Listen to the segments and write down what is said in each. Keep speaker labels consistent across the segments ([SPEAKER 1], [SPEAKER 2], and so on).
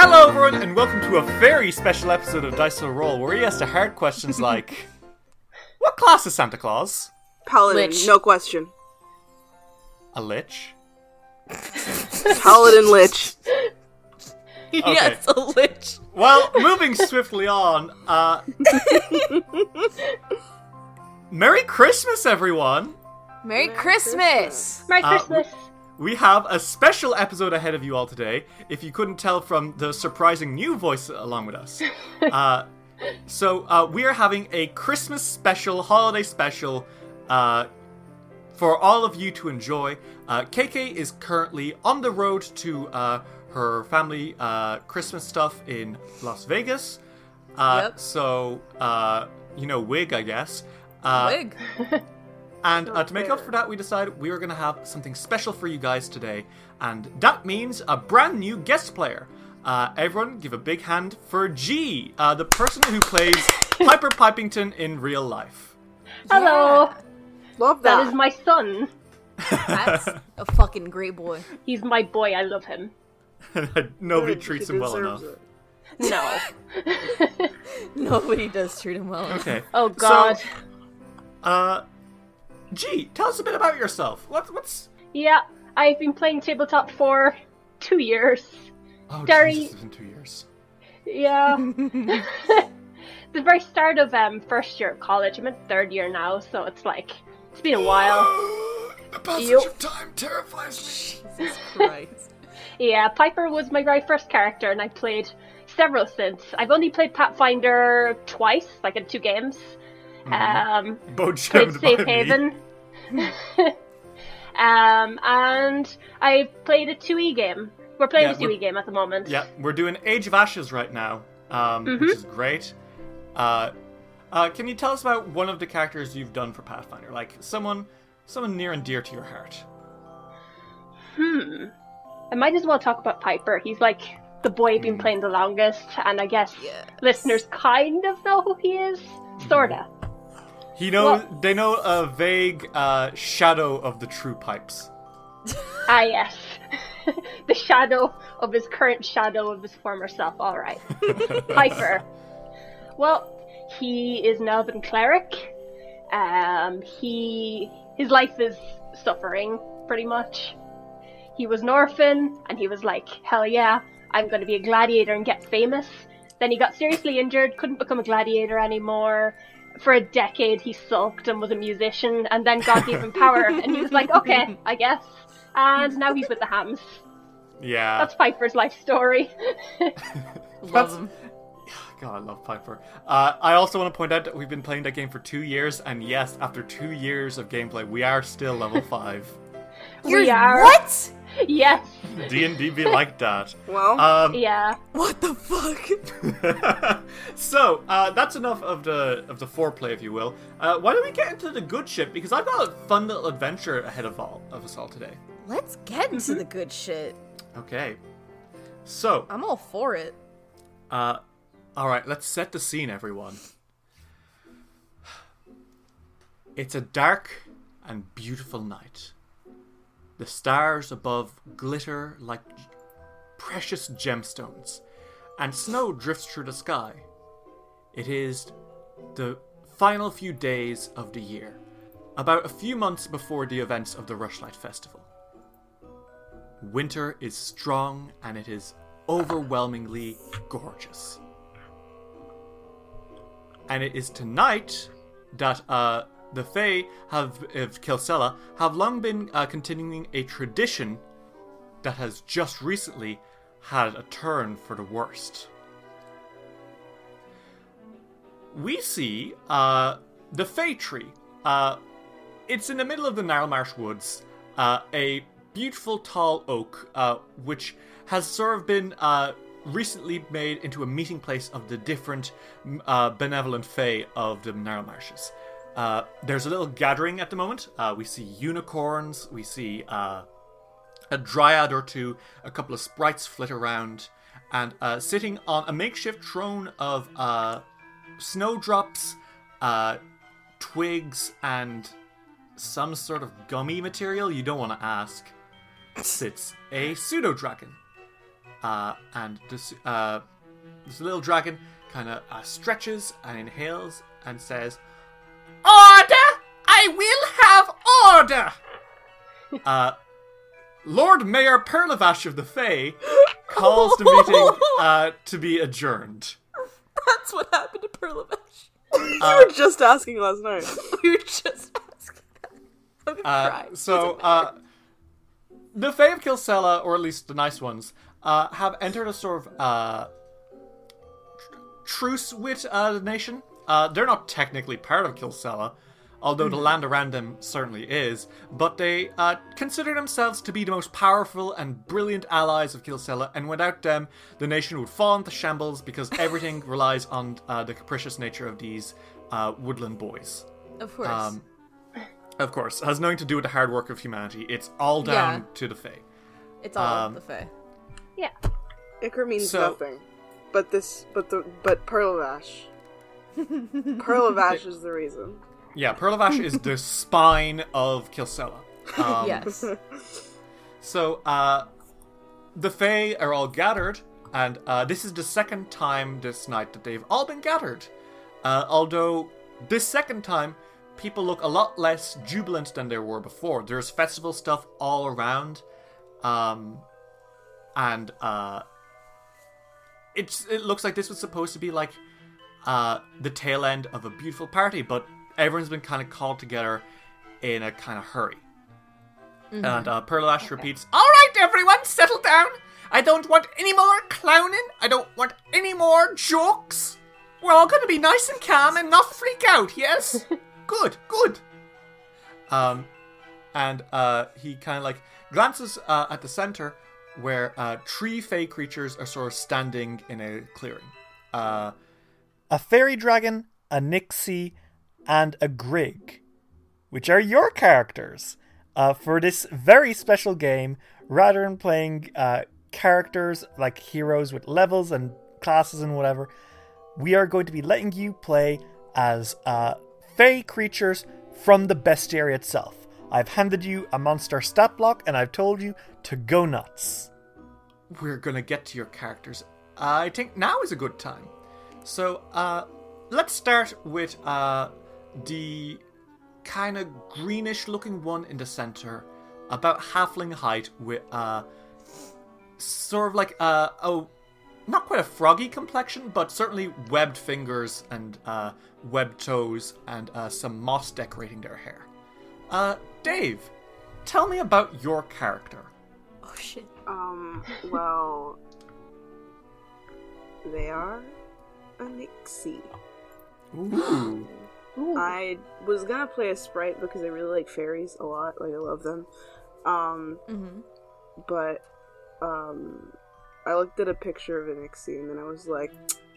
[SPEAKER 1] Hello, everyone, and welcome to a very special episode of Dice Will Roll, where he asks the hard questions like, "What class is Santa Claus?
[SPEAKER 2] Paladin,
[SPEAKER 3] Lich.
[SPEAKER 2] no question.
[SPEAKER 1] A lich?
[SPEAKER 2] Paladin Lich.
[SPEAKER 3] Yes, a lich.
[SPEAKER 1] Well, moving swiftly on. Uh, Merry Christmas, everyone!
[SPEAKER 3] Merry Christmas!
[SPEAKER 4] Merry
[SPEAKER 1] Uh,
[SPEAKER 4] Christmas.
[SPEAKER 1] We have a special episode ahead of you all today, if you couldn't tell from the surprising new voice along with us. Uh, so, uh, we are having a Christmas special, holiday special, uh, for all of you to enjoy. Uh, KK is currently on the road to uh, her family uh, Christmas stuff in Las Vegas. Uh,
[SPEAKER 3] Yep.
[SPEAKER 1] So, uh, you know, wig, I guess. Uh,
[SPEAKER 3] Wig.
[SPEAKER 1] and uh, to make up for that, we decided we are going to have something special for you guys today. And that means a brand new guest player. Uh, everyone, give a big hand for G, uh, the person who plays Piper Pipington in real life.
[SPEAKER 4] Hello.
[SPEAKER 2] Love that.
[SPEAKER 4] That is my son.
[SPEAKER 3] That's a fucking great boy.
[SPEAKER 4] He's my boy. I love him.
[SPEAKER 1] Nobody treats him well enough.
[SPEAKER 3] No. Nobody does treat him well.
[SPEAKER 1] Okay.
[SPEAKER 4] Oh
[SPEAKER 1] So,
[SPEAKER 4] God.
[SPEAKER 1] uh, G, tell us a bit about yourself. What, what's.
[SPEAKER 4] Yeah, I've been playing tabletop for two years.
[SPEAKER 1] Oh,
[SPEAKER 4] Derry-
[SPEAKER 1] Jesus, it's been two years.
[SPEAKER 4] Yeah. the very start of um first year of college. I'm in third year now, so it's like it's been a while.
[SPEAKER 1] the passage
[SPEAKER 2] Yep.
[SPEAKER 1] of time terrifies me.
[SPEAKER 3] Jesus Christ.
[SPEAKER 4] Yeah, Piper was my very first character, and I played several since. I've only played Pathfinder twice, like in two games. Um,
[SPEAKER 1] Bojammed by
[SPEAKER 4] played Safe
[SPEAKER 1] me.
[SPEAKER 4] Haven. um, and I played a 2e E game. We're playing
[SPEAKER 1] Yeah,
[SPEAKER 4] a
[SPEAKER 1] we're-
[SPEAKER 4] 2e game at the moment.
[SPEAKER 1] Yeah, we're doing Age of Ashes right now, um,
[SPEAKER 4] Mm-hmm.
[SPEAKER 1] which is great. Uh, uh, can you tell us about one of the characters you've done for Pathfinder? Like someone, someone near and dear to your heart.
[SPEAKER 4] Hmm. I might as well talk about Piper. He's like the boy I've
[SPEAKER 1] Mm.
[SPEAKER 4] been playing the longest, and I guess
[SPEAKER 3] Yes.
[SPEAKER 4] listeners kind of know who he is. Sorta.
[SPEAKER 1] He knows.
[SPEAKER 4] Well-
[SPEAKER 1] they know a vague uh, shadow of the True Pipes.
[SPEAKER 4] Ah, yes. the shadow of his current shadow of his former self. All right. Piper. Well, he is an elven cleric. Um, he his life is suffering pretty much. He was an orphan, and he was like, "Hell yeah, I'm going to be a gladiator and get famous." Then he got seriously injured, couldn't become a gladiator anymore. For a decade, he sulked and was a musician, and then God gave him power, and he was like, "Okay, I guess." And now he's with the Hams.
[SPEAKER 1] Yeah.
[SPEAKER 2] Ah.
[SPEAKER 4] That's Piper's life story.
[SPEAKER 3] Love him.
[SPEAKER 1] God, I love Piper. Uh, I also want to point out that we've been playing that game for two years, and yes, after two years of gameplay, we are still level five.
[SPEAKER 4] we are.
[SPEAKER 3] What?
[SPEAKER 4] Yes.
[SPEAKER 1] D and D be like that.
[SPEAKER 2] Well,
[SPEAKER 1] Um,
[SPEAKER 4] Yeah.
[SPEAKER 3] What the fuck?
[SPEAKER 1] so uh, that's enough of the of the foreplay, if you will. Uh, why don't we get into the good shit? Because I've got a fun little adventure ahead of all of us all today.
[SPEAKER 3] Let's get into the good shit.
[SPEAKER 1] Okay. So,
[SPEAKER 3] I'm all for it.
[SPEAKER 1] uh, all right, let's set the scene, everyone. It's a dark and beautiful night. The stars above glitter like precious gemstones, and snow drifts through the sky. It is the final few days of the year, about a few months before the events of the Rushlight Festival. Winter is strong and it is overwhelmingly gorgeous. And it is tonight that uh, the Fae have, of Kilsella have long been uh, continuing a tradition that has just recently had a turn for the worst. We see uh, the Fey Tree. Uh, it's in the middle of the Narrow Marsh Woods, uh, a beautiful tall oak uh, which has sort of been uh, recently made into a meeting place of the different m- uh, benevolent Fae of the Narrow Marshes. Uh, there's a little gathering at the moment. Uh, we see unicorns, we see uh, a dryad or two, a couple of sprites flit around, and uh, sitting on a makeshift throne of uh, snowdrops, uh, twigs, and some sort of gummy material you don't want to ask, sits a pseudo dragon. Uh, and this, uh, this little dragon kind of uh, stretches and inhales and says, Order! I will have order! uh, Lord Mayor Perlevash of the Fae calls the meeting uh, to be adjourned.
[SPEAKER 3] That's what happened to Perlevash.
[SPEAKER 1] uh,
[SPEAKER 2] you were just asking last night.
[SPEAKER 3] You just asked. I'm gonna
[SPEAKER 1] Uh,
[SPEAKER 3] cry.
[SPEAKER 1] so, uh, the Fae of Kilsella, or at least the nice ones, uh, have entered a sort of uh, tr- truce with uh, the nation. Uh, they're not technically part of Kilsella, although the land around them certainly is, but they uh, consider themselves to be the most powerful and brilliant allies of Kilsella, and without them, the nation would fall into shambles because everything relies on uh, the capricious nature of these uh, woodland boys.
[SPEAKER 3] of course.
[SPEAKER 1] Um, of course, has nothing to do with the hard work of humanity. It's all down
[SPEAKER 3] Yeah.
[SPEAKER 1] to the Fae.
[SPEAKER 3] it's all
[SPEAKER 1] um,
[SPEAKER 3] the Fae.
[SPEAKER 4] Yeah.
[SPEAKER 2] Icar means
[SPEAKER 1] So-
[SPEAKER 2] nothing. But this, but the, but Pearl of Ash. Pearl of Ash is the reason.
[SPEAKER 1] Yeah, Perlevash is the spine of Kilsella. Um,
[SPEAKER 3] yes.
[SPEAKER 1] So, uh, the Fae are all gathered, and uh, this is the second time this night that they've all been gathered. Uh, although, this second time, people look a lot less jubilant than they were before. There's festival stuff all around, um, and uh, it's, it looks like this was supposed to be like uh, the tail end of a beautiful party, but everyone's been kind of called together in a kind of hurry. And uh, Perlash repeats, All right, everyone, settle down. I don't want any more clowning. I don't want any more jokes. We're all going to be nice and calm and not freak out, yes? good, good. Um, and uh, he kind of like glances uh, at the center where uh, tree fey creatures are sort of standing in a clearing. Uh, a fairy dragon, a nixie, and a grig which are your characters uh, for this very special game rather than playing uh, characters like heroes with levels and classes and whatever we are going to be letting you play as uh, fey creatures from the bestiary itself i've handed you a monster stat block and i've told you to go nuts we're gonna get to your characters i think now is a good time so uh, let's start with uh, the kind of greenish looking one in the center, about halfling height, with uh, sort of like uh, a not quite a froggy complexion, but certainly webbed fingers and uh, webbed toes and uh, some moss decorating their hair. Uh, Dave, tell me about your character.
[SPEAKER 3] oh shit.
[SPEAKER 2] Um, well, they are a Nixie.
[SPEAKER 1] Ooh.
[SPEAKER 2] I was gonna play a sprite because I really like fairies a lot. Like I love them. Um,
[SPEAKER 3] hmm
[SPEAKER 2] but um, I looked at a picture of a Nixie and then I was like,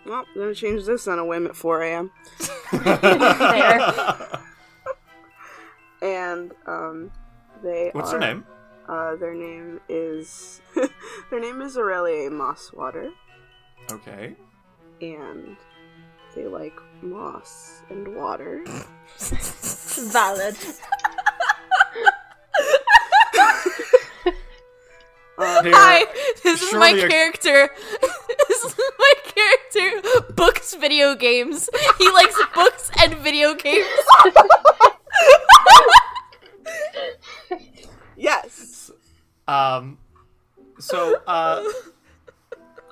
[SPEAKER 2] well, I'm gonna change this on a whim at 4 a.m. And um, they
[SPEAKER 1] What's her
[SPEAKER 2] are-
[SPEAKER 1] name?
[SPEAKER 2] Uh, their name is their name is Aurelia Mosswater,
[SPEAKER 1] Okay.
[SPEAKER 2] and they like moss and water.
[SPEAKER 4] Valid.
[SPEAKER 2] Uh,
[SPEAKER 1] They're
[SPEAKER 3] Hi, this is my
[SPEAKER 1] surely a-
[SPEAKER 3] character. this is my character. Books, video games. He likes books and video games.
[SPEAKER 2] yes,
[SPEAKER 1] Um, So, uh,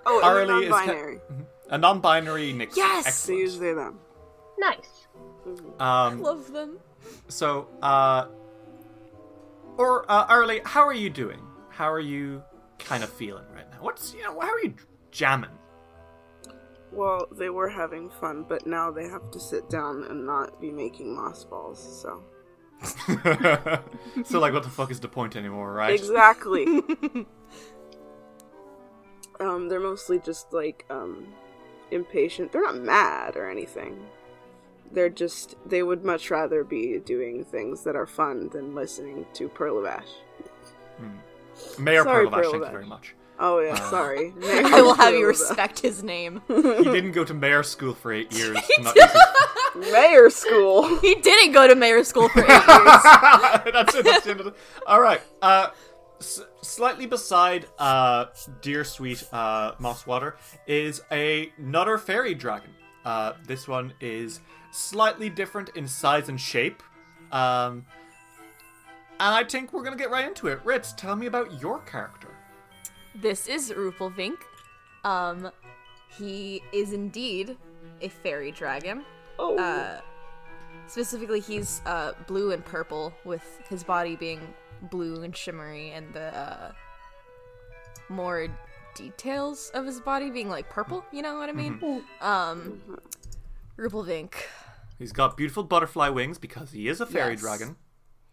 [SPEAKER 2] Oh, and
[SPEAKER 1] Arlie is
[SPEAKER 2] they're
[SPEAKER 1] ca-
[SPEAKER 2] non-binary.
[SPEAKER 1] a non-binary Nixie.
[SPEAKER 3] Yes!
[SPEAKER 2] They
[SPEAKER 1] Excellent.
[SPEAKER 2] use they them.
[SPEAKER 4] Nice.
[SPEAKER 1] Um,
[SPEAKER 3] Love them.
[SPEAKER 1] so, uh, or uh, Arlie, how are you doing? How are you kind of feeling right now? What's you know? How are you jamming?
[SPEAKER 2] Well, they were having fun, but now they have to sit down and not be making moss balls. So
[SPEAKER 1] so like, what the fuck is the point anymore, right?
[SPEAKER 2] exactly. um, they're mostly just like um, impatient. They're not mad or anything. They're just they would much rather be doing things that are fun than listening to Pearl of Ash.
[SPEAKER 1] Mayor
[SPEAKER 2] Sorry,
[SPEAKER 1] Perlovash, thank you
[SPEAKER 2] Perlovash.
[SPEAKER 1] very much.
[SPEAKER 2] Oh yeah, sorry.
[SPEAKER 3] I will have you respect his name.
[SPEAKER 1] He didn't go to mayor school for eight years. to not use his-
[SPEAKER 2] Mayor school.
[SPEAKER 3] He didn't go to mayor school for eight years.
[SPEAKER 1] that's it. That's the end of the. All right. Uh, s- slightly beside uh, dear sweet uh, Mosswater is a- another fairy dragon. Uh, this one is slightly different in size and shape. Um, and I think we're gonna get right into it. Ritz, tell me about your character.
[SPEAKER 3] This is Rupelvink. Um, he is indeed a fairy dragon.
[SPEAKER 2] Oh,
[SPEAKER 3] Uh, specifically, he's uh, blue and purple, with his body being blue and shimmery, and the uh, more details of his body being like purple. You know what I mean? Um, Rupelvink.
[SPEAKER 1] He's got beautiful butterfly wings because he is a fairy
[SPEAKER 3] Yes.
[SPEAKER 1] dragon.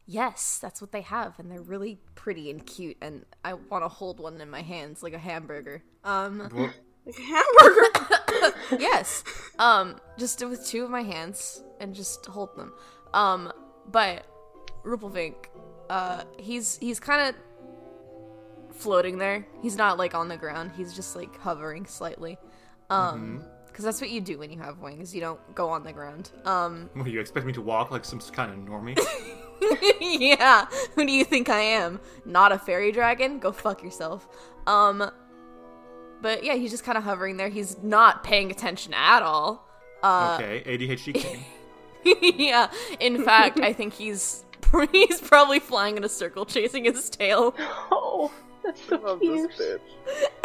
[SPEAKER 3] Yes, that's what they have, and they're really pretty and cute, and I want to hold one in my hands like a hamburger. Um,
[SPEAKER 1] Well,
[SPEAKER 2] like a hamburger.
[SPEAKER 3] yes. Um, just with two of my hands and just hold them. Um, but Ruppelvink, uh, he's he's kind of floating there. He's not like on the ground. He's just like hovering slightly. Um, because that's what you do when you have wings. You don't go on the ground. Um,
[SPEAKER 1] what, you expect me to walk like some kind of normie?
[SPEAKER 3] yeah. Who do you think I am? Not a fairy dragon? Go fuck yourself. Um but yeah, he's just kind of hovering there. He's not paying attention at all. Uh
[SPEAKER 1] okay, ADHD king.
[SPEAKER 3] yeah. In fact, I think he's he's probably flying in a circle chasing his tail.
[SPEAKER 4] Oh, that's so
[SPEAKER 2] Love this
[SPEAKER 4] cute.
[SPEAKER 2] bitch.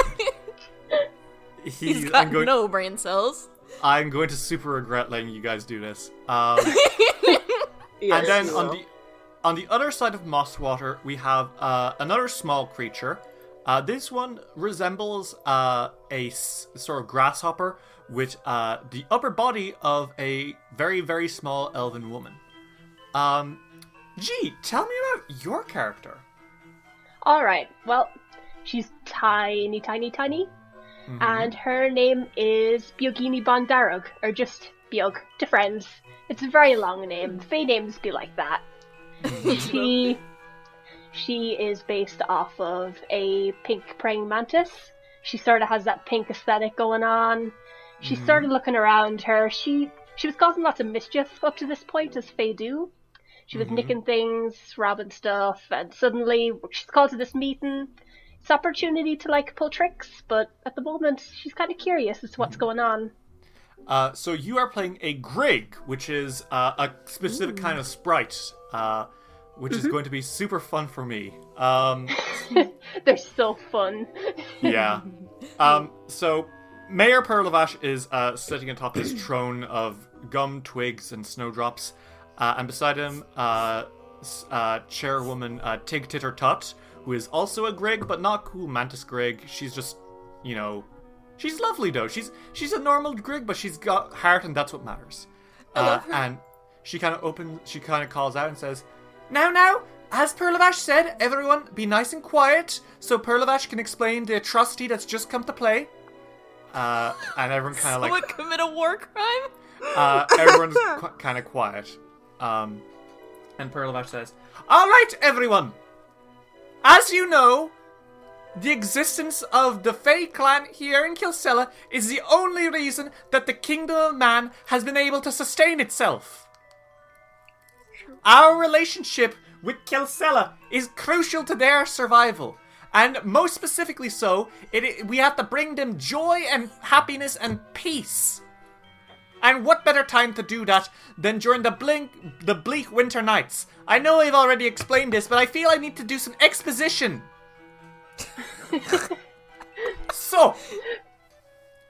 [SPEAKER 3] He's
[SPEAKER 1] He-
[SPEAKER 3] got
[SPEAKER 1] I'm going-
[SPEAKER 3] no brain cells.
[SPEAKER 1] I'm going to super regret letting you guys do this. Um,
[SPEAKER 2] Yes,
[SPEAKER 1] and then
[SPEAKER 2] you
[SPEAKER 1] on
[SPEAKER 2] will.
[SPEAKER 1] the on the other side of Mosswater, we have uh, another small creature. Uh, this one resembles uh, a s- sort of grasshopper with uh, the upper body of a very very small elven woman. Um, gee, tell me about your character.
[SPEAKER 4] All right. Well, she's tiny, tiny, tiny, and her name is Biogini Bondarug, or just Biog to friends. It's a very long name. Fey names be like that. she, she is based off of a pink praying mantis. She sort of has that pink aesthetic going on. She started looking around her. She she was causing lots of mischief up to this point, as Fey do. She was nicking things, robbing stuff, and suddenly she's called to this meeting. It's opportunity to like pull tricks, but at the moment she's kind of curious as to what's going on.
[SPEAKER 1] Uh, so you are playing a Grig, which is uh, a specific kind of sprite, uh, which
[SPEAKER 2] Mm-hmm.
[SPEAKER 1] is going to be super fun for me. Um,
[SPEAKER 4] They're so fun.
[SPEAKER 1] yeah. Um, so Mayor Perlovash is uh, sitting atop this throne of gum, twigs, and snowdrops, uh, and beside him, uh, s- uh, Chairwoman uh, Tig Titter Tut, who is also a Grig, but not cool mantis Grig. She's just, you know, she's lovely though. She's she's a normal Grig, but she's got heart, and that's what matters. Uh, and she kind of opens, she kind of calls out and says, now, now, as Perlovash said, everyone be nice and quiet so Perlovash can explain the atrocity that's just come to play. Uh, and everyone kind of
[SPEAKER 3] Would
[SPEAKER 1] like,
[SPEAKER 3] commit a war crime?
[SPEAKER 1] uh, everyone's qu- kind of quiet. Um, and Perlovash says, All right, everyone! As you know, the existence of the Fey clan here in Kilsella is the only reason that the Kingdom of Man has been able to sustain itself. Our relationship with Kilsella is crucial to their survival. And most specifically so, it, it- we have to bring them joy and happiness and peace. And what better time to do that than during the blink, the bleak winter nights? I know I've already explained this, but I feel I need to do some exposition. So,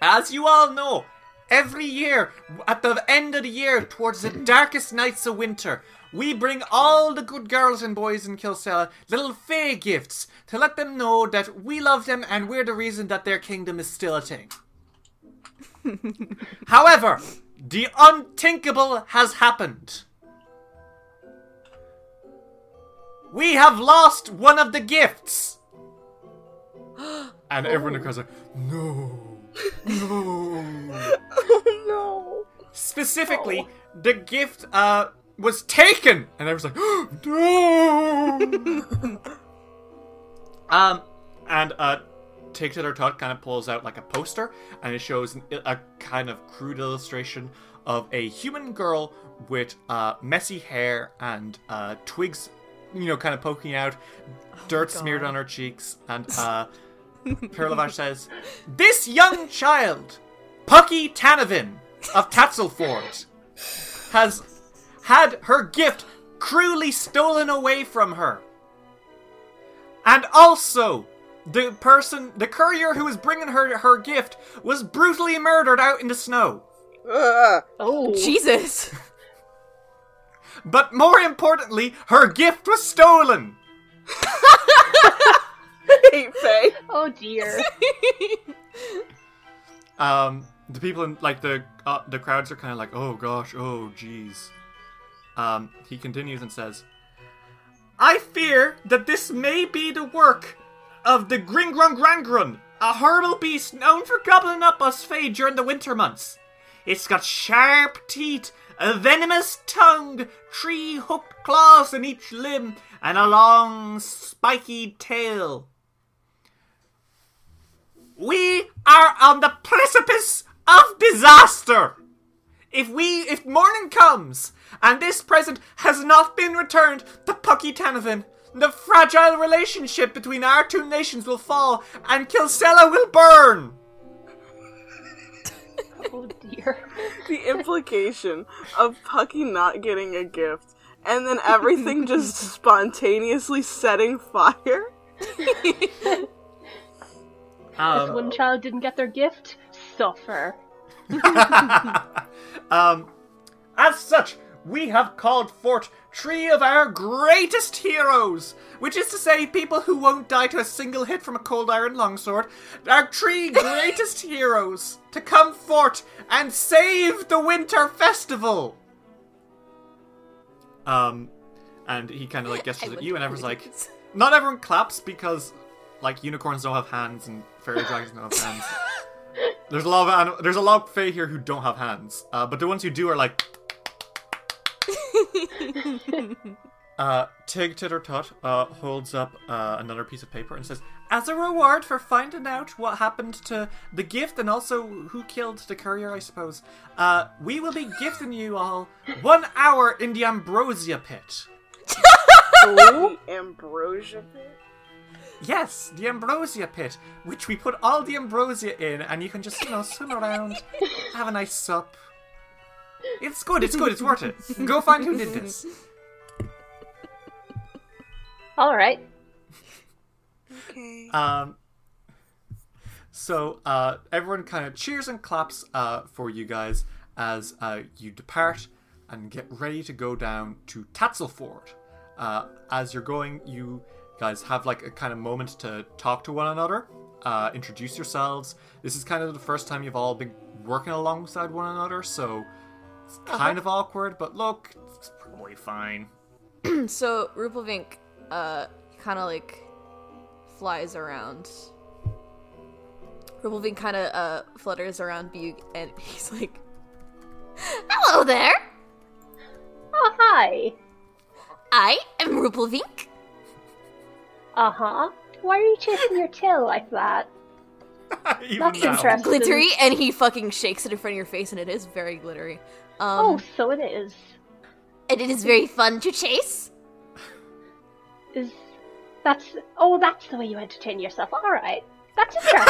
[SPEAKER 1] as you all know, every year, at the end of the year, towards the darkest nights of winter, we bring all the good girls and boys in Kilsella little fey gifts to let them know that we love them and we're the reason that their kingdom is still a thing. However, the unthinkable has happened. We have lost one of the gifts. And everyone across like, no, no.
[SPEAKER 2] Oh
[SPEAKER 1] Specifically, the gift uh was taken, and everyone's like, no. um, and uh, takes it or Tot kind of pulls out like a poster, and it shows an, a kind of crude illustration of a human girl with uh messy hair and uh twigs, you know, kind of poking out, dirt smeared
[SPEAKER 3] God.
[SPEAKER 1] on her cheeks, and uh. Perlovash says, This young child, Pucky Tanavin of Tatzelford, has had her gift cruelly stolen away from her. And also, the person, the courier who was bringing her her gift, was brutally murdered out in the snow.
[SPEAKER 2] no. Ugh.
[SPEAKER 4] Oh,
[SPEAKER 3] Jesus.
[SPEAKER 1] But more importantly, her gift was stolen.
[SPEAKER 2] Hate Faye.
[SPEAKER 4] oh dear.
[SPEAKER 1] Um, the people in like the uh, the crowds are kind of like, oh gosh, oh jeez. Um, he continues and says, "I fear that this may be the work of the Gringrun Grangrun, a horrible beast known for gobbling up us Fae during the winter months. It's got sharp teeth, a venomous tongue, tree hooked claws in each limb, and a long spiky tail." We are on the precipice of disaster. If we, if morning comes and this present has not been returned to Pucky Tanavin, the fragile relationship between our two nations will fall and Kilsella will burn.
[SPEAKER 4] Oh dear.
[SPEAKER 2] The implication of Pucky not getting a gift and then everything just spontaneously setting fire.
[SPEAKER 4] This one child didn't get their gift. Suffer.
[SPEAKER 1] Um, as such, we have called forth three of our greatest heroes, which is to say, people who won't die to a single hit from a cold iron longsword, our three greatest heroes to come forth and save the Winter Festival. Um, and he kind of like gestures at you, and everyone's like, not everyone claps because, like, unicorns don't have hands and fairy dragons don't have hands. There's a lot of anim- there's a lot of fae here who don't have hands, uh, but the ones who do are like. uh, Tig Tittertot uh, holds up uh, another piece of paper and says, "As a reward for finding out what happened to the gift and also who killed the courier, I suppose, uh, we will be gifting you all one hour in the Ambrosia Pit."
[SPEAKER 2] The ambrosia pit.
[SPEAKER 1] Yes, the ambrosia pit, which we put all the ambrosia in, and you can just, you know, swim around, have a nice sup. It's good, it's good, it's worth it. Go find who did this.
[SPEAKER 4] All right.
[SPEAKER 1] Um, so uh, everyone kind of cheers and claps uh, for you guys as uh, you depart and get ready to go down to Tatzelford. Uh, as you're going, you guys have like a kind of moment to talk to one another, uh, introduce yourselves. This is kind of the first time you've all been working alongside one another, so it's
[SPEAKER 4] Uh-huh.
[SPEAKER 1] kind of awkward, but look, it's probably fine.
[SPEAKER 3] so Rupelvink uh kind of like flies around. Rupelvink kind of uh flutters around Bug and he's like, "Hello there.
[SPEAKER 4] Oh hi.
[SPEAKER 3] I am Rupelvink.
[SPEAKER 4] Uh huh. Why are you chasing your tail like that?
[SPEAKER 1] Even
[SPEAKER 4] That's
[SPEAKER 1] now.
[SPEAKER 4] interesting.
[SPEAKER 3] Glittery." And he fucking shakes it in front of your face and it is very glittery. Um
[SPEAKER 4] Oh, so it is.
[SPEAKER 3] and it is very fun to chase.
[SPEAKER 4] Is that's oh that's the way you entertain yourself. All right. That's interesting.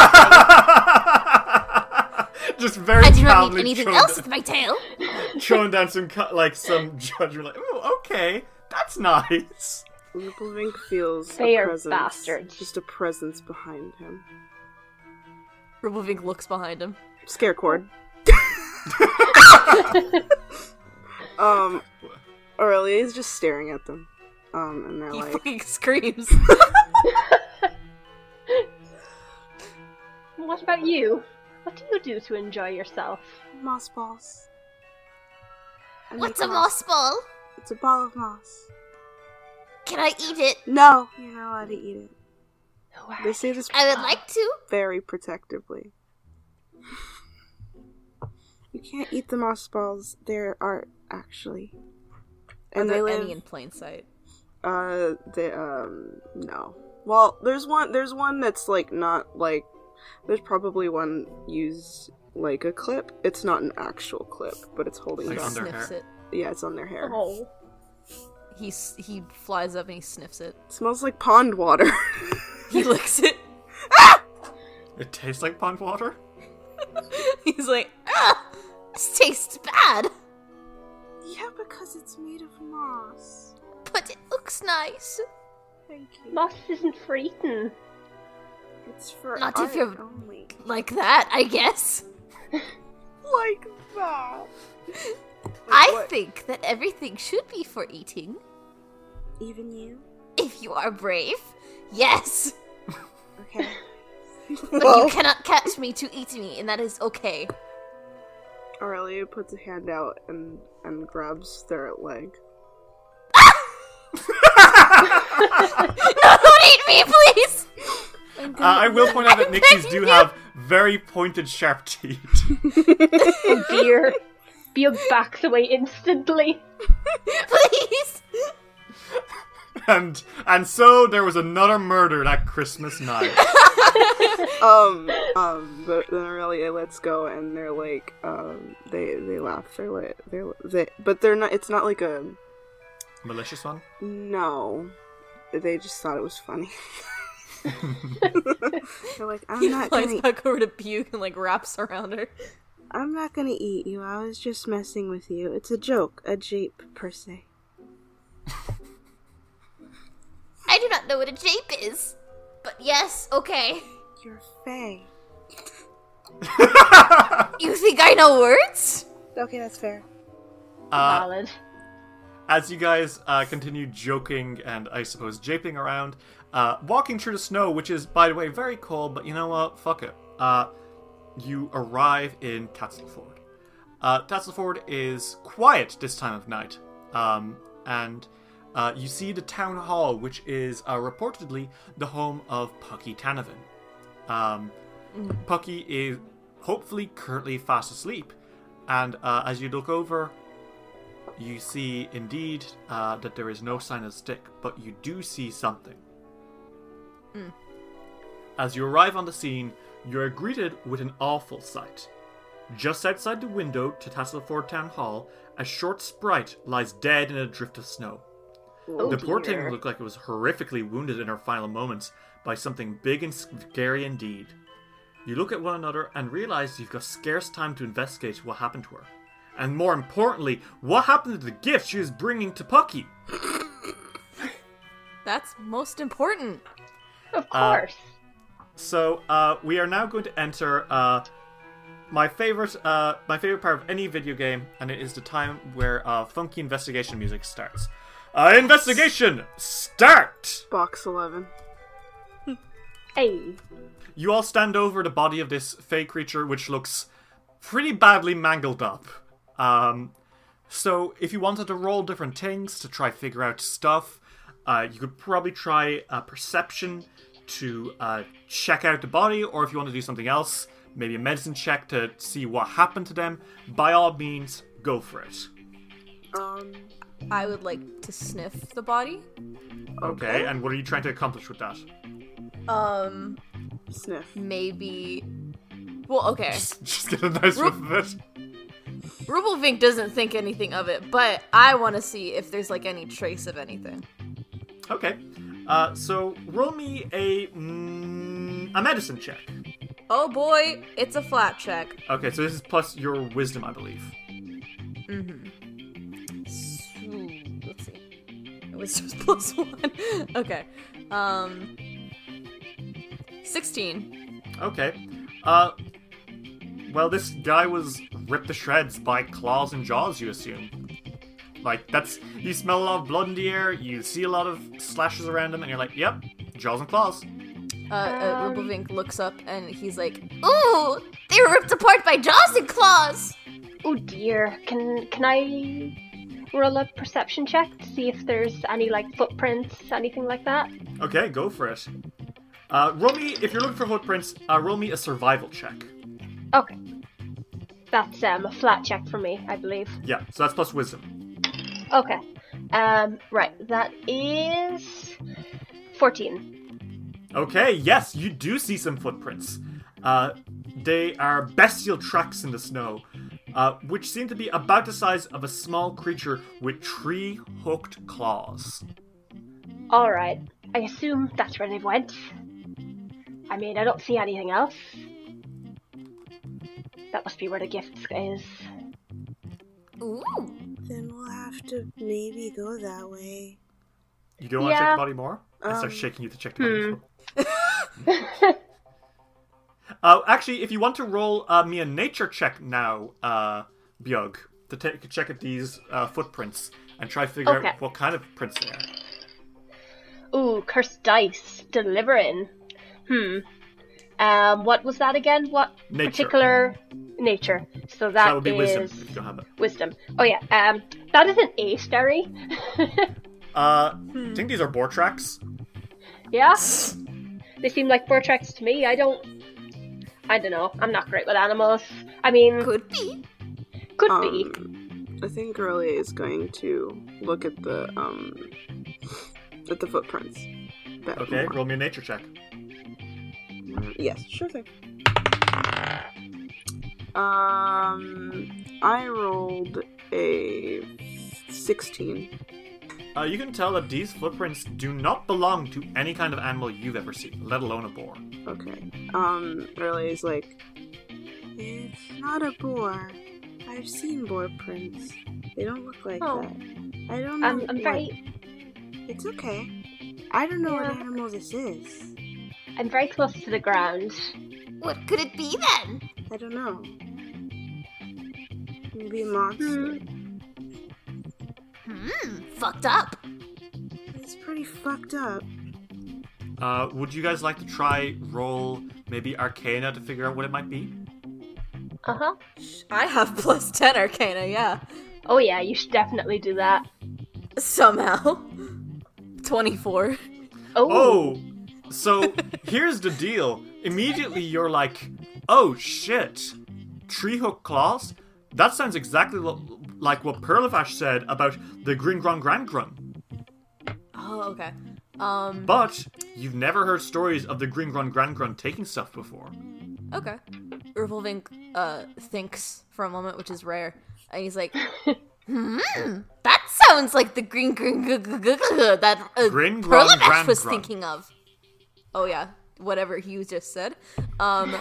[SPEAKER 1] Just very
[SPEAKER 3] I do not need
[SPEAKER 1] calmly
[SPEAKER 3] anything
[SPEAKER 1] chewing
[SPEAKER 3] else
[SPEAKER 1] the-
[SPEAKER 3] with my tail.
[SPEAKER 1] throwing down some cu- like some judgment, like, "Ooh, okay, that's nice."
[SPEAKER 2] Rupelvink feels
[SPEAKER 4] They
[SPEAKER 2] a
[SPEAKER 4] are
[SPEAKER 2] presence,
[SPEAKER 4] bastards.
[SPEAKER 2] just a presence behind him.
[SPEAKER 3] Rubelvink looks behind him.
[SPEAKER 2] Scarecord. um, Aurelia is just staring at them. Um, and they're
[SPEAKER 3] He
[SPEAKER 2] like,
[SPEAKER 3] fucking screams.
[SPEAKER 4] What about you? What do you do to enjoy yourself?
[SPEAKER 2] moss balls. I
[SPEAKER 3] What's a
[SPEAKER 2] make
[SPEAKER 3] moss ball?
[SPEAKER 2] It's a ball of moss.
[SPEAKER 3] Can I eat it?
[SPEAKER 2] No, you're not allowed to eat it.
[SPEAKER 4] Wow.
[SPEAKER 2] They say this
[SPEAKER 3] I would like to.
[SPEAKER 2] very protectively. You can't eat the moss balls. They're art, actually.
[SPEAKER 3] Are
[SPEAKER 2] And
[SPEAKER 3] there
[SPEAKER 2] they live.
[SPEAKER 3] any in plain sight?
[SPEAKER 2] Uh, they um no. Well, there's one. There's one that's like not like. There's probably one used like a clip. It's not an actual clip, but it's holding.
[SPEAKER 1] Like
[SPEAKER 2] it
[SPEAKER 3] He
[SPEAKER 2] on
[SPEAKER 1] on their
[SPEAKER 3] sniffs
[SPEAKER 1] hair.
[SPEAKER 3] it.
[SPEAKER 2] yeah, it's on their hair.
[SPEAKER 4] Oh.
[SPEAKER 3] He s- he flies up and he sniffs it.
[SPEAKER 2] It smells like pond water.
[SPEAKER 3] He licks it.
[SPEAKER 1] It tastes like pond water.
[SPEAKER 3] He's like, ah, this tastes bad,
[SPEAKER 2] yeah, because it's made of moss.
[SPEAKER 3] but it looks nice.
[SPEAKER 2] Thank you.
[SPEAKER 4] Moss isn't for eating.
[SPEAKER 2] It's for
[SPEAKER 3] Not if
[SPEAKER 2] art
[SPEAKER 3] you're-
[SPEAKER 2] only.
[SPEAKER 3] Like that, I guess.
[SPEAKER 2] Like that.
[SPEAKER 3] I
[SPEAKER 2] what?
[SPEAKER 3] think that everything should be for eating
[SPEAKER 2] Even you.
[SPEAKER 3] if you are brave. Yes,
[SPEAKER 2] Okay.
[SPEAKER 3] but you cannot catch me to eat me, and that is okay.
[SPEAKER 2] Aurelia puts a hand out and and grabs their leg.
[SPEAKER 3] No, don't eat me, please.
[SPEAKER 1] Uh, I will point out that Nixies do have very pointed, sharp teeth.
[SPEAKER 4] Oh dear. Bea backs away instantly.
[SPEAKER 3] Please.
[SPEAKER 1] And and so there was another murder that Christmas night.
[SPEAKER 2] um, um, but then Aurelia lets go, and they're like, um, they they laugh. They're like, they're they, but they're not. It's not like a
[SPEAKER 1] Malicious one.
[SPEAKER 2] no. They just thought it was funny. they're like, I'm
[SPEAKER 3] He
[SPEAKER 2] not
[SPEAKER 3] flies
[SPEAKER 2] gonna,
[SPEAKER 3] back over to Buke and like wraps around her.
[SPEAKER 2] I'm not gonna eat you. I was just messing with you. It's a joke, a jape per se.
[SPEAKER 3] I do not know what a jape is, but yes, okay.
[SPEAKER 2] You're fey.
[SPEAKER 3] You think I know words?
[SPEAKER 2] Okay, that's fair.
[SPEAKER 1] Uh,
[SPEAKER 4] Valid.
[SPEAKER 1] as you guys uh, continue joking and I suppose japing around, uh, walking through the snow, which is by the way very cold, but you know what? Fuck it. Uh, you arrive in Tatzelford. Uh, Tatzelford is quiet this time of night, um, and uh, you see the town hall, which is uh, reportedly the home of Pucky Tanavin. Um, Pucky is hopefully currently fast asleep, and uh, as you look over, you see indeed uh, that there is no sign of stick, but you do see something. As you arrive on the scene, you are greeted with an awful sight. Just outside the window to Tasselford Town Hall, a short sprite lies dead in a drift of snow.
[SPEAKER 4] Oh,
[SPEAKER 1] the poor
[SPEAKER 4] dear.
[SPEAKER 1] thing looked like it was horrifically wounded in her final moments by something big and scary indeed. You look at one another and realize you've got scarce time to investigate what happened to her. And more importantly, what happened to the gift she was bringing to Pucky?
[SPEAKER 3] That's most important.
[SPEAKER 4] Of
[SPEAKER 1] uh,
[SPEAKER 4] course.
[SPEAKER 1] So uh, we are now going to enter uh, my favorite, uh, my favorite part of any video game, and it is the time where uh, funky investigation music starts. Uh, investigation start.
[SPEAKER 2] Box eleven.
[SPEAKER 4] hey.
[SPEAKER 1] You all stand over the body of this fey creature, which looks pretty badly mangled up. Um, so if you wanted to roll different things to try figure out stuff, uh, you could probably try uh, perception to uh, check out the body, or if you want to do something else, maybe a medicine check to see what happened to them. By all means, go for it.
[SPEAKER 2] Um,
[SPEAKER 3] I would like to sniff the body.
[SPEAKER 1] Okay, and what are you trying to accomplish with that?
[SPEAKER 3] Um,
[SPEAKER 2] sniff.
[SPEAKER 3] maybe. Well, okay.
[SPEAKER 1] Just get a nice whiff of it.
[SPEAKER 3] Rubelvink doesn't think anything of it, but I want to see if there's like any trace of anything.
[SPEAKER 1] Okay. Uh, so roll me a mm, a medicine check.
[SPEAKER 3] Oh boy, it's a flat check.
[SPEAKER 1] Okay, so this is plus your wisdom, I believe.
[SPEAKER 3] Ooh, Mm-hmm. Let's see. wisdom's plus one. okay. Um. Sixteen.
[SPEAKER 1] Okay. Uh, well, this guy was ripped to shreds by claws and jaws, you assume. Like, that's. You smell a lot of blood in the air, you see a lot of slashes around him, and you're like, yep, jaws and claws.
[SPEAKER 3] Uh, uh
[SPEAKER 4] Um.
[SPEAKER 3] Rubelvink looks up and he's like, "Ooh, they were ripped apart by jaws and claws."
[SPEAKER 4] Oh dear. Can can I roll a perception check to see if there's any like footprints, anything like that?
[SPEAKER 1] Okay, go for it. Uh, roll me, if you're looking for footprints, uh, roll me a survival check.
[SPEAKER 4] Okay. That's um, a flat check for me, I believe.
[SPEAKER 1] Yeah, so that's plus wisdom.
[SPEAKER 4] Okay. Um, right. That is fourteen.
[SPEAKER 1] Okay, yes, you do see some footprints. Uh, they are bestial tracks in the snow, uh, which seem to be about the size of a small creature with tree hooked claws.
[SPEAKER 4] All right. I assume that's where they went. I mean, I don't see anything else. That must be where the gift is.
[SPEAKER 3] Ooh.
[SPEAKER 2] Then we'll have to maybe go that way.
[SPEAKER 1] You don't want to check
[SPEAKER 4] Yeah.
[SPEAKER 1] the body more? I start
[SPEAKER 2] Um,
[SPEAKER 1] shaking you to check the body. as well.
[SPEAKER 4] hmm.
[SPEAKER 1] Uh, actually, if you want to roll uh, me a nature check now, uh, Bjog, to take a check at these uh, footprints and try to figure
[SPEAKER 4] Okay.
[SPEAKER 1] out what kind of prints they are.
[SPEAKER 4] Ooh, cursed dice delivering. Hmm. Um, what was that again? What
[SPEAKER 1] Nature.
[SPEAKER 4] particular nature? So that,
[SPEAKER 1] So that would be wisdom
[SPEAKER 4] is
[SPEAKER 1] if you don't have it.
[SPEAKER 4] wisdom. Oh yeah. Um, that is an ace, Derry.
[SPEAKER 1] Uh, I think these are boar tracks.
[SPEAKER 4] yeah. They seem like boar tracks to me. I don't. I don't know. I'm not great with animals. I mean, could,
[SPEAKER 3] Could be.
[SPEAKER 4] be.
[SPEAKER 2] Um, I think Gurley is going to look at the um at the footprints. That
[SPEAKER 1] Okay, roll me a nature check.
[SPEAKER 2] Yes, sure thing. Um, I rolled a sixteen.
[SPEAKER 1] Uh, you can tell that these footprints do not belong to any kind of animal you've ever seen, let alone a boar.
[SPEAKER 2] Okay. Um, Gurley is like, it's not a boar. I've seen boar prints. They don't look like
[SPEAKER 4] Oh.
[SPEAKER 2] that. I don't know.
[SPEAKER 4] I'm, I'm
[SPEAKER 2] what-
[SPEAKER 4] very,
[SPEAKER 2] It's okay. I don't know what
[SPEAKER 4] Yeah.
[SPEAKER 2] animal this is.
[SPEAKER 4] I'm very close to the ground.
[SPEAKER 3] What could it be then?
[SPEAKER 2] I don't know. Maybe a monster.
[SPEAKER 3] Hmm. Fucked up.
[SPEAKER 2] It's pretty fucked up.
[SPEAKER 1] Uh, would you guys like to try roll maybe Arcana to figure out what it might be?
[SPEAKER 4] Uh huh.
[SPEAKER 3] I have plus ten Arcana. Yeah.
[SPEAKER 4] Oh yeah, you should definitely do that.
[SPEAKER 3] Somehow. Twenty-four.
[SPEAKER 4] Oh.
[SPEAKER 1] Oh, so here's the deal. Immediately you're like, oh shit, tree hook claws? That sounds exactly lo- like what Perlevash said about the Grin Grun Gran Grun.
[SPEAKER 3] Oh, okay. Um.
[SPEAKER 1] But you've never heard stories of the Grin Grun Gran Grun taking stuff before.
[SPEAKER 3] Okay. Urvelvink uh thinks for a moment, which is rare, and he's like, "Hmm, that sounds like the green green g- g- g- g- that uh,
[SPEAKER 1] Grin, grun,
[SPEAKER 3] Perlavash
[SPEAKER 1] gran,
[SPEAKER 3] was
[SPEAKER 1] grun."
[SPEAKER 3] thinking of." Oh yeah, whatever he just said. Um,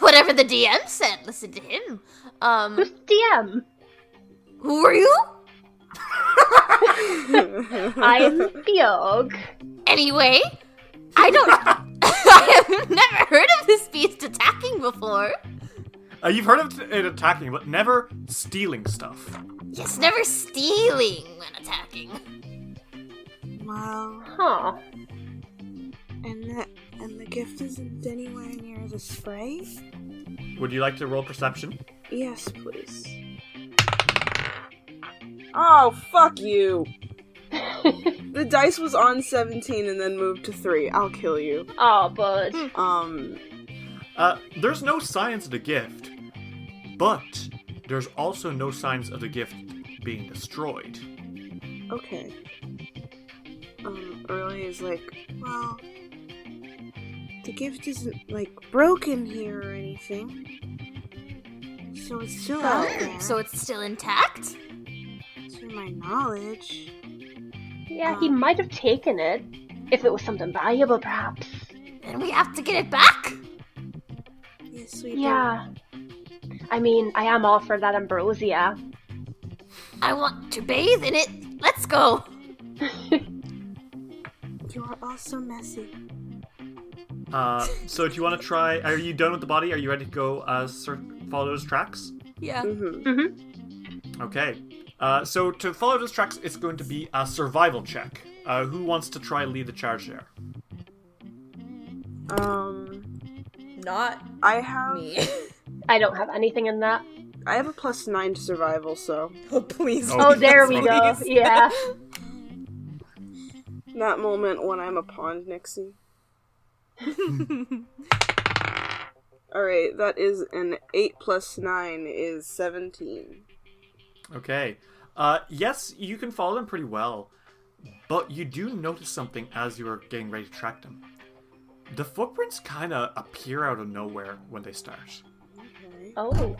[SPEAKER 3] whatever the DM said, listen to him. Um,
[SPEAKER 1] Oh.
[SPEAKER 4] Who's DM?
[SPEAKER 3] who are you?
[SPEAKER 4] I'm Bjorg.
[SPEAKER 3] Anyway, I don't. I have never heard of this beast attacking before.
[SPEAKER 1] Uh, you've heard of it attacking, but never stealing stuff.
[SPEAKER 3] Yes, never stealing when attacking.
[SPEAKER 2] Wow.
[SPEAKER 4] Huh.
[SPEAKER 2] And the, and the gift isn't anywhere near the spray?
[SPEAKER 1] Would you like to roll perception?
[SPEAKER 2] Yes, please. Oh, fuck you! the dice was on 17 and then moved to 3. I'll kill you.
[SPEAKER 4] Oh, bud.
[SPEAKER 2] Um,
[SPEAKER 1] Uh, there's no signs of the gift, but there's also no signs of the gift being destroyed.
[SPEAKER 2] okay. Um, Early is like, well, the gift isn't, like, broken here or anything. So it's still out there.
[SPEAKER 3] Hmm, So it's still intact?
[SPEAKER 2] to my knowledge.
[SPEAKER 4] Yeah, he might have taken it if it was something valuable, perhaps.
[SPEAKER 3] Then we have to get it back?
[SPEAKER 2] Yes, we do.
[SPEAKER 4] Yeah. I mean, I am all for that ambrosia.
[SPEAKER 3] I want to bathe in it. Let's Let's go.
[SPEAKER 2] You are also messy.
[SPEAKER 1] Uh, so do you want to try? Are you done with the body? Are you ready to go uh, sur- follow those tracks?
[SPEAKER 3] Yeah.
[SPEAKER 2] Mm-hmm.
[SPEAKER 4] Mm-hmm.
[SPEAKER 1] Okay. Uh, so to follow those tracks, it's going to be a survival check. Uh, who wants to try lead the charge there?
[SPEAKER 2] Um,
[SPEAKER 3] Not
[SPEAKER 2] I have
[SPEAKER 3] me.
[SPEAKER 4] I don't have anything in that.
[SPEAKER 2] I have a plus nine to survival, so
[SPEAKER 3] oh, please.
[SPEAKER 1] Oh,
[SPEAKER 4] Oh,
[SPEAKER 1] yes,
[SPEAKER 4] there we go.
[SPEAKER 3] please.
[SPEAKER 4] Yeah.
[SPEAKER 2] that moment when I'm a pawn, Nixie. All right, that is an eight plus nine is seventeen.
[SPEAKER 1] Okay. Uh, yes, you can follow them pretty well, but you do notice something as you are getting ready to track them. The footprints kind of appear out of nowhere when they start.
[SPEAKER 4] Oh.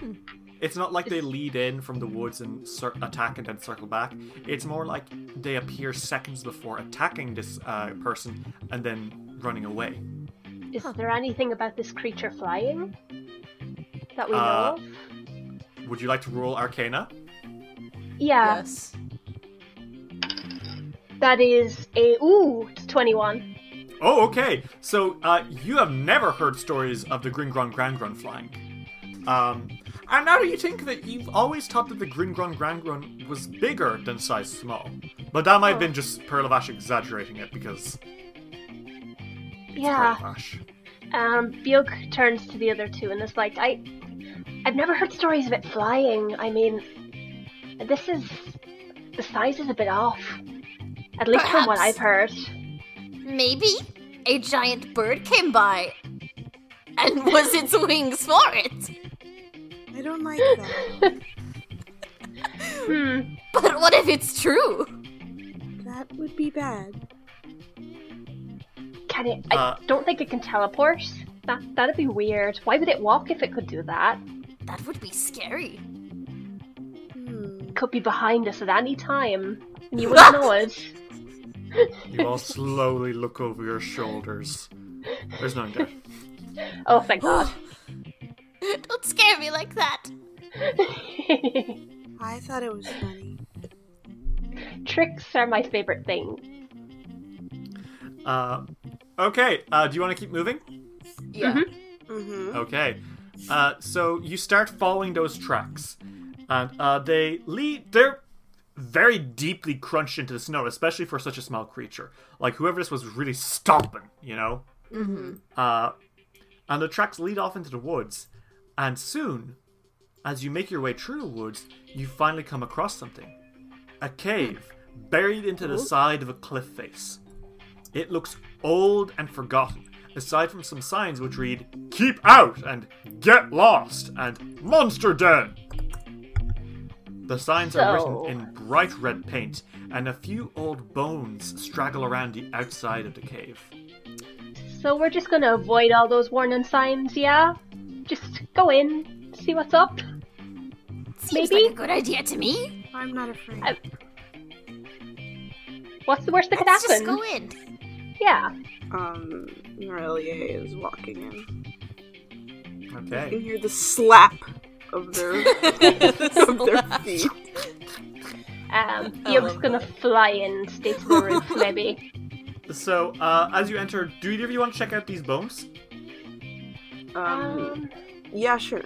[SPEAKER 1] It's not like they lead in from the woods and cir- attack and then circle back. It's more like they appear seconds before attacking this uh, person and then running away.
[SPEAKER 4] Is there anything about this creature flying that we know
[SPEAKER 1] Uh,
[SPEAKER 4] of?
[SPEAKER 1] Would you like to roll Arcana?
[SPEAKER 4] Yeah,
[SPEAKER 3] Yes.
[SPEAKER 4] that is a ooh, it's twenty-one.
[SPEAKER 1] Oh, okay. So uh, you have never heard stories of the Gringron Grandgrun flying. Um, and now do you think that you've always thought that the Gringron Grandgrun was bigger than size small? But that might have been just Pearl of Ash exaggerating it because Pearl
[SPEAKER 4] Yeah.
[SPEAKER 1] of Ash.
[SPEAKER 4] Um, Bjork turns to the other two and is like, I, I've never heard stories of it flying. I mean, this is the size is a bit off. At least from what
[SPEAKER 3] Perhaps.
[SPEAKER 4] I've heard.
[SPEAKER 3] Maybe a giant bird came by and was its wings for it.
[SPEAKER 2] I don't like that.
[SPEAKER 4] Hmm.
[SPEAKER 3] But what if it's true?
[SPEAKER 2] that would be bad.
[SPEAKER 4] Can it? I
[SPEAKER 1] Uh,
[SPEAKER 4] don't think it can teleport. That that'd be weird. Why would it walk if it could do that?
[SPEAKER 3] That would be scary.
[SPEAKER 2] Hmm.
[SPEAKER 4] It could be behind us at any time, and you wouldn't know it.
[SPEAKER 1] You all slowly look over your shoulders. There's no there.
[SPEAKER 4] Oh, thank God.
[SPEAKER 3] Don't scare me like that.
[SPEAKER 2] I thought it was funny.
[SPEAKER 4] Tricks are my favorite thing.
[SPEAKER 1] Uh, okay. Uh, do you want to keep moving?
[SPEAKER 3] Yeah.
[SPEAKER 2] Mm-hmm.
[SPEAKER 1] Okay. Uh, so you start following those tracks, and uh, they lead. They're very deeply crunched into the snow, especially for such a small creature. Like whoever this was was really stomping, you know. Mm-hmm. Uh, and the tracks lead off into the woods, and soon, as you make your way through the woods, you finally come across something: a cave buried into the side of a cliff face. It looks old and forgotten, aside from some signs which read, Keep out and Get Lost and Monster Den. The signs are
[SPEAKER 4] So-
[SPEAKER 1] written in bright red paint, and a few old bones straggle around the outside of the cave.
[SPEAKER 4] So we're just gonna avoid all those warning signs, yeah? Just go in, see what's up.
[SPEAKER 3] Seems
[SPEAKER 4] Maybe.
[SPEAKER 3] like a good idea to me.
[SPEAKER 2] I'm not afraid.
[SPEAKER 4] I- What's the worst that could
[SPEAKER 3] Let's
[SPEAKER 4] happen?
[SPEAKER 3] just go in.
[SPEAKER 4] Yeah.
[SPEAKER 2] Um, Morelia is walking in. You can
[SPEAKER 1] Okay.
[SPEAKER 2] hear the slap of their of their feet.
[SPEAKER 4] Um, Yog's gonna fly in, stay to the roof, maybe.
[SPEAKER 1] So, uh, as you enter, do either of you want to check out these bones?
[SPEAKER 2] Um,
[SPEAKER 4] Um,
[SPEAKER 2] yeah, sure.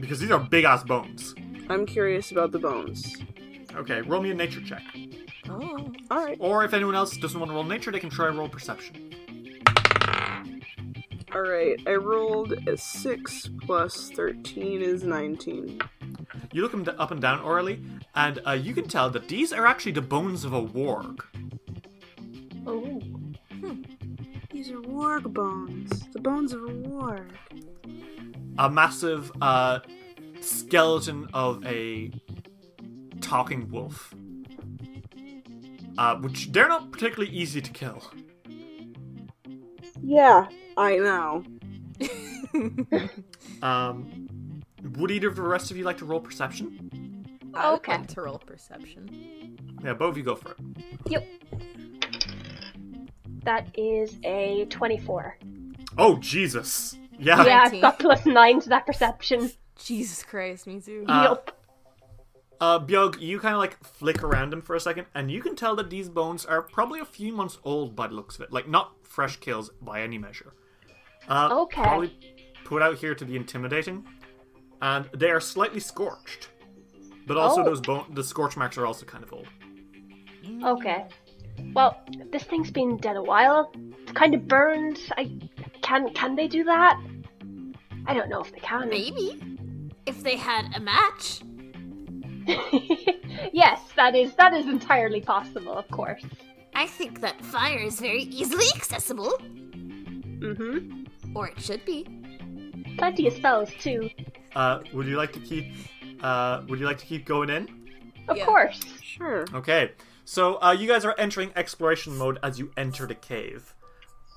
[SPEAKER 1] Because these are big ass bones.
[SPEAKER 2] I'm curious about the bones.
[SPEAKER 1] Okay, roll me a nature check.
[SPEAKER 3] Oh.
[SPEAKER 2] All right,
[SPEAKER 1] Or if anyone else doesn't want to roll nature, they can try roll perception.
[SPEAKER 2] all right. I rolled a six plus thirteen is nineteen.
[SPEAKER 1] You look them d- up and down orally, and uh, you can tell that these are actually the bones of a warg.
[SPEAKER 4] oh,
[SPEAKER 2] These are warg bones. The bones of a warg.
[SPEAKER 1] a massive uh, skeleton of a talking wolf, uh, which they're not particularly easy to kill.
[SPEAKER 2] Yeah, I know.
[SPEAKER 1] Um, would either of the rest of you like to roll perception?
[SPEAKER 3] I would
[SPEAKER 4] Okay.
[SPEAKER 3] like to roll perception.
[SPEAKER 1] Yeah, both of you go for it.
[SPEAKER 4] yep. That is a 24.
[SPEAKER 1] Oh Jesus! Yeah.
[SPEAKER 4] Yeah, I've
[SPEAKER 3] 19.
[SPEAKER 4] got plus 9 to that perception.
[SPEAKER 3] Jesus Christ, me too.
[SPEAKER 1] Uh,
[SPEAKER 4] Yep.
[SPEAKER 1] Uh, Bjog, you kind of like flick around him for a second, and you can tell that these bones are probably a few months old by the looks of it. Like, not fresh kills by any measure. Uh,
[SPEAKER 4] Okay.
[SPEAKER 1] Probably put out here to be intimidating, and they are slightly scorched. But also,
[SPEAKER 4] Oh.
[SPEAKER 1] those bone, the scorch marks are also kind of old.
[SPEAKER 4] Okay. Well, this thing's been dead a while. It's kind of burned. I can can they do that? I don't know if they can.
[SPEAKER 5] Maybe. If they had a match.
[SPEAKER 4] yes, that is that is entirely possible, of course.
[SPEAKER 5] I think that fire is very easily accessible.
[SPEAKER 4] Mm-hmm.
[SPEAKER 5] Or it should be.
[SPEAKER 4] Plenty of spells too.
[SPEAKER 1] Uh, would you like to keep? Uh, would you like to keep going in?
[SPEAKER 4] Of
[SPEAKER 3] Yeah.
[SPEAKER 4] course.
[SPEAKER 2] Sure.
[SPEAKER 1] Okay, so uh, you guys are entering exploration mode as you enter the cave.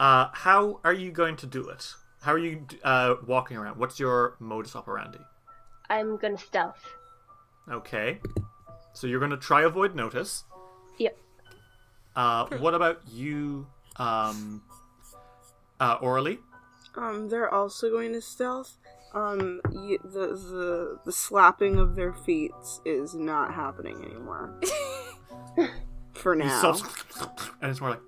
[SPEAKER 1] Uh, how are you going to do it? How are you uh, walking around? What's your modus operandi?
[SPEAKER 4] I'm gonna stealth.
[SPEAKER 1] Okay, so you're going to try avoid notice.
[SPEAKER 4] Yep.
[SPEAKER 1] Uh, what about you, um, uh, orally?
[SPEAKER 2] Um, they're also going to stealth. Um, y- the the the slapping of their feet is not happening anymore. For
[SPEAKER 1] You
[SPEAKER 2] now,
[SPEAKER 1] soft- and it's more like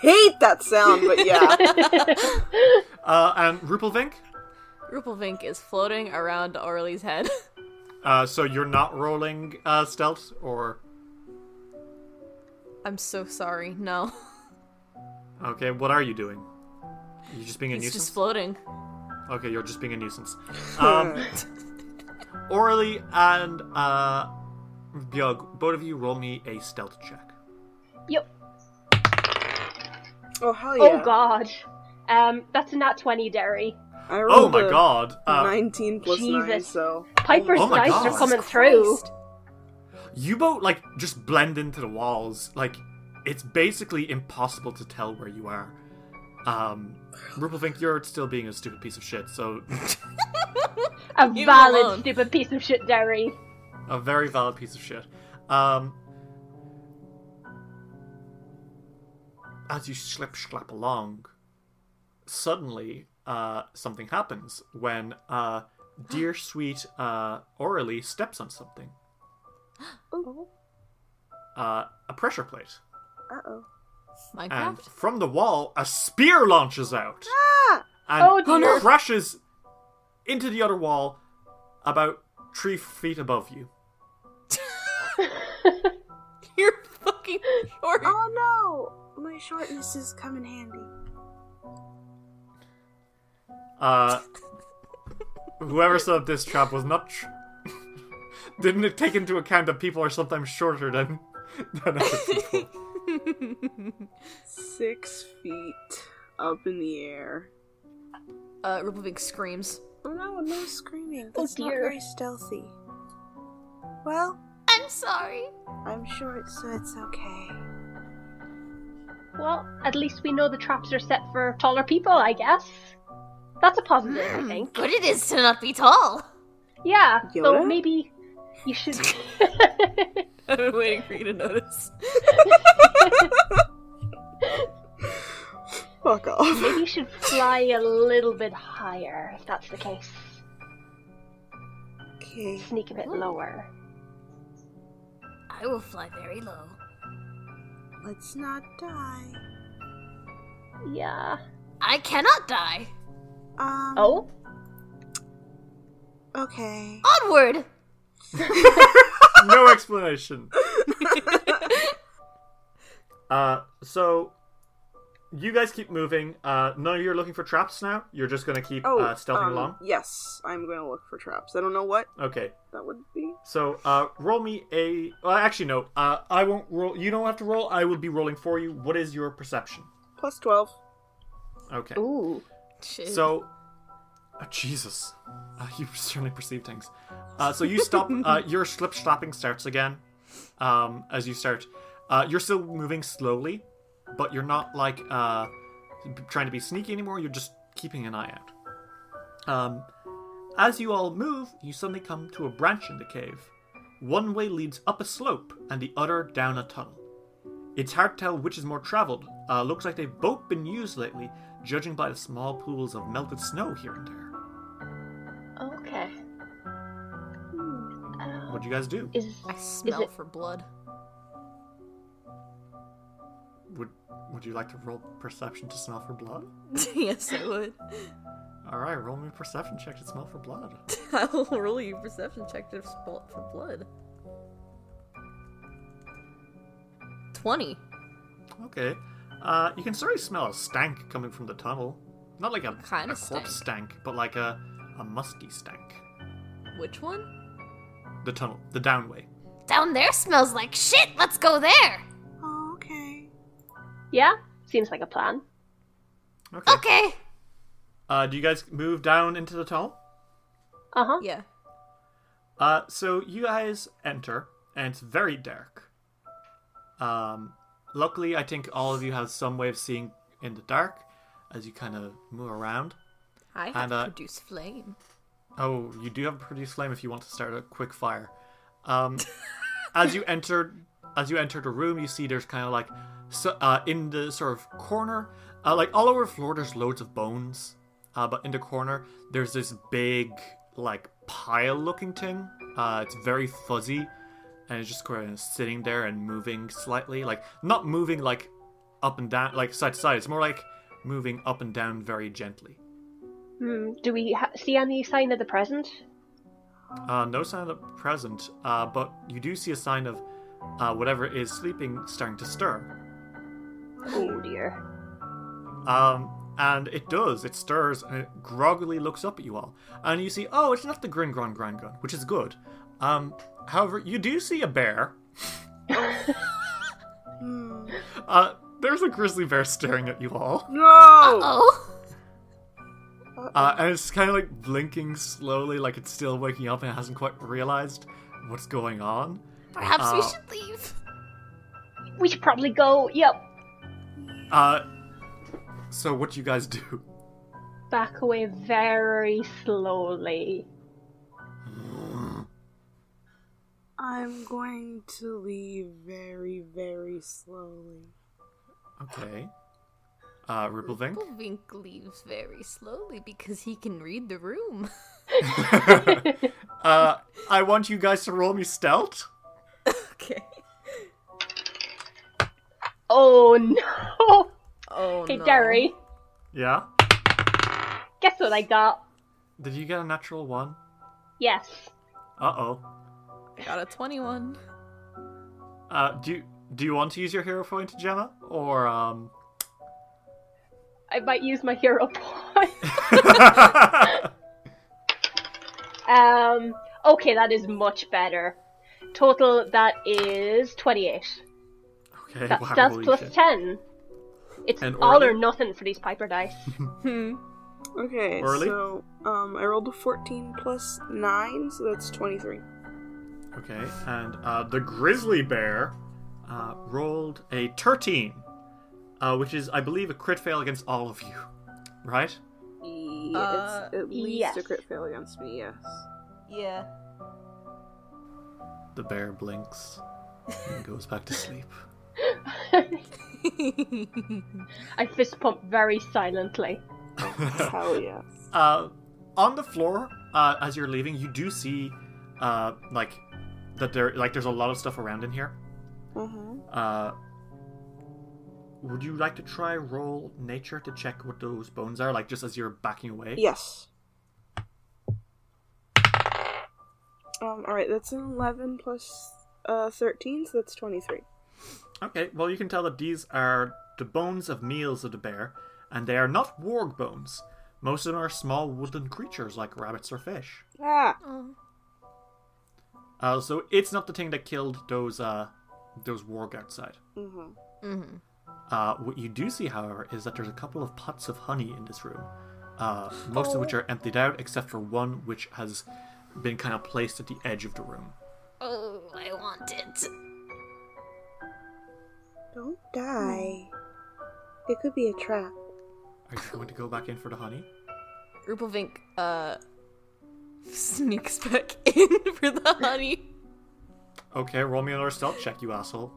[SPEAKER 2] hate that sound, but yeah.
[SPEAKER 1] uh, and Rupelvink.
[SPEAKER 3] Rupelvink is floating around Orly's head.
[SPEAKER 1] Uh, so you're not rolling uh, stealth, or
[SPEAKER 3] I'm so sorry. No.
[SPEAKER 1] okay, what are you doing? You're just being a
[SPEAKER 3] He's
[SPEAKER 1] nuisance.
[SPEAKER 3] just floating.
[SPEAKER 1] Okay, you're just being a nuisance. Um, Orly and uh, Bjog, both of you roll me a stealth check.
[SPEAKER 4] Yep.
[SPEAKER 2] oh hell yeah!
[SPEAKER 4] Oh god. Um, that's a nat twenty, Derry.
[SPEAKER 2] I
[SPEAKER 1] Oh
[SPEAKER 2] rolled
[SPEAKER 1] my
[SPEAKER 2] a
[SPEAKER 1] god! Uh,
[SPEAKER 2] Nineteen plus nine,
[SPEAKER 4] Jesus.
[SPEAKER 2] so
[SPEAKER 4] Piper's
[SPEAKER 1] Oh my
[SPEAKER 4] dice
[SPEAKER 1] God.
[SPEAKER 4] are coming through.
[SPEAKER 3] Christ.
[SPEAKER 1] you both like just blend into the walls. Like it's basically impossible to tell where you are. Um, Rupelvink, you're still being a stupid piece of shit. So
[SPEAKER 4] A
[SPEAKER 3] Leave him alone.
[SPEAKER 4] valid stupid piece of shit, Derry.
[SPEAKER 1] a very valid piece of shit. Um, as you slip schlap along, suddenly uh, something happens when uh, dear sweet uh, Aurelie steps on something
[SPEAKER 2] Oh,
[SPEAKER 1] uh, a pressure plate.
[SPEAKER 2] uh oh.
[SPEAKER 3] Minecraft?
[SPEAKER 1] And from the wall, a spear launches out
[SPEAKER 4] Oh,
[SPEAKER 1] and
[SPEAKER 4] dear.
[SPEAKER 1] crashes into the other wall about three feet above you.
[SPEAKER 3] You're fucking short.
[SPEAKER 2] Oh no! My shortnesses come in handy.
[SPEAKER 1] Uh, whoever set up this trap was not. Tr- didn't it take into account that people are sometimes shorter than than other people?
[SPEAKER 2] Six feet up in the air.
[SPEAKER 3] Uh, Rupelvink screams.
[SPEAKER 2] Oh no! No screaming.
[SPEAKER 4] Oh,
[SPEAKER 2] That's not
[SPEAKER 4] dear.
[SPEAKER 2] very stealthy. Well,
[SPEAKER 5] I'm sorry.
[SPEAKER 2] I'm short, so it's okay.
[SPEAKER 4] Well, at least we know the traps are set for taller people, I guess. That's a positive, I think.
[SPEAKER 5] Good it is to not be tall.
[SPEAKER 4] Yeah, so
[SPEAKER 2] Yoda?
[SPEAKER 4] maybe you should.
[SPEAKER 3] I've been waiting for you to notice.
[SPEAKER 2] Fuck off.
[SPEAKER 4] maybe you should fly a little bit higher, if that's the case.
[SPEAKER 2] Okay.
[SPEAKER 4] Sneak a bit lower.
[SPEAKER 5] I will fly very low.
[SPEAKER 2] Let's not die.
[SPEAKER 4] Yeah.
[SPEAKER 5] I cannot die.
[SPEAKER 2] Um.
[SPEAKER 4] Oh?
[SPEAKER 2] Okay.
[SPEAKER 5] Onward.
[SPEAKER 1] no explanation. uh, so you guys keep moving. Uh, no, you're looking for traps now. You're just gonna keep
[SPEAKER 2] Oh,
[SPEAKER 1] uh, stealthing
[SPEAKER 2] um,
[SPEAKER 1] along.
[SPEAKER 2] Yes, I'm going to look for traps. I don't know what
[SPEAKER 1] Okay.
[SPEAKER 2] that would be.
[SPEAKER 1] So uh, roll me a. Well, actually, no. Uh, I won't roll. You don't have to roll. I will be rolling for you. What is your perception?
[SPEAKER 2] Plus 12.
[SPEAKER 1] Okay.
[SPEAKER 4] Ooh.
[SPEAKER 3] Shit.
[SPEAKER 1] So, uh, Jesus, uh, you certainly perceive things. Uh, so you stop. uh, your slip slapping starts again. Um, as you start, uh, you're still moving slowly, but you're not like uh, b- trying to be sneaky anymore. You're just keeping an eye out. Um, as you all move, you suddenly come to a branch in the cave. One way leads up a slope, and the other down a tunnel. It's hard to tell which is more traveled. Uh, looks like they've both been used lately, judging by the small pools of melted snow here and there.
[SPEAKER 4] Okay.
[SPEAKER 3] Hmm,
[SPEAKER 1] What'd you guys do?
[SPEAKER 4] Um, Is
[SPEAKER 3] I smell
[SPEAKER 4] it-
[SPEAKER 3] for blood.
[SPEAKER 1] Would Would you like to roll perception to smell for blood?
[SPEAKER 3] yes, I would.
[SPEAKER 1] All right, roll me a perception check to smell for blood.
[SPEAKER 3] I will roll you perception check to spot for blood. Twenty.
[SPEAKER 1] Okay. Uh, you can sort of smell a stank coming from the tunnel. Not like a,
[SPEAKER 3] Kinda
[SPEAKER 1] a corpse stank. but like a, a musty stank.
[SPEAKER 3] Which one?
[SPEAKER 1] The tunnel, the down way.
[SPEAKER 5] Down there smells like shit. Let's go there.
[SPEAKER 2] Oh, okay.
[SPEAKER 4] yeah, seems like a plan.
[SPEAKER 1] Okay.
[SPEAKER 5] Okay.
[SPEAKER 1] Uh, do you guys move down into the tunnel?
[SPEAKER 4] Uh huh.
[SPEAKER 3] Yeah.
[SPEAKER 1] Uh, so you guys enter, and it's very dark. Um, luckily, I think all of you have some way of seeing in the dark as you kind of move around.
[SPEAKER 3] I have
[SPEAKER 1] And, uh,
[SPEAKER 3] produce flame.
[SPEAKER 1] Oh, you do have produce flame if you want to start a quick fire. Um, as you enter, as you enter the room, you see there's kind of like, so, uh, in the sort of corner, uh, like all over the floor, there's loads of bones. Uh, but in the corner, there's this big like pile-looking thing. Uh, it's very fuzzy, and it's just kind of sitting there and moving slightly, like not moving like up and down, like side to side. It's more like moving up and down very gently.
[SPEAKER 4] Hmm. Do we ha- see any sign of the present?
[SPEAKER 1] Uh, no sign of present, uh, but you do see a sign of uh, whatever is sleeping starting to stir.
[SPEAKER 4] Oh dear.
[SPEAKER 1] Um, and it does, it stirs, and it groggily looks up at you all. And you see, oh, it's not the Grin Gron Gron Gun, which is good. Um, however, you do see a bear.
[SPEAKER 2] Hmm.
[SPEAKER 1] Uh, there's a grizzly bear staring at you all.
[SPEAKER 2] No.
[SPEAKER 5] Oh.
[SPEAKER 1] Uh, and it's kind of like blinking slowly, like it's still waking up and it hasn't quite realized what's going on.
[SPEAKER 5] Perhaps we
[SPEAKER 1] Uh,
[SPEAKER 5] should leave.
[SPEAKER 4] We should probably go. Yep.
[SPEAKER 1] Uh, so what do you guys do?
[SPEAKER 4] Back away very slowly.
[SPEAKER 2] I'm going to leave very, very slowly.
[SPEAKER 1] Okay. Uh, Ripplevink?
[SPEAKER 3] Wink leaves very slowly because he can read the room.
[SPEAKER 1] uh, I want you guys to roll me stealth.
[SPEAKER 3] okay.
[SPEAKER 4] Oh no.
[SPEAKER 3] Oh
[SPEAKER 4] Okay,
[SPEAKER 3] no.
[SPEAKER 4] Derry.
[SPEAKER 1] Yeah.
[SPEAKER 4] Guess what I got?
[SPEAKER 1] Did you get a natural one?
[SPEAKER 4] Yes.
[SPEAKER 1] Uh oh.
[SPEAKER 3] I got a twenty-one.
[SPEAKER 1] Uh, do you, do you want to use your hero point, Gemma, or um?
[SPEAKER 4] I might use my hero point.
[SPEAKER 1] okay.
[SPEAKER 4] um. Okay, that is much better. Total, that is twenty-eight. That's
[SPEAKER 1] wow,
[SPEAKER 4] stealth
[SPEAKER 1] holy
[SPEAKER 4] plus
[SPEAKER 1] shit.
[SPEAKER 4] ten. It's
[SPEAKER 1] And
[SPEAKER 4] all or
[SPEAKER 1] Orly?
[SPEAKER 4] nothing for these Piper dice.
[SPEAKER 3] Hmm.
[SPEAKER 2] Okay,
[SPEAKER 1] Orly?
[SPEAKER 2] so um, I rolled a 14 plus 9, so that's 23.
[SPEAKER 1] Okay, and uh, the grizzly bear uh, rolled a thirteen, uh, which is, I believe, a crit fail against all of you, right?
[SPEAKER 3] Uh,
[SPEAKER 2] it's at least
[SPEAKER 4] yes.
[SPEAKER 2] a crit fail against me, yes.
[SPEAKER 3] Yeah.
[SPEAKER 1] The bear blinks and goes back to sleep.
[SPEAKER 3] Oh.
[SPEAKER 4] I fist pump very silently.
[SPEAKER 2] Hell yes.
[SPEAKER 1] Uh, on the floor, uh, as you're leaving, you do see, uh, like, that there, like, there's a lot of stuff around in here.
[SPEAKER 2] Uh-huh.
[SPEAKER 1] Uh, would you like to try roll nature to check what those bones are, like, just as you're backing away?
[SPEAKER 2] Yes. Um, alright, that's an 11 plus uh, 13, so that's 23.
[SPEAKER 1] Okay, well, you can tell that these are the bones of meals of the bear, and they are not warg bones. Most of them are small woodland creatures like rabbits or fish.
[SPEAKER 2] Ah!
[SPEAKER 3] Oh.
[SPEAKER 1] Uh, so it's not the thing that killed those, uh, those warg outside.
[SPEAKER 2] Mm-hmm.
[SPEAKER 3] Mm-hmm.
[SPEAKER 1] Uh, what you do see, however, is that there's a couple of pots of honey in this room, uh, most of which are emptied out, except for one which has been kind of placed at the edge of the room.
[SPEAKER 5] Oh, I want it.
[SPEAKER 2] Don't die. It could be a trap.
[SPEAKER 1] Are you going to go back in for the honey?
[SPEAKER 3] Rupelvink uh sneaks back in for the honey.
[SPEAKER 1] Okay, roll me another stealth check, you asshole.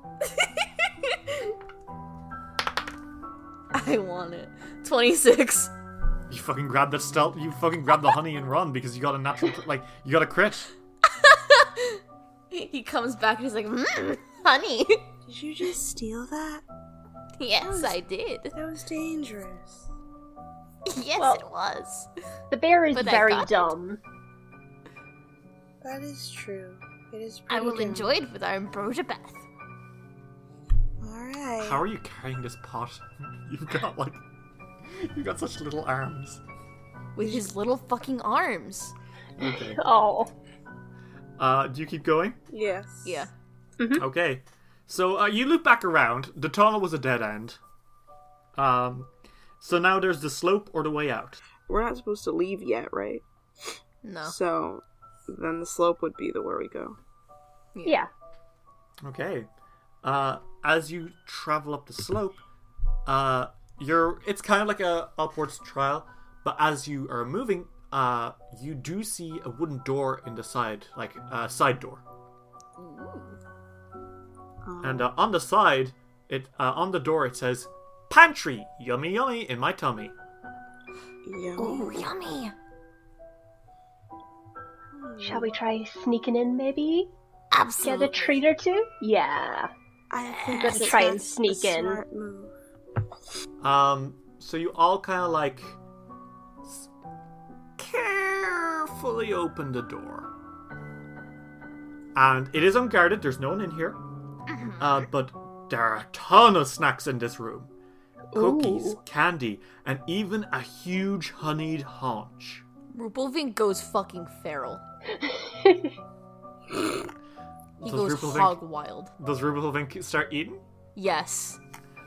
[SPEAKER 3] I want it. Twenty-six.
[SPEAKER 1] You fucking grab the stealth. You fucking grab the honey and run because you got a natural, like you got a crit.
[SPEAKER 3] he comes back and he's like, mm, honey.
[SPEAKER 2] Did you just steal that?
[SPEAKER 3] Yes, I did.
[SPEAKER 2] That was dangerous.
[SPEAKER 5] Yes, it was.
[SPEAKER 4] The bear is
[SPEAKER 3] But I
[SPEAKER 4] very
[SPEAKER 3] got it.
[SPEAKER 4] dumb.
[SPEAKER 2] That is true. It is
[SPEAKER 5] I
[SPEAKER 2] pretty
[SPEAKER 5] will
[SPEAKER 2] dumb.
[SPEAKER 5] enjoy it with our ambrosia bath.
[SPEAKER 2] Alright.
[SPEAKER 1] How are you carrying this pot? You've got like, you've got such little arms.
[SPEAKER 3] With his little fucking arms.
[SPEAKER 1] Okay.
[SPEAKER 4] Oh,
[SPEAKER 1] Uh, do you keep going?
[SPEAKER 2] Yes.
[SPEAKER 3] Yeah.
[SPEAKER 1] Okay. So uh, you loop back around. The tunnel was a dead end. Um, so now there's the slope or the way out.
[SPEAKER 2] We're not supposed to leave yet, right?
[SPEAKER 4] Oh.
[SPEAKER 3] No.
[SPEAKER 2] So then the slope would be the where we go.
[SPEAKER 4] yeah.
[SPEAKER 1] Okay. Uh, as you travel up the slope, uh, you're it's kind of like a upwards trial, but as you are moving, uh, you do see a wooden door in the side, like a side door. And uh, on the side, it uh, on the door it says "pantry, yummy, yummy" in my tummy.
[SPEAKER 2] Yeah.
[SPEAKER 5] Ooh, yummy.
[SPEAKER 4] Shall we try sneaking in maybe? Get a
[SPEAKER 5] Absolutely.
[SPEAKER 4] treat or two? Yeah.
[SPEAKER 2] I think
[SPEAKER 4] Gotta
[SPEAKER 2] that's-
[SPEAKER 4] try and
[SPEAKER 2] that's a
[SPEAKER 4] sneak in.
[SPEAKER 2] smart move.
[SPEAKER 1] Um, so you all kind of like s- carefully open the door, and it is unguarded. There's no one in here, uh, but there are a ton of snacks in this room: cookies,
[SPEAKER 4] Ooh.
[SPEAKER 1] candy, and even a huge honeyed haunch.
[SPEAKER 3] Rupelvink goes fucking feral. He
[SPEAKER 1] Does
[SPEAKER 3] goes
[SPEAKER 1] Rupelvink-
[SPEAKER 3] hog wild.
[SPEAKER 1] Does Rubelvink start eating?
[SPEAKER 3] Yes.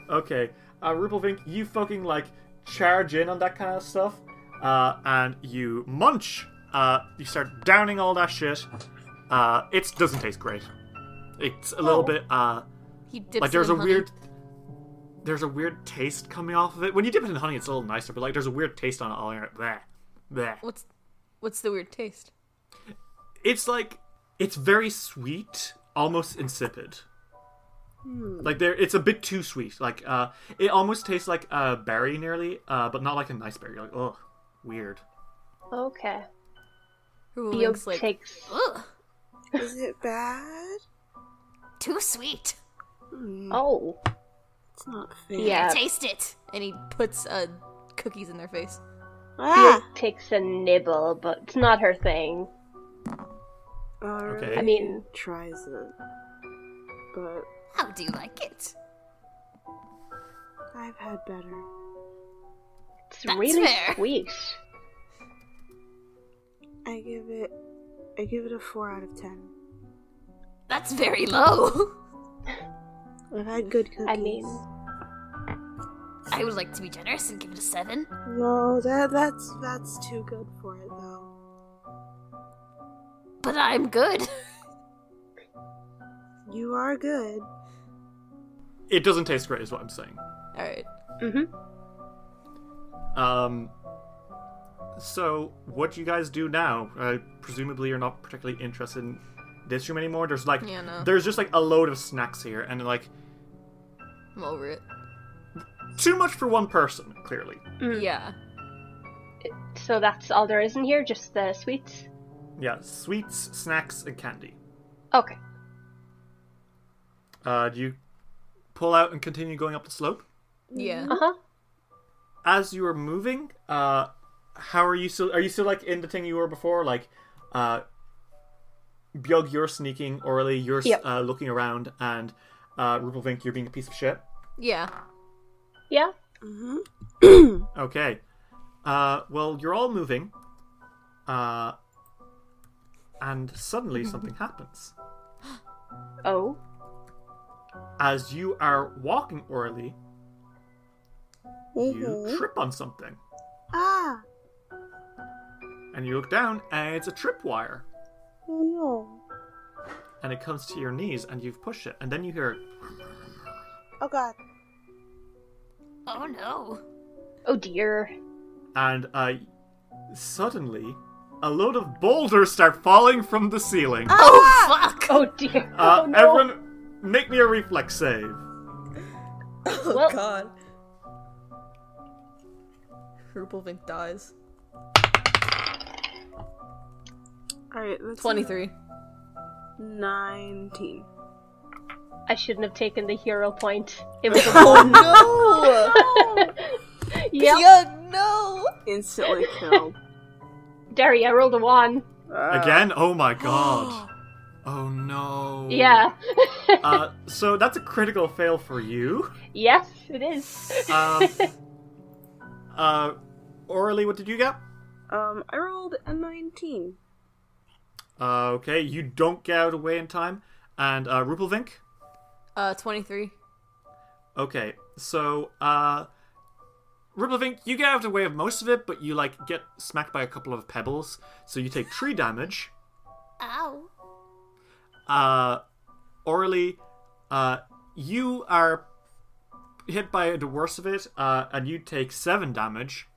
[SPEAKER 1] Okay, uh, Rupelvink, you fucking like charge in on that kind of stuff, uh, and you munch. Uh, you start downing all that shit. Uh, it doesn't taste great. It's a little bit uh,
[SPEAKER 3] He dips
[SPEAKER 1] like
[SPEAKER 3] it
[SPEAKER 1] there's a
[SPEAKER 3] in honey.
[SPEAKER 1] weird, there's a weird taste coming off of it. When you dip it in honey, it's a little nicer, but like there's a weird taste on it. All right, bleh, bleh.
[SPEAKER 3] What's what's the weird taste?
[SPEAKER 1] It's like it's very sweet, almost insipid.
[SPEAKER 2] Hmm.
[SPEAKER 1] Like there, it's a bit too sweet. Like uh, it almost tastes like a berry nearly, uh, but not like a nice berry. You're like oh, weird.
[SPEAKER 4] Okay. Theo
[SPEAKER 3] Rupelvink's like
[SPEAKER 4] takes
[SPEAKER 5] Ugh,
[SPEAKER 2] Is it bad? Hmm.
[SPEAKER 5] too sweet.
[SPEAKER 3] Mm.
[SPEAKER 4] Oh.
[SPEAKER 2] It's not fair.
[SPEAKER 4] Yeah.
[SPEAKER 5] Taste it.
[SPEAKER 3] Uh, and he puts uh cookies in their face.
[SPEAKER 4] Theo
[SPEAKER 2] Ah!
[SPEAKER 4] takes a nibble, but it's not her thing.
[SPEAKER 2] Alright.
[SPEAKER 1] Okay.
[SPEAKER 4] I mean
[SPEAKER 2] Tries it. But
[SPEAKER 5] How do you like it?
[SPEAKER 2] I've had better.
[SPEAKER 4] it's
[SPEAKER 5] That's
[SPEAKER 4] really
[SPEAKER 5] fair.
[SPEAKER 4] sweet.
[SPEAKER 2] I give it I give it a four out of ten.
[SPEAKER 5] That's very low.
[SPEAKER 2] I've had good cookies.
[SPEAKER 4] I mean
[SPEAKER 5] I would like to be generous and give it a seven.
[SPEAKER 2] No, that that's that's too good for it though.
[SPEAKER 5] But I'm good.
[SPEAKER 2] You are good.
[SPEAKER 1] It doesn't taste great, is what I'm saying.
[SPEAKER 3] All right.
[SPEAKER 4] mm-hmm.
[SPEAKER 1] Um, so what do you guys do now? Uh, presumably, you're not particularly interested in this room anymore. There's like,
[SPEAKER 3] Yeah, no.
[SPEAKER 1] there's just like a load of snacks here, and like
[SPEAKER 3] I'm over it.
[SPEAKER 1] too much for one person. Clearly,
[SPEAKER 4] Hmm. Mm.
[SPEAKER 3] Yeah.
[SPEAKER 4] So that's all there is in here, just the sweets?
[SPEAKER 1] yeah. Sweets, snacks, and candy.
[SPEAKER 4] Okay.
[SPEAKER 1] Uh, do you pull out and continue going up the slope?
[SPEAKER 3] Yeah.
[SPEAKER 4] Uh-huh.
[SPEAKER 1] as you are moving, uh, how are you still? Are you still like in the thing you were before? Like, uh, Bjog, you're sneaking. Orly, you're s
[SPEAKER 4] Yep.
[SPEAKER 1] uh, looking around, and uh, Rupelvink, you're being a piece of shit.
[SPEAKER 3] Yeah.
[SPEAKER 4] Yeah.
[SPEAKER 2] Mm-hmm.
[SPEAKER 1] Okay. Uh, well, you're all moving, uh, and suddenly something happens.
[SPEAKER 4] Oh.
[SPEAKER 1] As you are walking, Orly, you
[SPEAKER 2] Mhm.
[SPEAKER 1] trip on something,
[SPEAKER 2] Ah.
[SPEAKER 1] and you look down, and it's a tripwire.
[SPEAKER 2] Oh no.
[SPEAKER 1] And it comes to your knees, and you've pushed it, and then you hear
[SPEAKER 2] Oh god.
[SPEAKER 5] Oh no.
[SPEAKER 4] Oh dear.
[SPEAKER 1] and uh, suddenly a load of boulders start falling from the ceiling.
[SPEAKER 5] Oh fuck.
[SPEAKER 4] Oh dear.
[SPEAKER 1] uh,
[SPEAKER 4] oh no.
[SPEAKER 1] Everyone, make me a reflex save.
[SPEAKER 2] Oh
[SPEAKER 4] Well-
[SPEAKER 2] god.
[SPEAKER 3] Rupelvink dies.
[SPEAKER 2] All right, that's
[SPEAKER 3] Twenty-three.
[SPEAKER 2] Nineteen.
[SPEAKER 4] I shouldn't have taken the hero point. It was a one.
[SPEAKER 3] No!
[SPEAKER 4] yep.
[SPEAKER 3] Pia, no!
[SPEAKER 2] Instantly killed.
[SPEAKER 4] Derry, I rolled a one.
[SPEAKER 2] Uh,
[SPEAKER 1] Again? Oh my god. oh no.
[SPEAKER 4] Yeah.
[SPEAKER 1] Uh, so that's a critical fail for you.
[SPEAKER 4] yes, it is.
[SPEAKER 1] Um, uh, Orally, what did you get?
[SPEAKER 2] Um, I rolled a nineteen.
[SPEAKER 1] Uh, okay, you don't get out away in time. And uh, Rupelvink?
[SPEAKER 3] Uh, 23.
[SPEAKER 1] Okay, so uh, Ripplevink, you get out of the way of most of it, but you like get smacked by a couple of pebbles, so you take tree damage.
[SPEAKER 5] Ow.
[SPEAKER 1] Uh, Orly, uh, you are hit by the worst of it, uh, and you take seven damage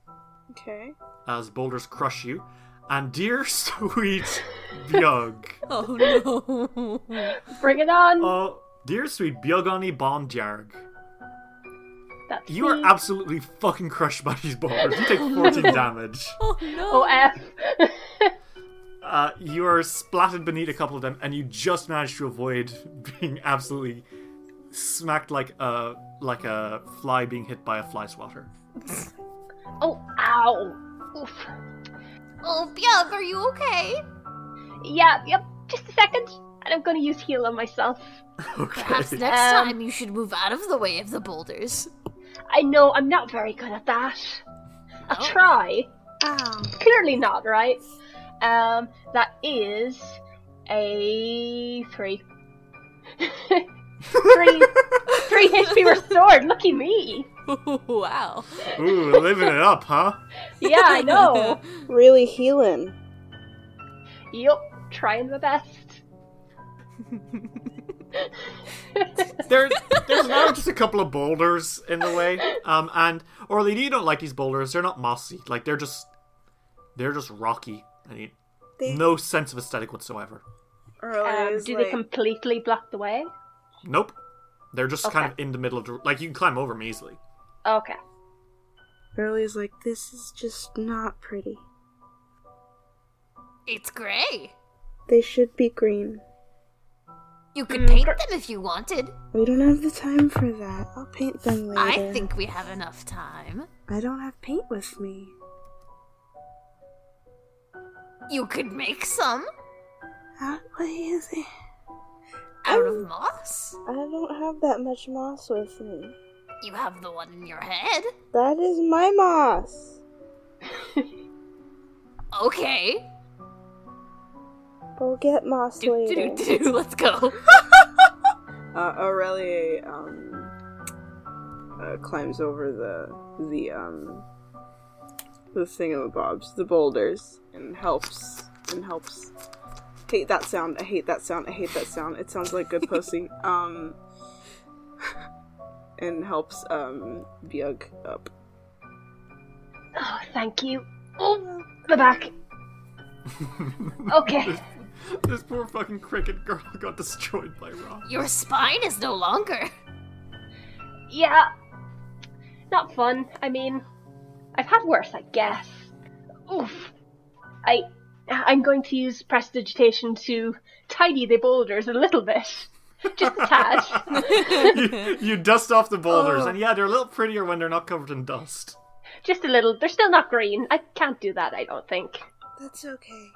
[SPEAKER 2] Okay.
[SPEAKER 1] as boulders crush you. And dear sweet Bjug,
[SPEAKER 3] Oh no.
[SPEAKER 4] Bring it on.
[SPEAKER 1] oh dear sweet Bjugani Bomdjarg,
[SPEAKER 4] That's
[SPEAKER 1] you are
[SPEAKER 4] me.
[SPEAKER 1] absolutely fucking crushed by these boulders. You take fourteen damage.
[SPEAKER 3] Oh no.
[SPEAKER 4] Oh, F.
[SPEAKER 1] Uh, you are splattered beneath a couple of them, and you just manage to avoid being absolutely smacked like a like a fly being hit by a fly swatter.
[SPEAKER 4] oh, ow. Oof.
[SPEAKER 5] Oh, Bjug, are you okay?
[SPEAKER 4] Yeah, yep. Just a second. And I'm gonna use heal on myself.
[SPEAKER 5] Perhaps
[SPEAKER 1] Okay.
[SPEAKER 5] next
[SPEAKER 4] Um,
[SPEAKER 5] time you should move out of the way of the boulders.
[SPEAKER 4] I know I'm not very good at that. I'll
[SPEAKER 5] Oh.
[SPEAKER 4] try.
[SPEAKER 2] Ow.
[SPEAKER 4] Clearly not, right? Um, that is a three. three, three HP restored. Lucky me.
[SPEAKER 3] wow.
[SPEAKER 1] Ooh, living it up, huh?
[SPEAKER 4] Yeah, I know.
[SPEAKER 2] Really healing.
[SPEAKER 4] Yup, trying my best.
[SPEAKER 1] There, there's now just a couple of boulders in the way, um, and Orly, you don't like these boulders. They're not mossy, like they're just they're just rocky. I mean,
[SPEAKER 2] They
[SPEAKER 1] no sense of aesthetic whatsoever.
[SPEAKER 4] Um,
[SPEAKER 2] Early Oh, is
[SPEAKER 4] do they
[SPEAKER 2] like,
[SPEAKER 4] completely block the way?
[SPEAKER 1] Nope, they're just kind of
[SPEAKER 4] Okay.
[SPEAKER 1] in the middle of the, like you can climb over them easily.
[SPEAKER 4] Okay.
[SPEAKER 2] Early is like this is just not pretty.
[SPEAKER 5] It's grey.
[SPEAKER 2] They should be green.
[SPEAKER 5] You
[SPEAKER 4] Mm,
[SPEAKER 5] could paint
[SPEAKER 4] gr-
[SPEAKER 5] them if you wanted.
[SPEAKER 2] We don't have the time for that. I'll paint them later.
[SPEAKER 5] I think we have enough time.
[SPEAKER 2] I don't have paint with me.
[SPEAKER 5] You could make some
[SPEAKER 2] How, what is it?
[SPEAKER 5] out
[SPEAKER 2] Oh.
[SPEAKER 5] of moss.
[SPEAKER 2] I don't have that much moss with me.
[SPEAKER 5] You have the one in your head.
[SPEAKER 2] That is my moss.
[SPEAKER 5] Okay.
[SPEAKER 2] Go get moss
[SPEAKER 5] Do, do,
[SPEAKER 2] later.
[SPEAKER 5] do, do. Let's go.
[SPEAKER 2] Uh, Aurelia um, uh, climbs over the the um the thingamabobs, the boulders, and helps and helps. Hate that sound. I hate that sound. I hate that sound. It sounds like good pussy. Um, and helps um Bjug up.
[SPEAKER 4] Oh, thank you. Oh, the back. Okay.
[SPEAKER 1] This poor fucking cricket girl got destroyed by rocks.
[SPEAKER 5] Your spine is no longer.
[SPEAKER 4] Yeah. Not fun. I mean, I've had worse, I guess. Oof. I I'm going to use prestidigitation to tidy the boulders a little bit. Just a tad.
[SPEAKER 1] you, you dust off the boulders, and yeah, they're a little prettier when they're not covered in dust.
[SPEAKER 4] Just a little. They're still not green. I can't do that, I don't think.
[SPEAKER 2] That's okay.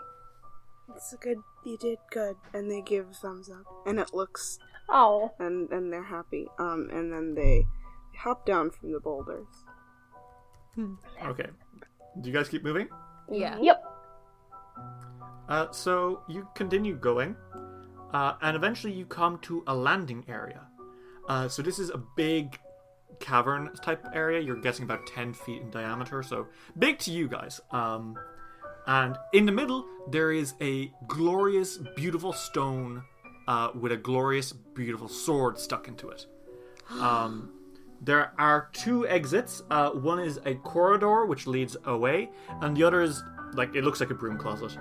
[SPEAKER 2] It's a good. You did good. And they give thumbs up, and it looks
[SPEAKER 4] Oh.
[SPEAKER 2] and and they're happy. Um, and then they hop down from the boulders.
[SPEAKER 1] Okay. Do you guys keep moving?
[SPEAKER 3] Yeah.
[SPEAKER 4] Yep.
[SPEAKER 1] Uh, so you continue going, uh, and eventually you come to a landing area. Uh, so this is a big cavern type area. You're guessing about 10 feet in diameter, so big to you guys. Um, and in the middle, there is a glorious, beautiful stone uh, with a glorious, beautiful sword stuck into it. Um, there are two exits. Uh, one is a corridor which leads away, and the other is like it looks like a broom closet.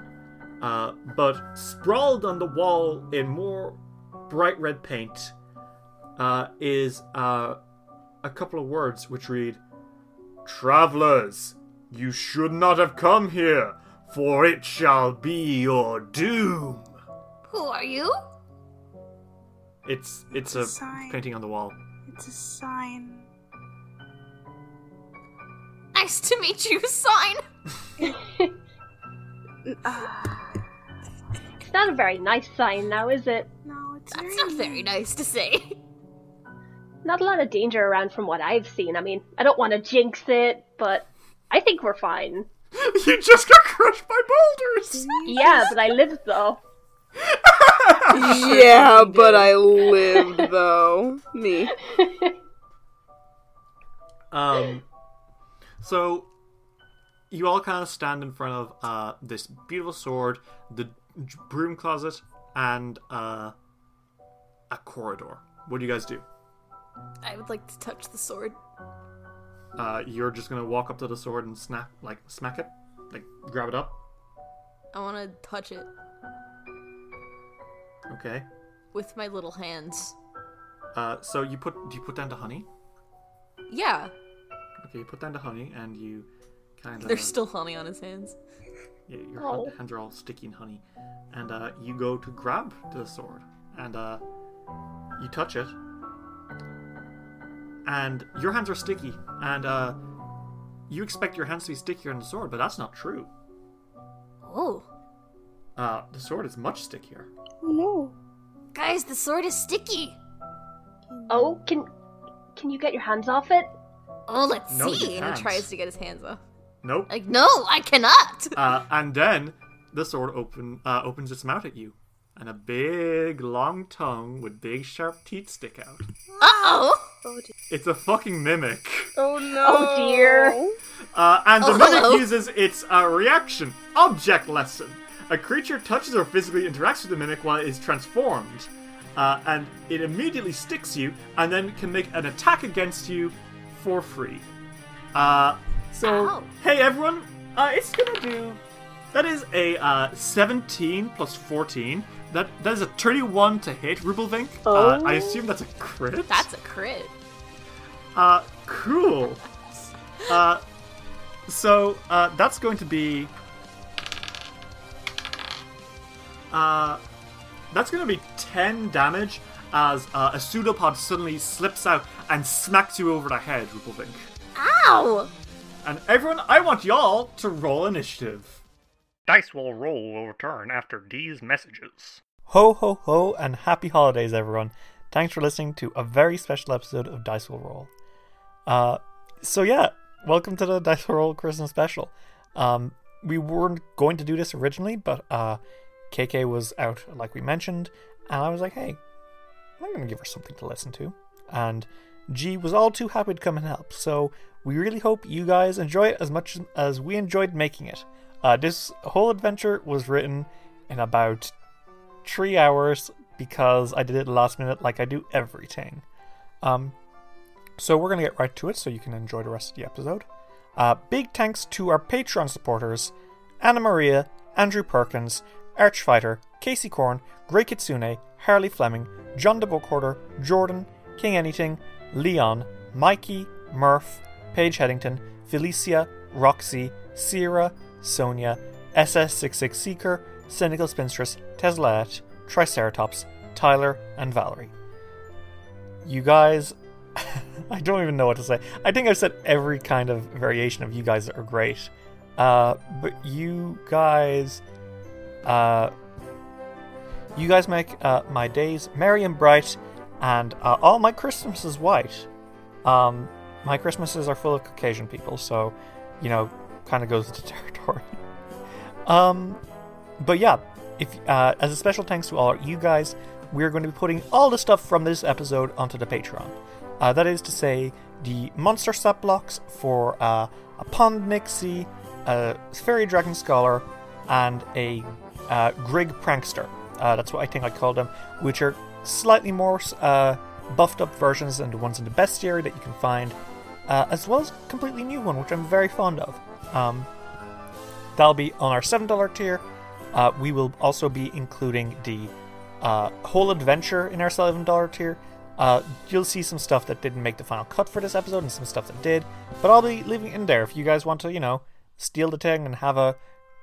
[SPEAKER 1] Uh, but sprawled on the wall in more bright red paint uh, is uh, a couple of words which read Travelers, you should not have come here, for it shall be your doom.
[SPEAKER 5] Who are you?
[SPEAKER 1] It's it's a
[SPEAKER 2] Sign.
[SPEAKER 1] painting on the wall.
[SPEAKER 2] It's a sign.
[SPEAKER 3] Nice to meet you, sign.
[SPEAKER 2] Ah,
[SPEAKER 4] It's not a very nice sign now, is it?
[SPEAKER 2] No, it's
[SPEAKER 3] That's not very nice to say.
[SPEAKER 4] Not a lot of danger around from what I've seen. I mean, I don't want to jinx it, but I think we're fine.
[SPEAKER 1] you just got crushed by boulders.
[SPEAKER 4] Yeah, but I lived though.
[SPEAKER 2] yeah, but I lived though. Me.
[SPEAKER 1] Um, so you all kind of stand in front of uh, this beautiful sword, the d- broom closet, and uh, a corridor. What do you guys do?
[SPEAKER 6] I would like to touch the sword.
[SPEAKER 1] Uh, you're just gonna walk up to the sword and snap, like smack it, like grab it up.
[SPEAKER 6] I want to touch it
[SPEAKER 1] Okay.
[SPEAKER 6] with my little hands.
[SPEAKER 1] Uh, so you put do you put down the honey?
[SPEAKER 6] Yeah,
[SPEAKER 1] Okay, you put down the honey and you kind of
[SPEAKER 6] there's still honey on his hands.
[SPEAKER 1] Yeah, your
[SPEAKER 4] Oh.
[SPEAKER 1] hand- hands are all sticky and honey. And uh, you go to grab the sword, and uh, you touch it, and your hands are sticky, and uh, you expect your hands to be stickier than the sword, but that's not true.
[SPEAKER 3] Oh,
[SPEAKER 1] Uh, the sword is much stickier.
[SPEAKER 2] Oh, No.
[SPEAKER 3] guys, the sword is sticky.
[SPEAKER 4] Oh, can can you get your hands off it?
[SPEAKER 3] Oh, let's
[SPEAKER 1] No, you
[SPEAKER 3] see.
[SPEAKER 6] And
[SPEAKER 1] Hands.
[SPEAKER 6] he tries to get his hands off.
[SPEAKER 1] Nope.
[SPEAKER 3] Like, no, I cannot.
[SPEAKER 1] uh, and then the sword open uh, opens its mouth at you, and a big long tongue with big sharp teeth stick out.
[SPEAKER 3] Uh oh.
[SPEAKER 1] It's a fucking mimic.
[SPEAKER 2] Oh no.
[SPEAKER 4] Oh dear.
[SPEAKER 1] Uh, and the
[SPEAKER 3] Oh,
[SPEAKER 1] mimic
[SPEAKER 3] hello.
[SPEAKER 1] uses its uh, reaction object lesson. A creature touches or physically interacts with the mimic while it is transformed, uh, and it immediately sticks you, and then can make an attack against you for free. Uh, so,
[SPEAKER 3] Ow.
[SPEAKER 1] hey everyone, uh, it's gonna do. That is a uh, 17 plus 14. That that is a 31 to hit, Rubelvink. Uh, I assume that's a crit.
[SPEAKER 6] That's a crit.
[SPEAKER 1] Uh, cool. Uh, so uh, that's going to be. Uh, that's going to be ten damage as uh, a pseudopod suddenly slips out and smacks you over the head, Rupelvink.
[SPEAKER 3] Ow.
[SPEAKER 1] And everyone, I want y'all to roll initiative.
[SPEAKER 7] Dice will roll will return after these messages.
[SPEAKER 8] Ho ho ho and happy holidays everyone. Thanks for listening to a very special episode of Dice Will Roll. Uh so yeah, welcome to the Dice Will Roll Christmas special. Um we weren't going to do this originally, but uh KK was out like we mentioned, and I was like, "Hey, I'm going to give her something to listen to." And G was all too happy to come and help. So we really hope you guys enjoy it as much as we enjoyed making it. Uh, this whole adventure was written in about three hours because I did it last minute, like I do everything. Um, so we're gonna get right to it, so you can enjoy the rest of the episode. Uh, big thanks to our Patreon supporters: Anna Maria, Andrew Perkins, Archfighter, Casey Korn, Grey Kitsune, Harley Fleming, John the Bookhoarder, Jordan, King Anything, Leon, Mikey, Murph, Paige Headington, Felicia, Roxy, Sierra, Sonia, SS66 Seeker, Cynical Spinstress, Teslaet, Triceratops, Tyler, and Valerie. You guys, I don't even know what to say. I think I've said every kind of variation of you guys that are great. Uh, but you guys, uh, you guys make uh, my days merry and bright, and uh, all my Christmases white. Um, my Christmases are full of Caucasian people, so you know, kind of goes with the territory. um, but yeah, if uh, as a special thanks to all you guys, we're going to be putting all the stuff from this episode onto the Patreon. Uh, that is to say, the monster stat blocks for uh, a pond nixie, a fairy dragon scholar, and a uh, grig prankster. Uh, that's what I think I call them, which are slightly more uh, buffed up versions than the ones in the bestiary that you can find, uh, as well as a completely new one, which I'm very fond of. Um, That'll be on our $7 tier. Uh, we will also be including the uh, whole adventure in our $7 tier. Uh, you'll see some stuff that didn't make the final cut for this episode and some stuff that did, but I'll be leaving it in there if you guys want to, you know, steal the thing and have a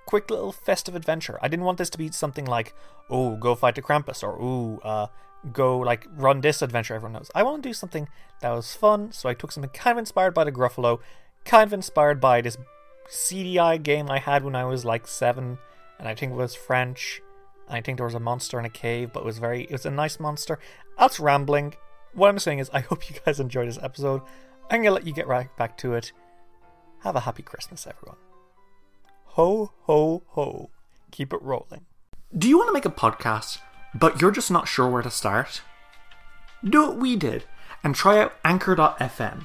[SPEAKER 8] quick little festive adventure. I didn't want this to be something like, oh, go fight the Krampus, or ooh, uh,
[SPEAKER 9] go like run this adventure everyone knows. I want to do something that was fun, so I took something kind of inspired by the Gruffalo, kind of inspired by this CDI game I had when I was like seven, and I think it was French. And I think there was a monster in a cave, but it was very it was a nice monster. That's rambling. What I'm saying is I hope you guys enjoyed this episode. I'm gonna let you get right back to it. Have a happy Christmas, everyone. Ho ho ho. Keep it rolling.
[SPEAKER 1] Do you want to make a podcast, but you're just not sure where to start? Do what we did and try out Anchor.fm.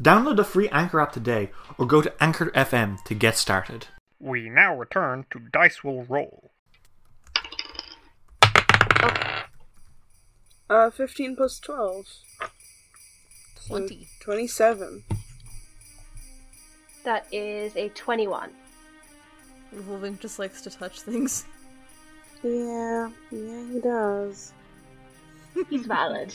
[SPEAKER 1] Download the free Anchor app today or go to Anchor FM to get started.
[SPEAKER 10] We now return to Dice Will Roll.
[SPEAKER 2] Uh, 15 plus 12. So
[SPEAKER 3] 20.
[SPEAKER 2] 27.
[SPEAKER 4] That is a 21.
[SPEAKER 3] Revolving just likes to touch things.
[SPEAKER 2] Yeah, yeah, he does.
[SPEAKER 4] He's valid.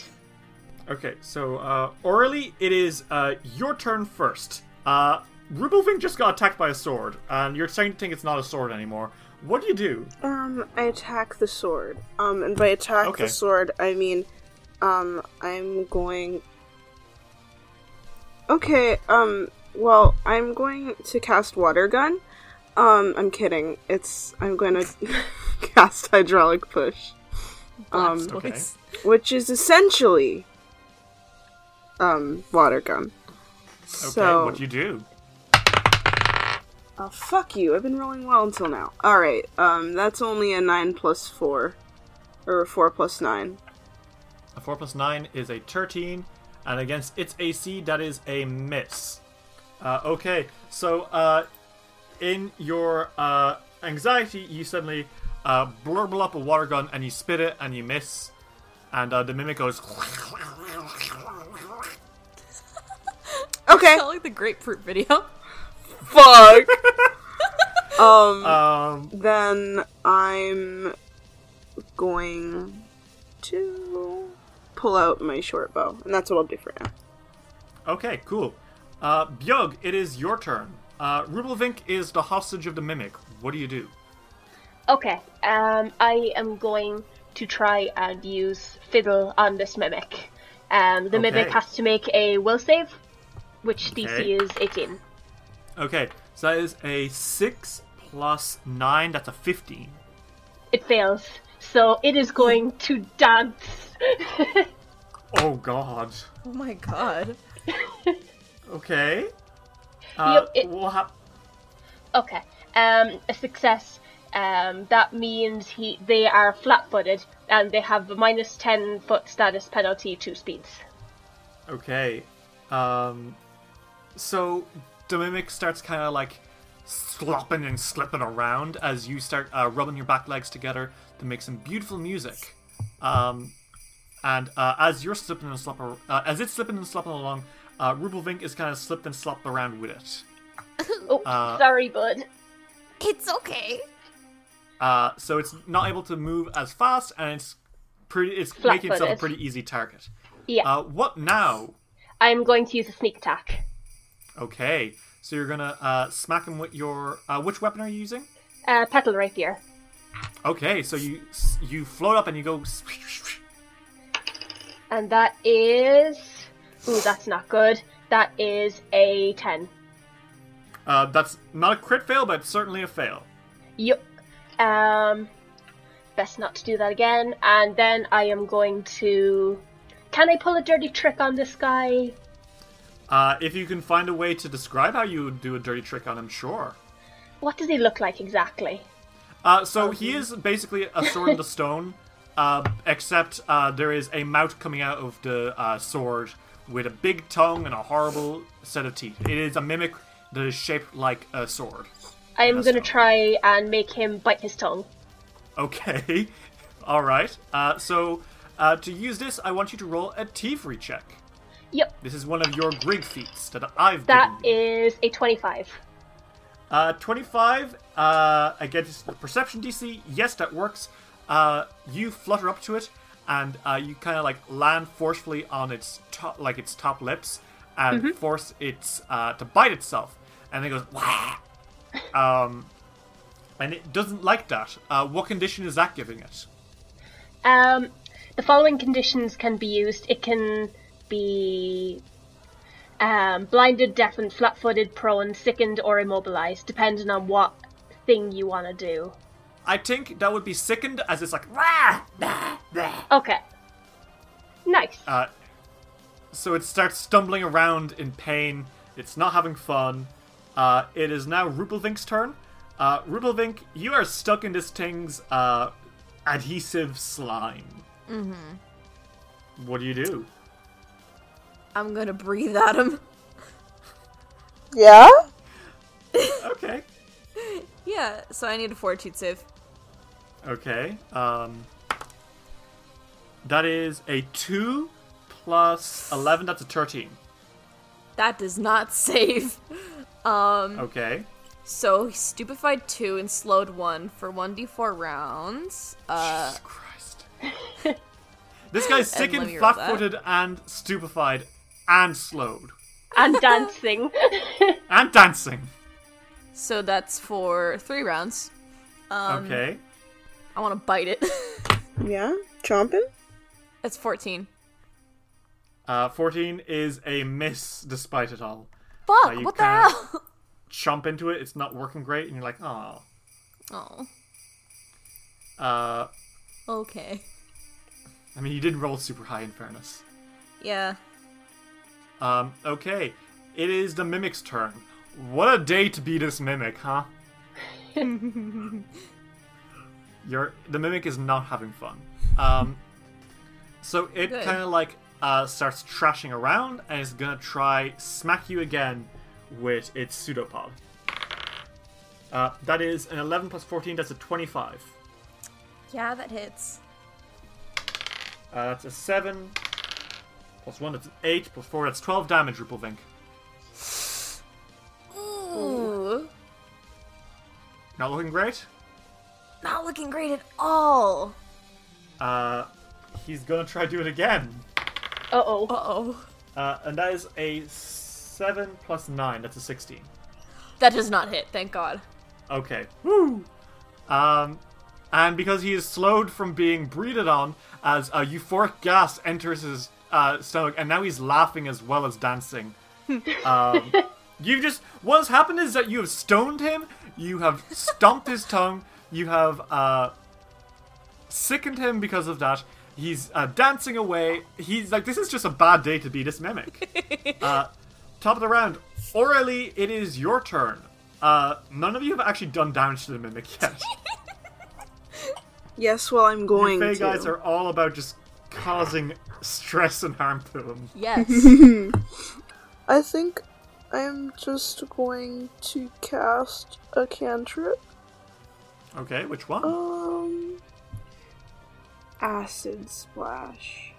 [SPEAKER 1] Okay, so uh, orally, it is uh, your turn first. Uh, Rubelving just got attacked by a sword, and you're starting to think it's not a sword anymore. What do you do?
[SPEAKER 2] Um, I attack the sword. Um, and by attack
[SPEAKER 1] Okay.
[SPEAKER 2] the sword, I mean, um, I'm going. Okay, um, well, I'm going to cast Water Gun. Um, I'm kidding. It's. I'm going to cast Hydraulic Push. Um,
[SPEAKER 3] Blast voice.
[SPEAKER 2] which is essentially. Um, Water Gun.
[SPEAKER 1] Okay,
[SPEAKER 2] so,
[SPEAKER 1] what do you do?
[SPEAKER 2] Oh, fuck you. I've been rolling well until now. Alright, um, that's only a 9 plus 4. Or 4 plus 9.
[SPEAKER 1] A 4 plus 9 is a 13, and against its AC, that is a miss. Uh, okay, so uh, in your uh, anxiety, you suddenly uh, blurble up a water gun and you spit it and you miss, and uh, the mimic goes.
[SPEAKER 2] Okay.
[SPEAKER 3] Sound like the grapefruit video.
[SPEAKER 2] Fuck! um,
[SPEAKER 1] Um,
[SPEAKER 2] then I'm going to pull out my short bow. And that's what I'll do for now.
[SPEAKER 1] okay, cool. Uh, Bjog, it is your turn. Uh, Rubelvink is the hostage of the mimic. What do you do?
[SPEAKER 4] Okay, um, I am going to try and use Fiddle on this Mimic. Um, the Mimic
[SPEAKER 1] Okay.
[SPEAKER 4] has to make a will save, which
[SPEAKER 1] Okay.
[SPEAKER 4] DC is 18.
[SPEAKER 1] Okay, so that is a 6 plus 9, that's a 15.
[SPEAKER 4] It fails, so it is going to dance.
[SPEAKER 1] Oh god.
[SPEAKER 3] Oh my god.
[SPEAKER 1] Okay. Uh,
[SPEAKER 4] it-
[SPEAKER 1] we'll have.
[SPEAKER 4] okay, um, a success. Um, that means he they are flat-footed and they have a minus 10 foot status penalty to speeds.
[SPEAKER 1] Okay. Um, so the mimic starts kind of like slopping and slipping around as you start uh, rubbing your back legs together to make some beautiful music. Um, and uh, as you're slipping and slopping, uh, as it's slipping and slopping along, uh, Rubelvink is kind of slipped and slopped around with it.
[SPEAKER 4] Oh,
[SPEAKER 1] Uh,
[SPEAKER 4] sorry, bud.
[SPEAKER 5] It's okay.
[SPEAKER 1] Uh, so it's not able to move as fast, and it's pretty. It's making itself a
[SPEAKER 4] Flat-footed.
[SPEAKER 1] pretty easy target.
[SPEAKER 4] Yeah,
[SPEAKER 1] Uh, what now?
[SPEAKER 4] I'm going to use a sneak attack.
[SPEAKER 1] Okay, so you're gonna uh, smack him with your uh, which weapon are you using?
[SPEAKER 4] Uh, petal rapier.
[SPEAKER 1] Okay, so you you float up and you go.
[SPEAKER 4] And that is. Ooh, that's not good. That is a 10.
[SPEAKER 1] Uh, that's not a crit fail, but certainly a fail.
[SPEAKER 4] Yup. Um, best not to do that again. And then I am going to. Can I pull a dirty trick on this guy?
[SPEAKER 1] Uh, if you can find a way to describe how you would do a dirty trick on him, sure.
[SPEAKER 4] What does he look like exactly?
[SPEAKER 1] Uh, so he is basically a sword in the stone, uh, except uh, there is a mouth coming out of the uh, sword with a big tongue and a horrible set of teeth. It is a mimic that is shaped like a sword.
[SPEAKER 4] I am
[SPEAKER 1] That's
[SPEAKER 4] going to
[SPEAKER 1] not-
[SPEAKER 4] try and make him bite his tongue.
[SPEAKER 1] Okay. All right. Uh, so
[SPEAKER 8] Uh, to use this, I want you to roll a thievery check.
[SPEAKER 4] Yep,
[SPEAKER 8] This is one of your grig feats that I've
[SPEAKER 4] that
[SPEAKER 8] given you.
[SPEAKER 4] is a 25.
[SPEAKER 8] Uh, 25 uh, against the perception DC. Yes, that works. Uh, you flutter up to it, and uh, you kind of like land forcefully on its top, like its top lips, and
[SPEAKER 4] Mm-hmm.
[SPEAKER 8] force its uh, to bite itself, and it goes Wah! Um, and it doesn't like that. Uh, what condition is that giving it?
[SPEAKER 4] Um, the following conditions can be used. It can be um, blinded, deafened, flat-footed, prone, sickened, or immobilized, depending on what thing you want to do.
[SPEAKER 8] I think that would be sickened, as it's like Wah! Bah! Bah!
[SPEAKER 4] Okay. Nice.
[SPEAKER 8] Uh, so it starts stumbling around in pain. It's not having fun. Uh, it is now Rupelvink's turn. Uh, Rupelvink, you are stuck in this thing's uh, adhesive slime. Mm-hmm. What do you do?
[SPEAKER 3] I'm gonna breathe at him.
[SPEAKER 2] Yeah?
[SPEAKER 8] Okay.
[SPEAKER 3] Yeah, so I need a fortitude save.
[SPEAKER 8] Okay. Um, that is a 2 plus 11. That's a 13.
[SPEAKER 3] That does not save. Um,
[SPEAKER 1] Oh.
[SPEAKER 8] Okay.
[SPEAKER 3] so stupefied two and slowed one for one d4 rounds. Uh,
[SPEAKER 8] Jesus Christ. this guy's
[SPEAKER 3] And let
[SPEAKER 8] sickened,
[SPEAKER 3] me roll
[SPEAKER 8] flat
[SPEAKER 3] that.
[SPEAKER 8] footed, and stupefied, and slowed,
[SPEAKER 4] and dancing.
[SPEAKER 8] and dancing.
[SPEAKER 3] so that's for three rounds. Um,
[SPEAKER 8] okay.
[SPEAKER 3] I want to bite it.
[SPEAKER 2] Yeah? Chomping?
[SPEAKER 3] that's 14.
[SPEAKER 8] Uh, 14 is a miss despite it all.
[SPEAKER 3] Fuck!
[SPEAKER 8] you
[SPEAKER 3] what
[SPEAKER 8] can't-
[SPEAKER 3] the hell?
[SPEAKER 8] Chomp into it, it's not working great, and you're like, oh.
[SPEAKER 3] Oh,
[SPEAKER 8] Uh,
[SPEAKER 3] okay.
[SPEAKER 8] I mean, you didn't roll super high in fairness.
[SPEAKER 3] Yeah.
[SPEAKER 8] Um, okay. It is the mimic's turn. What a day to be this mimic, huh? Your the mimic is not having fun. Um, so it
[SPEAKER 3] Good.
[SPEAKER 8] kind of like uh, starts trashing around and is gonna try smack you again with its pseudopod. Uh, that is an 11 plus 14. That's a 25.
[SPEAKER 3] Yeah, that hits.
[SPEAKER 8] Uh, that's a seven plus one. That's an eight plus four. That's 12 damage, Rupelvink.
[SPEAKER 3] Ooh.
[SPEAKER 8] Not looking great.
[SPEAKER 3] Not looking great at all.
[SPEAKER 8] Uh, he's gonna try to do it again.
[SPEAKER 4] Uh oh.
[SPEAKER 3] Uh oh.
[SPEAKER 8] Uh, and that is a 7 plus 9. That's a 16.
[SPEAKER 3] That does not hit, thank god.
[SPEAKER 8] Okay. Woo! Um, and because he is slowed from being breathed on, as a euphoric gas enters his uh, stomach, and now he's laughing as well as dancing. um, you've just. What has happened is that you have stoned him, you have stomped his tongue, you have uh, sickened him because of that. He's uh, dancing away. He's like, this is just a bad day to be this mimic. Uh, Top of the round, Aurelie, it is your turn. Uh, none of you have actually done damage to the mimic yet.
[SPEAKER 2] Yes, well, I'm
[SPEAKER 8] you
[SPEAKER 2] going
[SPEAKER 8] Fey
[SPEAKER 2] to.
[SPEAKER 8] guys are all about just causing stress and harm to them.
[SPEAKER 3] Yes.
[SPEAKER 2] I think I'm just going to cast a cantrip.
[SPEAKER 8] Okay, which one?
[SPEAKER 2] Um. Acid splash.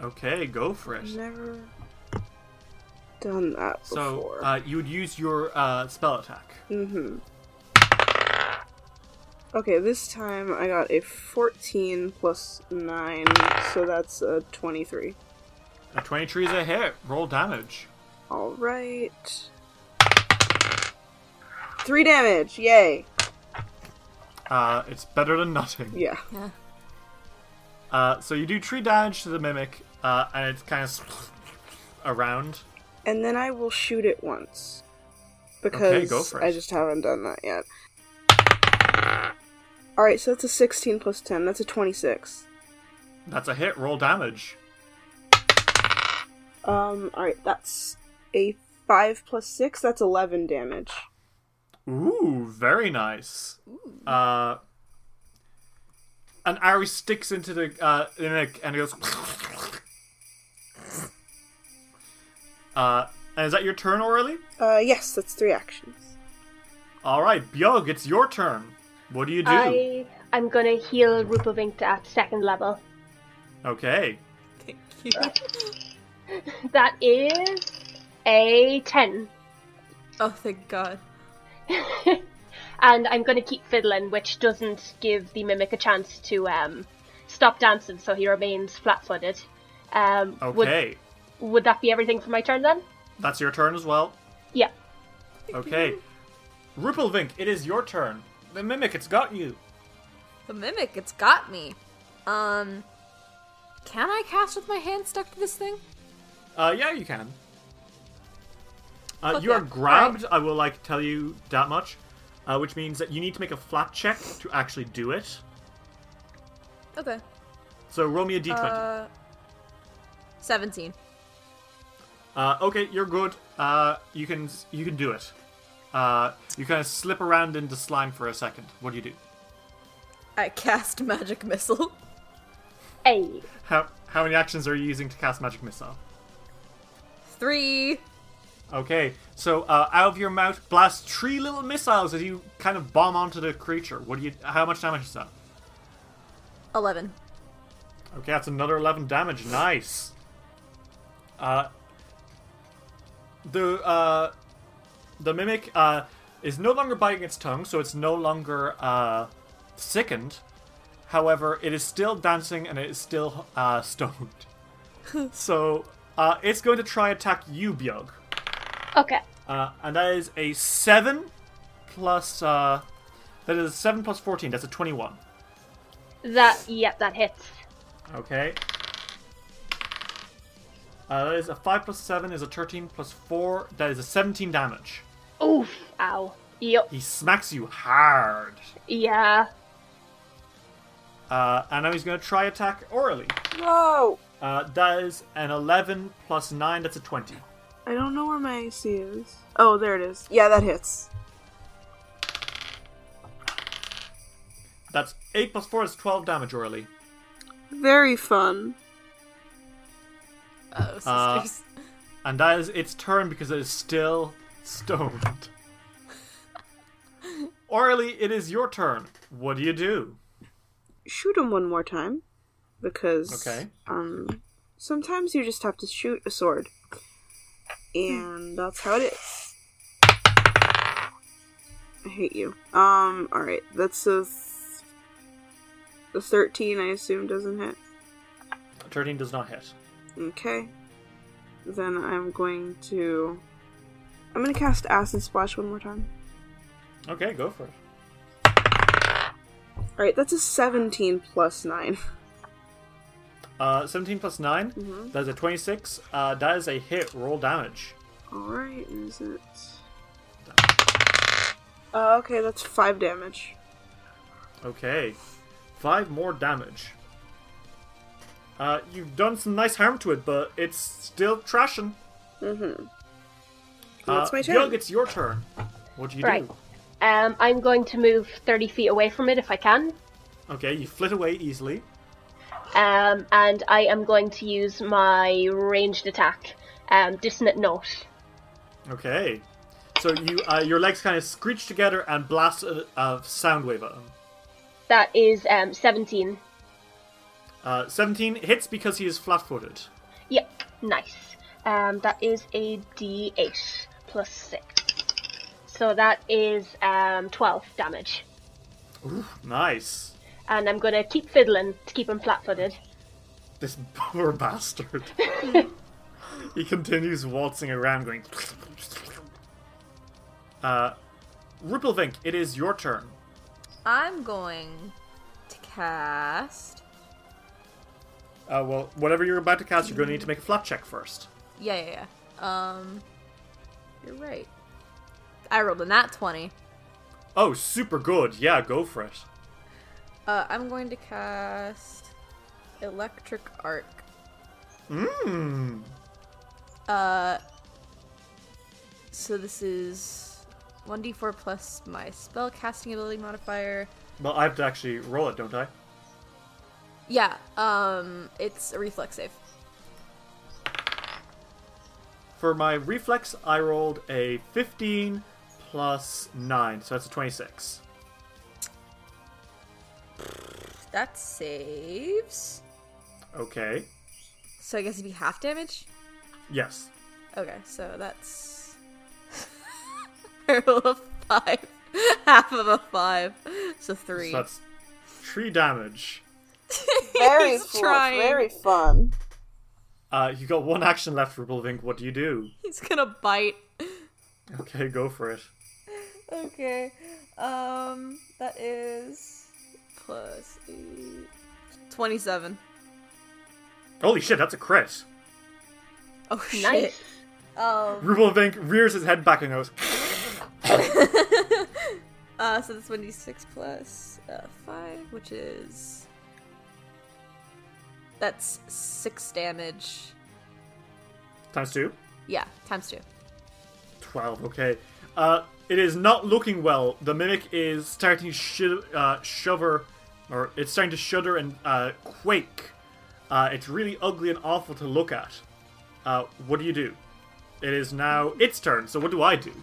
[SPEAKER 8] Okay, go for it.
[SPEAKER 2] Never done that
[SPEAKER 8] So
[SPEAKER 2] before.
[SPEAKER 8] uh, you would use your uh, spell attack.
[SPEAKER 2] mm-hmm. Okay, this time I got a 14 plus 9, so that's a 23.
[SPEAKER 8] A twenty-three is a hit. Roll damage.
[SPEAKER 2] Alright. Three damage! Yay!
[SPEAKER 8] Uh, it's better than nothing.
[SPEAKER 2] Yeah.
[SPEAKER 8] Uh, so you do three damage to the mimic, uh, and it's kind of around.
[SPEAKER 2] And then I will shoot it once. Because
[SPEAKER 8] Okay, go for it.
[SPEAKER 2] I just haven't done that yet. Alright, so that's a 16 plus 10. That's a 26.
[SPEAKER 8] That's a hit. Roll damage.
[SPEAKER 2] Um, alright, that's a 5 plus 6. That's 11 damage.
[SPEAKER 8] Ooh, very nice. Uh, an arrow sticks into the uh, mimic and it goes. uh, and is that your turn, Aurelie?
[SPEAKER 2] Uh, yes, that's three actions.
[SPEAKER 8] All right, Bjog, it's your turn. What do you do?
[SPEAKER 4] I I'm gonna heal Rupavink at second level.
[SPEAKER 8] Okay.
[SPEAKER 3] Thank you.
[SPEAKER 4] That is a 10.
[SPEAKER 3] Oh, thank God.
[SPEAKER 4] and I'm going to keep fiddling, which doesn't give the mimic a chance to um, stop dancing, so he remains flat footed. Um,
[SPEAKER 8] Okay.
[SPEAKER 4] Would, would that be everything for my turn then?
[SPEAKER 8] That's your turn as well.
[SPEAKER 4] Yeah.
[SPEAKER 8] Okay. Rupelvink, it is your turn. The mimic, it's got you.
[SPEAKER 3] The mimic, it's got me. Um, can I cast with my hand stuck to this thing?
[SPEAKER 8] Uh, yeah, you can. Uh,
[SPEAKER 3] Fuck
[SPEAKER 8] you are
[SPEAKER 3] yeah.
[SPEAKER 8] grabbed. I will like tell you that much, uh, which means that you need to make a flat check to actually do it.
[SPEAKER 3] Okay.
[SPEAKER 8] So roll me a d20.
[SPEAKER 3] Uh, seventeen.
[SPEAKER 8] Uh, okay, you're good. Uh, you can you can do it. Uh, you kind of slip around into slime for a second. What do you do?
[SPEAKER 3] I cast magic missile.
[SPEAKER 4] A.
[SPEAKER 8] How how many actions are you using to cast magic missile?
[SPEAKER 3] Three.
[SPEAKER 8] Okay, so uh, out of your mouth blast three little missiles as you kind of bomb onto the creature. What do you? How much damage is that?
[SPEAKER 3] Eleven.
[SPEAKER 8] Okay, that's another 11 damage. Nice. Uh, the uh, the mimic uh, is no longer biting its tongue, so it's no longer uh, sickened. However, it is still dancing and it is still uh, stoned. so uh, it's going to try attack you, Bjog.
[SPEAKER 4] Okay.
[SPEAKER 8] Uh, and that is a seven plus uh, that is a seven plus fourteen. That's a twenty-one.
[SPEAKER 4] That, yep, that hits.
[SPEAKER 8] Okay. Uh, that is a 5 plus 7 is a 13 plus 4. That is a 17 damage.
[SPEAKER 4] Oof. Ow. Yep.
[SPEAKER 8] He smacks you hard.
[SPEAKER 4] Yeah.
[SPEAKER 8] Uh, and now he's going to try attack orally.
[SPEAKER 2] No!
[SPEAKER 8] Uh, that is an 11 plus 9. That's a 20.
[SPEAKER 2] I don't know where my AC is. Oh, there it is. Yeah, that hits.
[SPEAKER 8] That's 8 plus 4 is 12 damage orally.
[SPEAKER 2] Very fun.
[SPEAKER 3] Oh, sisters.
[SPEAKER 8] Uh, And that is its turn because it is still stoned. orally, it is your turn. What do you do?
[SPEAKER 2] Shoot him one more time. Because
[SPEAKER 8] Okay.
[SPEAKER 2] um sometimes you just have to shoot a sword. And that's how it is. I hate you. Um, alright. That's a th- the thirteen I assume doesn't hit.
[SPEAKER 8] 13 does not hit.
[SPEAKER 2] Okay. Then I'm going to. I'm going to cast Acid Splash one more time.
[SPEAKER 8] Okay, go for it.
[SPEAKER 2] Alright, that's a 17 plus 9.
[SPEAKER 8] Uh, 17 plus 9, that is a 26. Uh, that is a hit, roll damage.
[SPEAKER 2] Alright, is it. Uh, okay, that's 5 damage.
[SPEAKER 8] Okay. 5 more damage. Uh, you've done some nice harm to it, but it's still trashing.
[SPEAKER 2] Mm-hmm.
[SPEAKER 8] Uh,
[SPEAKER 2] That's my turn.
[SPEAKER 8] Yug, it's your turn. What do you
[SPEAKER 4] Right.
[SPEAKER 8] do?
[SPEAKER 4] Um, I'm going to move 30 feet away from it if I can.
[SPEAKER 8] Okay, you flit away easily.
[SPEAKER 4] Um, and I am going to use my ranged attack, um, Dissonant Note.
[SPEAKER 8] Okay. So you, uh, your legs kind of screech together and blast a, a sound wave at him.
[SPEAKER 4] That is um, 17.
[SPEAKER 8] Uh, 17 hits because he is flat-footed.
[SPEAKER 4] Yep, nice. Um, that is a d8 plus 6. So that is um, 12 damage.
[SPEAKER 8] Nice.
[SPEAKER 4] And I'm going to keep fiddling to keep him flat footed.
[SPEAKER 8] This poor bastard. he continues waltzing around, going. Uh, Rupelvink, it is your turn.
[SPEAKER 3] I'm going to cast.
[SPEAKER 8] Uh, well, whatever you're about to cast, you're going to need to make a flat check first.
[SPEAKER 3] Yeah, yeah, yeah. Um, you're right. I rolled a nat twenty.
[SPEAKER 8] Oh, super good. Yeah, go for it.
[SPEAKER 3] Uh, I'm going to cast electric arc.
[SPEAKER 8] Mmm.
[SPEAKER 3] Uh, so this is one d four plus my spell casting ability modifier.
[SPEAKER 8] Well, I have to actually roll it, don't I?
[SPEAKER 3] Yeah. Um, it's a reflex save.
[SPEAKER 8] For my reflex, I rolled a 15 plus 9, so that's a 26.
[SPEAKER 3] That saves.
[SPEAKER 8] Okay.
[SPEAKER 3] So I guess it'd be half damage?
[SPEAKER 8] Yes.
[SPEAKER 3] Okay, so that's roll a five. Half of a five. So three.
[SPEAKER 8] So that's three damage.
[SPEAKER 2] Very
[SPEAKER 3] He's
[SPEAKER 2] cool.
[SPEAKER 3] trying.
[SPEAKER 2] Very fun.
[SPEAKER 8] Uh, you got one action left, Rubelvink. What do you do?
[SPEAKER 3] He's gonna bite.
[SPEAKER 8] Okay, go for it.
[SPEAKER 3] Okay. Um that is plus eight. Twenty-seven.
[SPEAKER 8] Holy shit, that's a crit.
[SPEAKER 3] Oh shit.
[SPEAKER 4] Nice.
[SPEAKER 3] Um
[SPEAKER 8] Rubelvink rears his head back and goes,
[SPEAKER 3] uh so that's one D six plus uh five, which is that's six damage.
[SPEAKER 8] times two.
[SPEAKER 3] Yeah, times two.
[SPEAKER 8] 12, okay. Uh, it is not looking well. The mimic is starting to shud- uh, shiver, or it's starting to shudder and uh, quake. Uh, it's really ugly and awful to look at. Uh, what do you do? It is now its turn, so what do I do?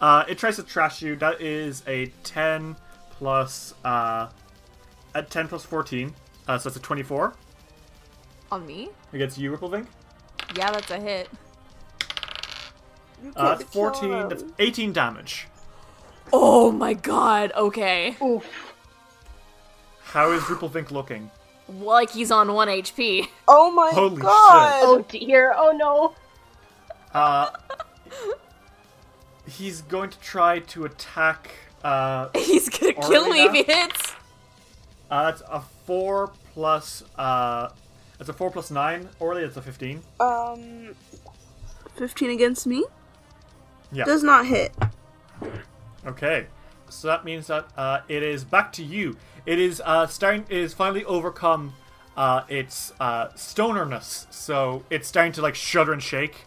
[SPEAKER 8] Uh, it tries to trash you. That is a 10 plus, uh, a 10 plus 14. Uh, so that's a 24
[SPEAKER 3] On me?
[SPEAKER 8] against you, Ripplevink.
[SPEAKER 3] Yeah, that's a hit.
[SPEAKER 8] Uh, that's 14, that's 18 damage.
[SPEAKER 3] Oh my god, okay.
[SPEAKER 8] How is Ripplevink looking?
[SPEAKER 3] Like he's on 1 HP.
[SPEAKER 2] Oh my
[SPEAKER 8] Holy
[SPEAKER 2] god!
[SPEAKER 4] Oh dear. Oh no.
[SPEAKER 8] Uh, he's going to try to attack. Uh,
[SPEAKER 3] He's gonna kill me if
[SPEAKER 8] Already
[SPEAKER 3] he hits.
[SPEAKER 8] uh, that's a four plus. Uh, that's a four plus nine. Orly, that's a fifteen.
[SPEAKER 2] Um, fifteen against me
[SPEAKER 8] Yeah.
[SPEAKER 2] does not hit.
[SPEAKER 8] Okay. So that means that uh, it is back to you. It is uh, starting. It is finally overcome uh, its uh, stonerness. So it's starting to like shudder and shake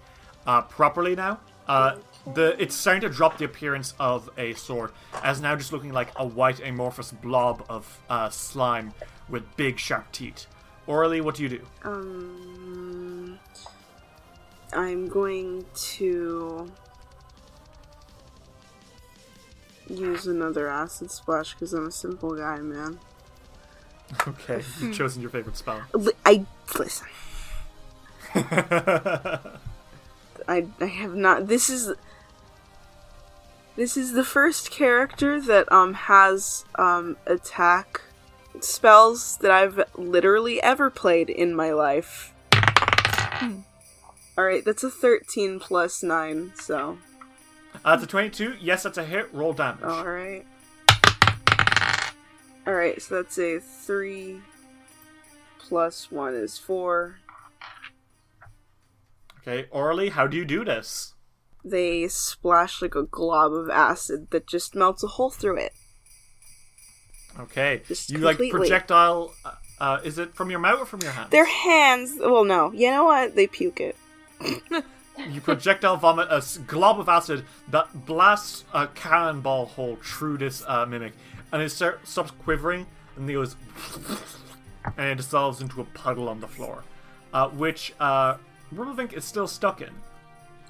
[SPEAKER 8] uh, properly now. Uh, the it's starting to drop the appearance of a sword, as now just looking like a white amorphous blob of uh, slime with big sharp teeth. Orally, what do you do?
[SPEAKER 2] Um, I'm going to use another acid splash because I'm a simple guy, man.
[SPEAKER 8] Okay, you've chosen your favorite spell.
[SPEAKER 2] Li- I listen. I, I have not. This is this is the first character that um has um attack spells that I've literally ever played in my life. All right, that's a thirteen plus nine. So
[SPEAKER 8] Uh, that's a twenty-two. Yes, that's a hit. Roll damage.
[SPEAKER 2] all right, all right. So that's a three plus one is four.
[SPEAKER 8] Okay, Orally, how do you do this?
[SPEAKER 2] They splash like a glob of acid that just melts a hole through it.
[SPEAKER 8] Okay.
[SPEAKER 2] Just
[SPEAKER 8] you like
[SPEAKER 2] completely.
[SPEAKER 8] projectile. Uh, uh, is it from your mouth or from your hand?
[SPEAKER 2] Their hands. Well, no. You know what? They puke it.
[SPEAKER 8] You projectile vomit a s- glob of acid that blasts a cannonball hole through this uh, mimic, and it start, stops quivering and it goes, and it dissolves into a puddle on the floor, uh, which uh, Rumelvink is still stuck in.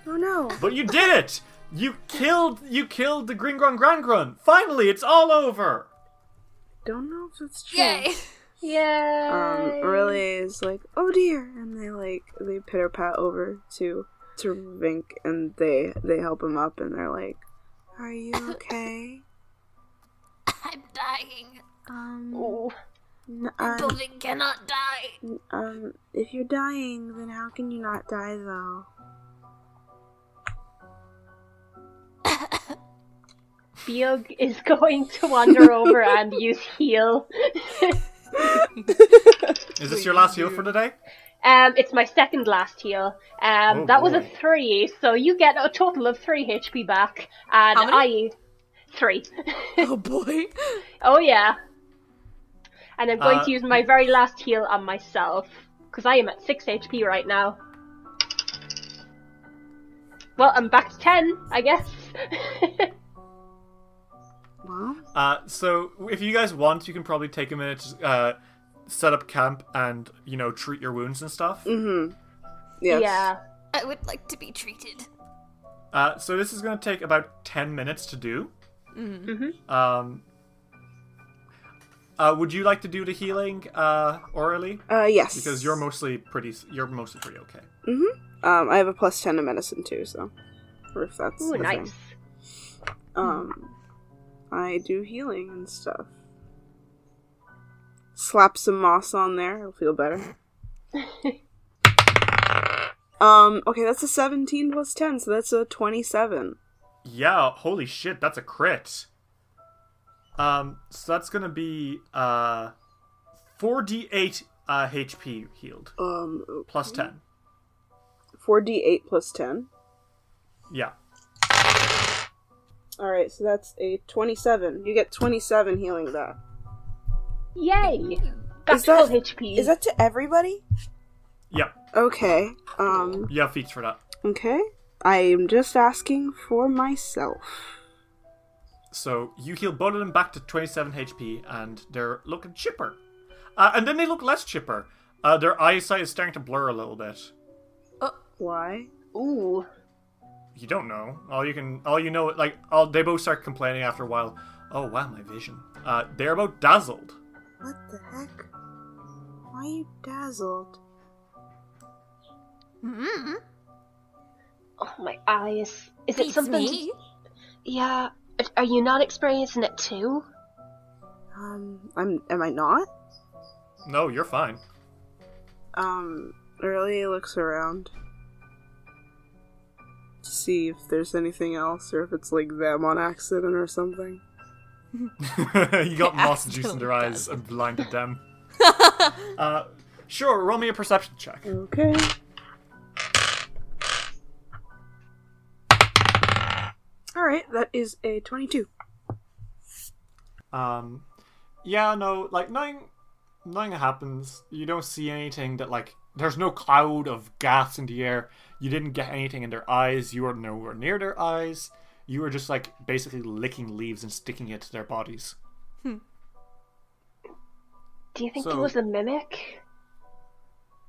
[SPEAKER 2] Oh no.
[SPEAKER 8] But you did it! You killed. You killed the Gringron Grandgrun. Finally, it's all over.
[SPEAKER 2] Don't know if that's true.
[SPEAKER 3] Yay!
[SPEAKER 4] Yeah.
[SPEAKER 2] Um, really is like, oh dear, and they like they pitter pat over to to Vink, and they they help him up, and they're like, "Are you okay?
[SPEAKER 5] I'm dying.
[SPEAKER 2] Um,
[SPEAKER 4] Ooh.
[SPEAKER 2] n- um,
[SPEAKER 5] Building cannot die.
[SPEAKER 2] um, if you're dying, then how can you not die though?"
[SPEAKER 4] Beog is going to wander over and use heal.
[SPEAKER 8] Is this your last heal for today?
[SPEAKER 4] Um, it's my second last heal. Um,
[SPEAKER 8] Oh,
[SPEAKER 4] that was a
[SPEAKER 8] boy.
[SPEAKER 4] three, so you get a total of three HP back, and
[SPEAKER 3] How many?
[SPEAKER 4] I three.
[SPEAKER 3] oh boy.
[SPEAKER 4] oh yeah. And I'm going
[SPEAKER 8] Uh,
[SPEAKER 4] to use my very last heal on myself because I am at six HP right now. Well, I'm back to ten, I guess.
[SPEAKER 2] Well,
[SPEAKER 8] Uh, so if you guys want, you can probably take a minute to uh, set up camp and you know treat your wounds and stuff.
[SPEAKER 2] mm-hmm. Yes.
[SPEAKER 4] Yeah.
[SPEAKER 5] I would like to be treated.
[SPEAKER 8] Uh, so this is going to take about ten minutes to do.
[SPEAKER 4] Mhm.
[SPEAKER 8] Um, Uh, would you like to do the healing uh, orally?
[SPEAKER 2] Uh, yes.
[SPEAKER 8] Because you're mostly pretty. You're mostly pretty okay.
[SPEAKER 2] Um, I have a plus ten to medicine too, so. Or if that's.
[SPEAKER 4] Ooh,
[SPEAKER 2] a thing.
[SPEAKER 4] nice.
[SPEAKER 2] Um, I do healing and stuff. Slap some moss on there; it'll feel better. um. Okay, that's a seventeen plus ten, so that's a twenty-seven.
[SPEAKER 8] Yeah. Holy shit! That's a crit. Um. So that's gonna be uh, four d eight uh HP healed
[SPEAKER 2] Um,
[SPEAKER 8] plus ten.
[SPEAKER 2] four d eight plus ten.
[SPEAKER 8] Yeah.
[SPEAKER 2] All right, so that's a twenty-seven. You get twenty-seven healing back.
[SPEAKER 4] Yay! Got
[SPEAKER 2] Is that-
[SPEAKER 4] 12 HP.
[SPEAKER 2] Is that to everybody?
[SPEAKER 8] Yep.
[SPEAKER 2] Okay. Um.
[SPEAKER 8] You have feats for that.
[SPEAKER 2] Okay. I am just asking for myself.
[SPEAKER 8] So you heal both of them back to 27 HP, and they're looking chipper. Uh, and then they look less chipper. Uh, their eyesight is starting to blur a little bit.
[SPEAKER 2] Why?
[SPEAKER 4] Ooh.
[SPEAKER 8] You don't know. All you can, all you know, like all they both start complaining after a while. Oh wow, my vision. Uh, they're both dazzled.
[SPEAKER 2] What the heck? Why are you dazzled?
[SPEAKER 3] Mm-hmm.
[SPEAKER 4] Oh, my eyes. Is it
[SPEAKER 3] Beats
[SPEAKER 4] something?
[SPEAKER 3] me.
[SPEAKER 4] Yeah. Are you not experiencing it too?
[SPEAKER 2] Um, I'm. Am I not?
[SPEAKER 8] No, you're fine.
[SPEAKER 2] Um, Early looks around to see if there's anything else, or if it's like them on accident or something.
[SPEAKER 8] you got moss juice in their
[SPEAKER 3] Accidentally
[SPEAKER 8] eyes and blinded them. uh, sure, roll me a perception check.
[SPEAKER 2] Okay. All right, that is a twenty-two.
[SPEAKER 8] Um, yeah, no, like nothing, nothing happens. You don't see anything that like. There's no cloud of gas in the air. You didn't get anything in their eyes. You were nowhere near their eyes. You were just like basically licking leaves and sticking it to their bodies.
[SPEAKER 4] Do you think
[SPEAKER 8] So-
[SPEAKER 4] there was a mimic?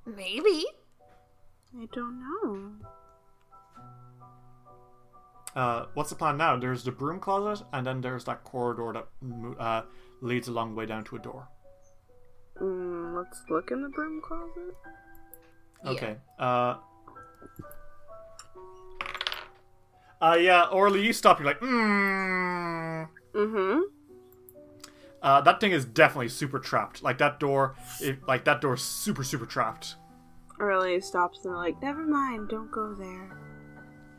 [SPEAKER 5] Maybe.
[SPEAKER 2] I don't know.
[SPEAKER 8] Uh, what's the plan now? There's the broom closet, and then there's that corridor that mo- uh, leads a long way down to a door.
[SPEAKER 2] Mm, let's look in the broom closet.
[SPEAKER 8] Okay. Uh. Uh, yeah, Orly, you stop. You're like, mmm.
[SPEAKER 2] Mm-hmm.
[SPEAKER 8] Uh, that thing is definitely super trapped. Like that door, it, like that door's super super trapped.
[SPEAKER 2] Aurelia stops and they're like, never mind, don't go there.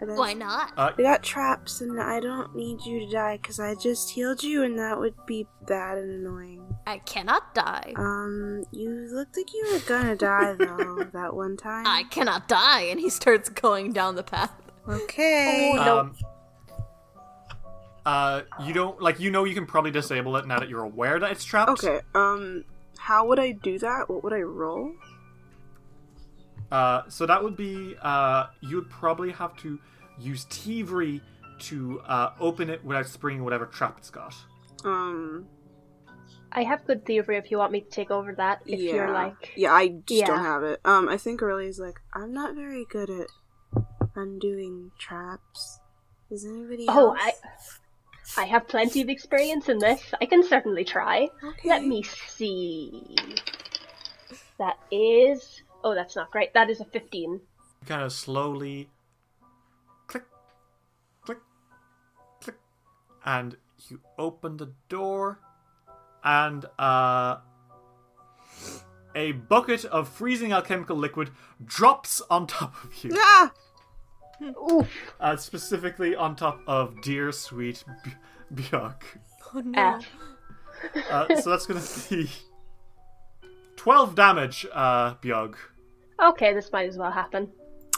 [SPEAKER 2] And then-
[SPEAKER 5] Why not?
[SPEAKER 8] Uh,
[SPEAKER 2] We got traps, and I don't need you to die because I just healed you, and that would be bad and annoying.
[SPEAKER 5] I cannot die.
[SPEAKER 2] Um, you looked like you were gonna die though that one time.
[SPEAKER 5] I cannot die.
[SPEAKER 3] And he starts going down the path.
[SPEAKER 4] Oh,
[SPEAKER 2] Okay.
[SPEAKER 8] um, uh, you don't like you know you can probably disable it now that you're aware that it's trapped.
[SPEAKER 2] Okay. Um, how would I do that? What would I roll?
[SPEAKER 8] Uh, so that would be uh, you would probably have to use Thievery to uh, open it without springing whatever trap it's got.
[SPEAKER 2] Um,
[SPEAKER 4] I have good theory if you want me to take over that. If
[SPEAKER 2] yeah.
[SPEAKER 4] you're like.
[SPEAKER 2] yeah, I just don't
[SPEAKER 4] Yeah.
[SPEAKER 2] have it. Um, I think Aurelia's like, I'm not very good at undoing traps. Is anybody
[SPEAKER 4] Oh,
[SPEAKER 2] else?
[SPEAKER 4] I. I have plenty of experience in this. I can certainly try. Let
[SPEAKER 2] Okay.
[SPEAKER 4] me see. That is. Oh, that's not great. That is a 15.
[SPEAKER 8] You kind of slowly click, click, click, and you open the door, and uh, a bucket of freezing alchemical liquid drops on top of you,
[SPEAKER 2] Ah!
[SPEAKER 4] Oof.
[SPEAKER 8] uh, specifically on top of dear sweet B- Bjork.
[SPEAKER 3] Oh no.
[SPEAKER 4] F.
[SPEAKER 8] Uh, so that's gonna be twelve damage, uh, Bjork.
[SPEAKER 4] Okay, this might as well happen.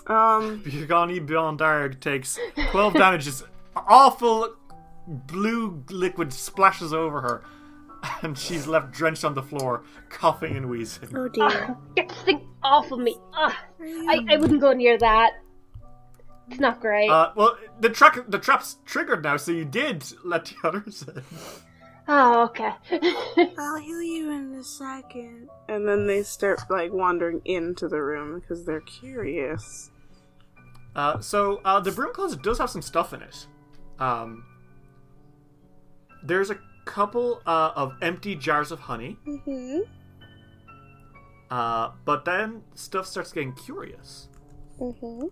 [SPEAKER 2] Um.
[SPEAKER 8] Bjorgani Bjondarg takes 12 damage. This awful blue liquid splashes over her, and she's left drenched on the floor, coughing and wheezing.
[SPEAKER 2] Oh dear.
[SPEAKER 4] Ugh, get this thing off of me. Ugh, I, I wouldn't go near that. It's not great.
[SPEAKER 8] Uh, well, the track the trap's triggered now, so you did let the others in.
[SPEAKER 4] oh, okay.
[SPEAKER 2] I'll heal you in a second. And then they start like wandering into the room because they're curious.
[SPEAKER 8] Uh, so uh, the broom closet does have some stuff in it. Um, there's a couple uh, of empty jars of honey.
[SPEAKER 2] Mm-hmm.
[SPEAKER 8] Uh, but then stuff starts getting curious.
[SPEAKER 2] Mm-hmm.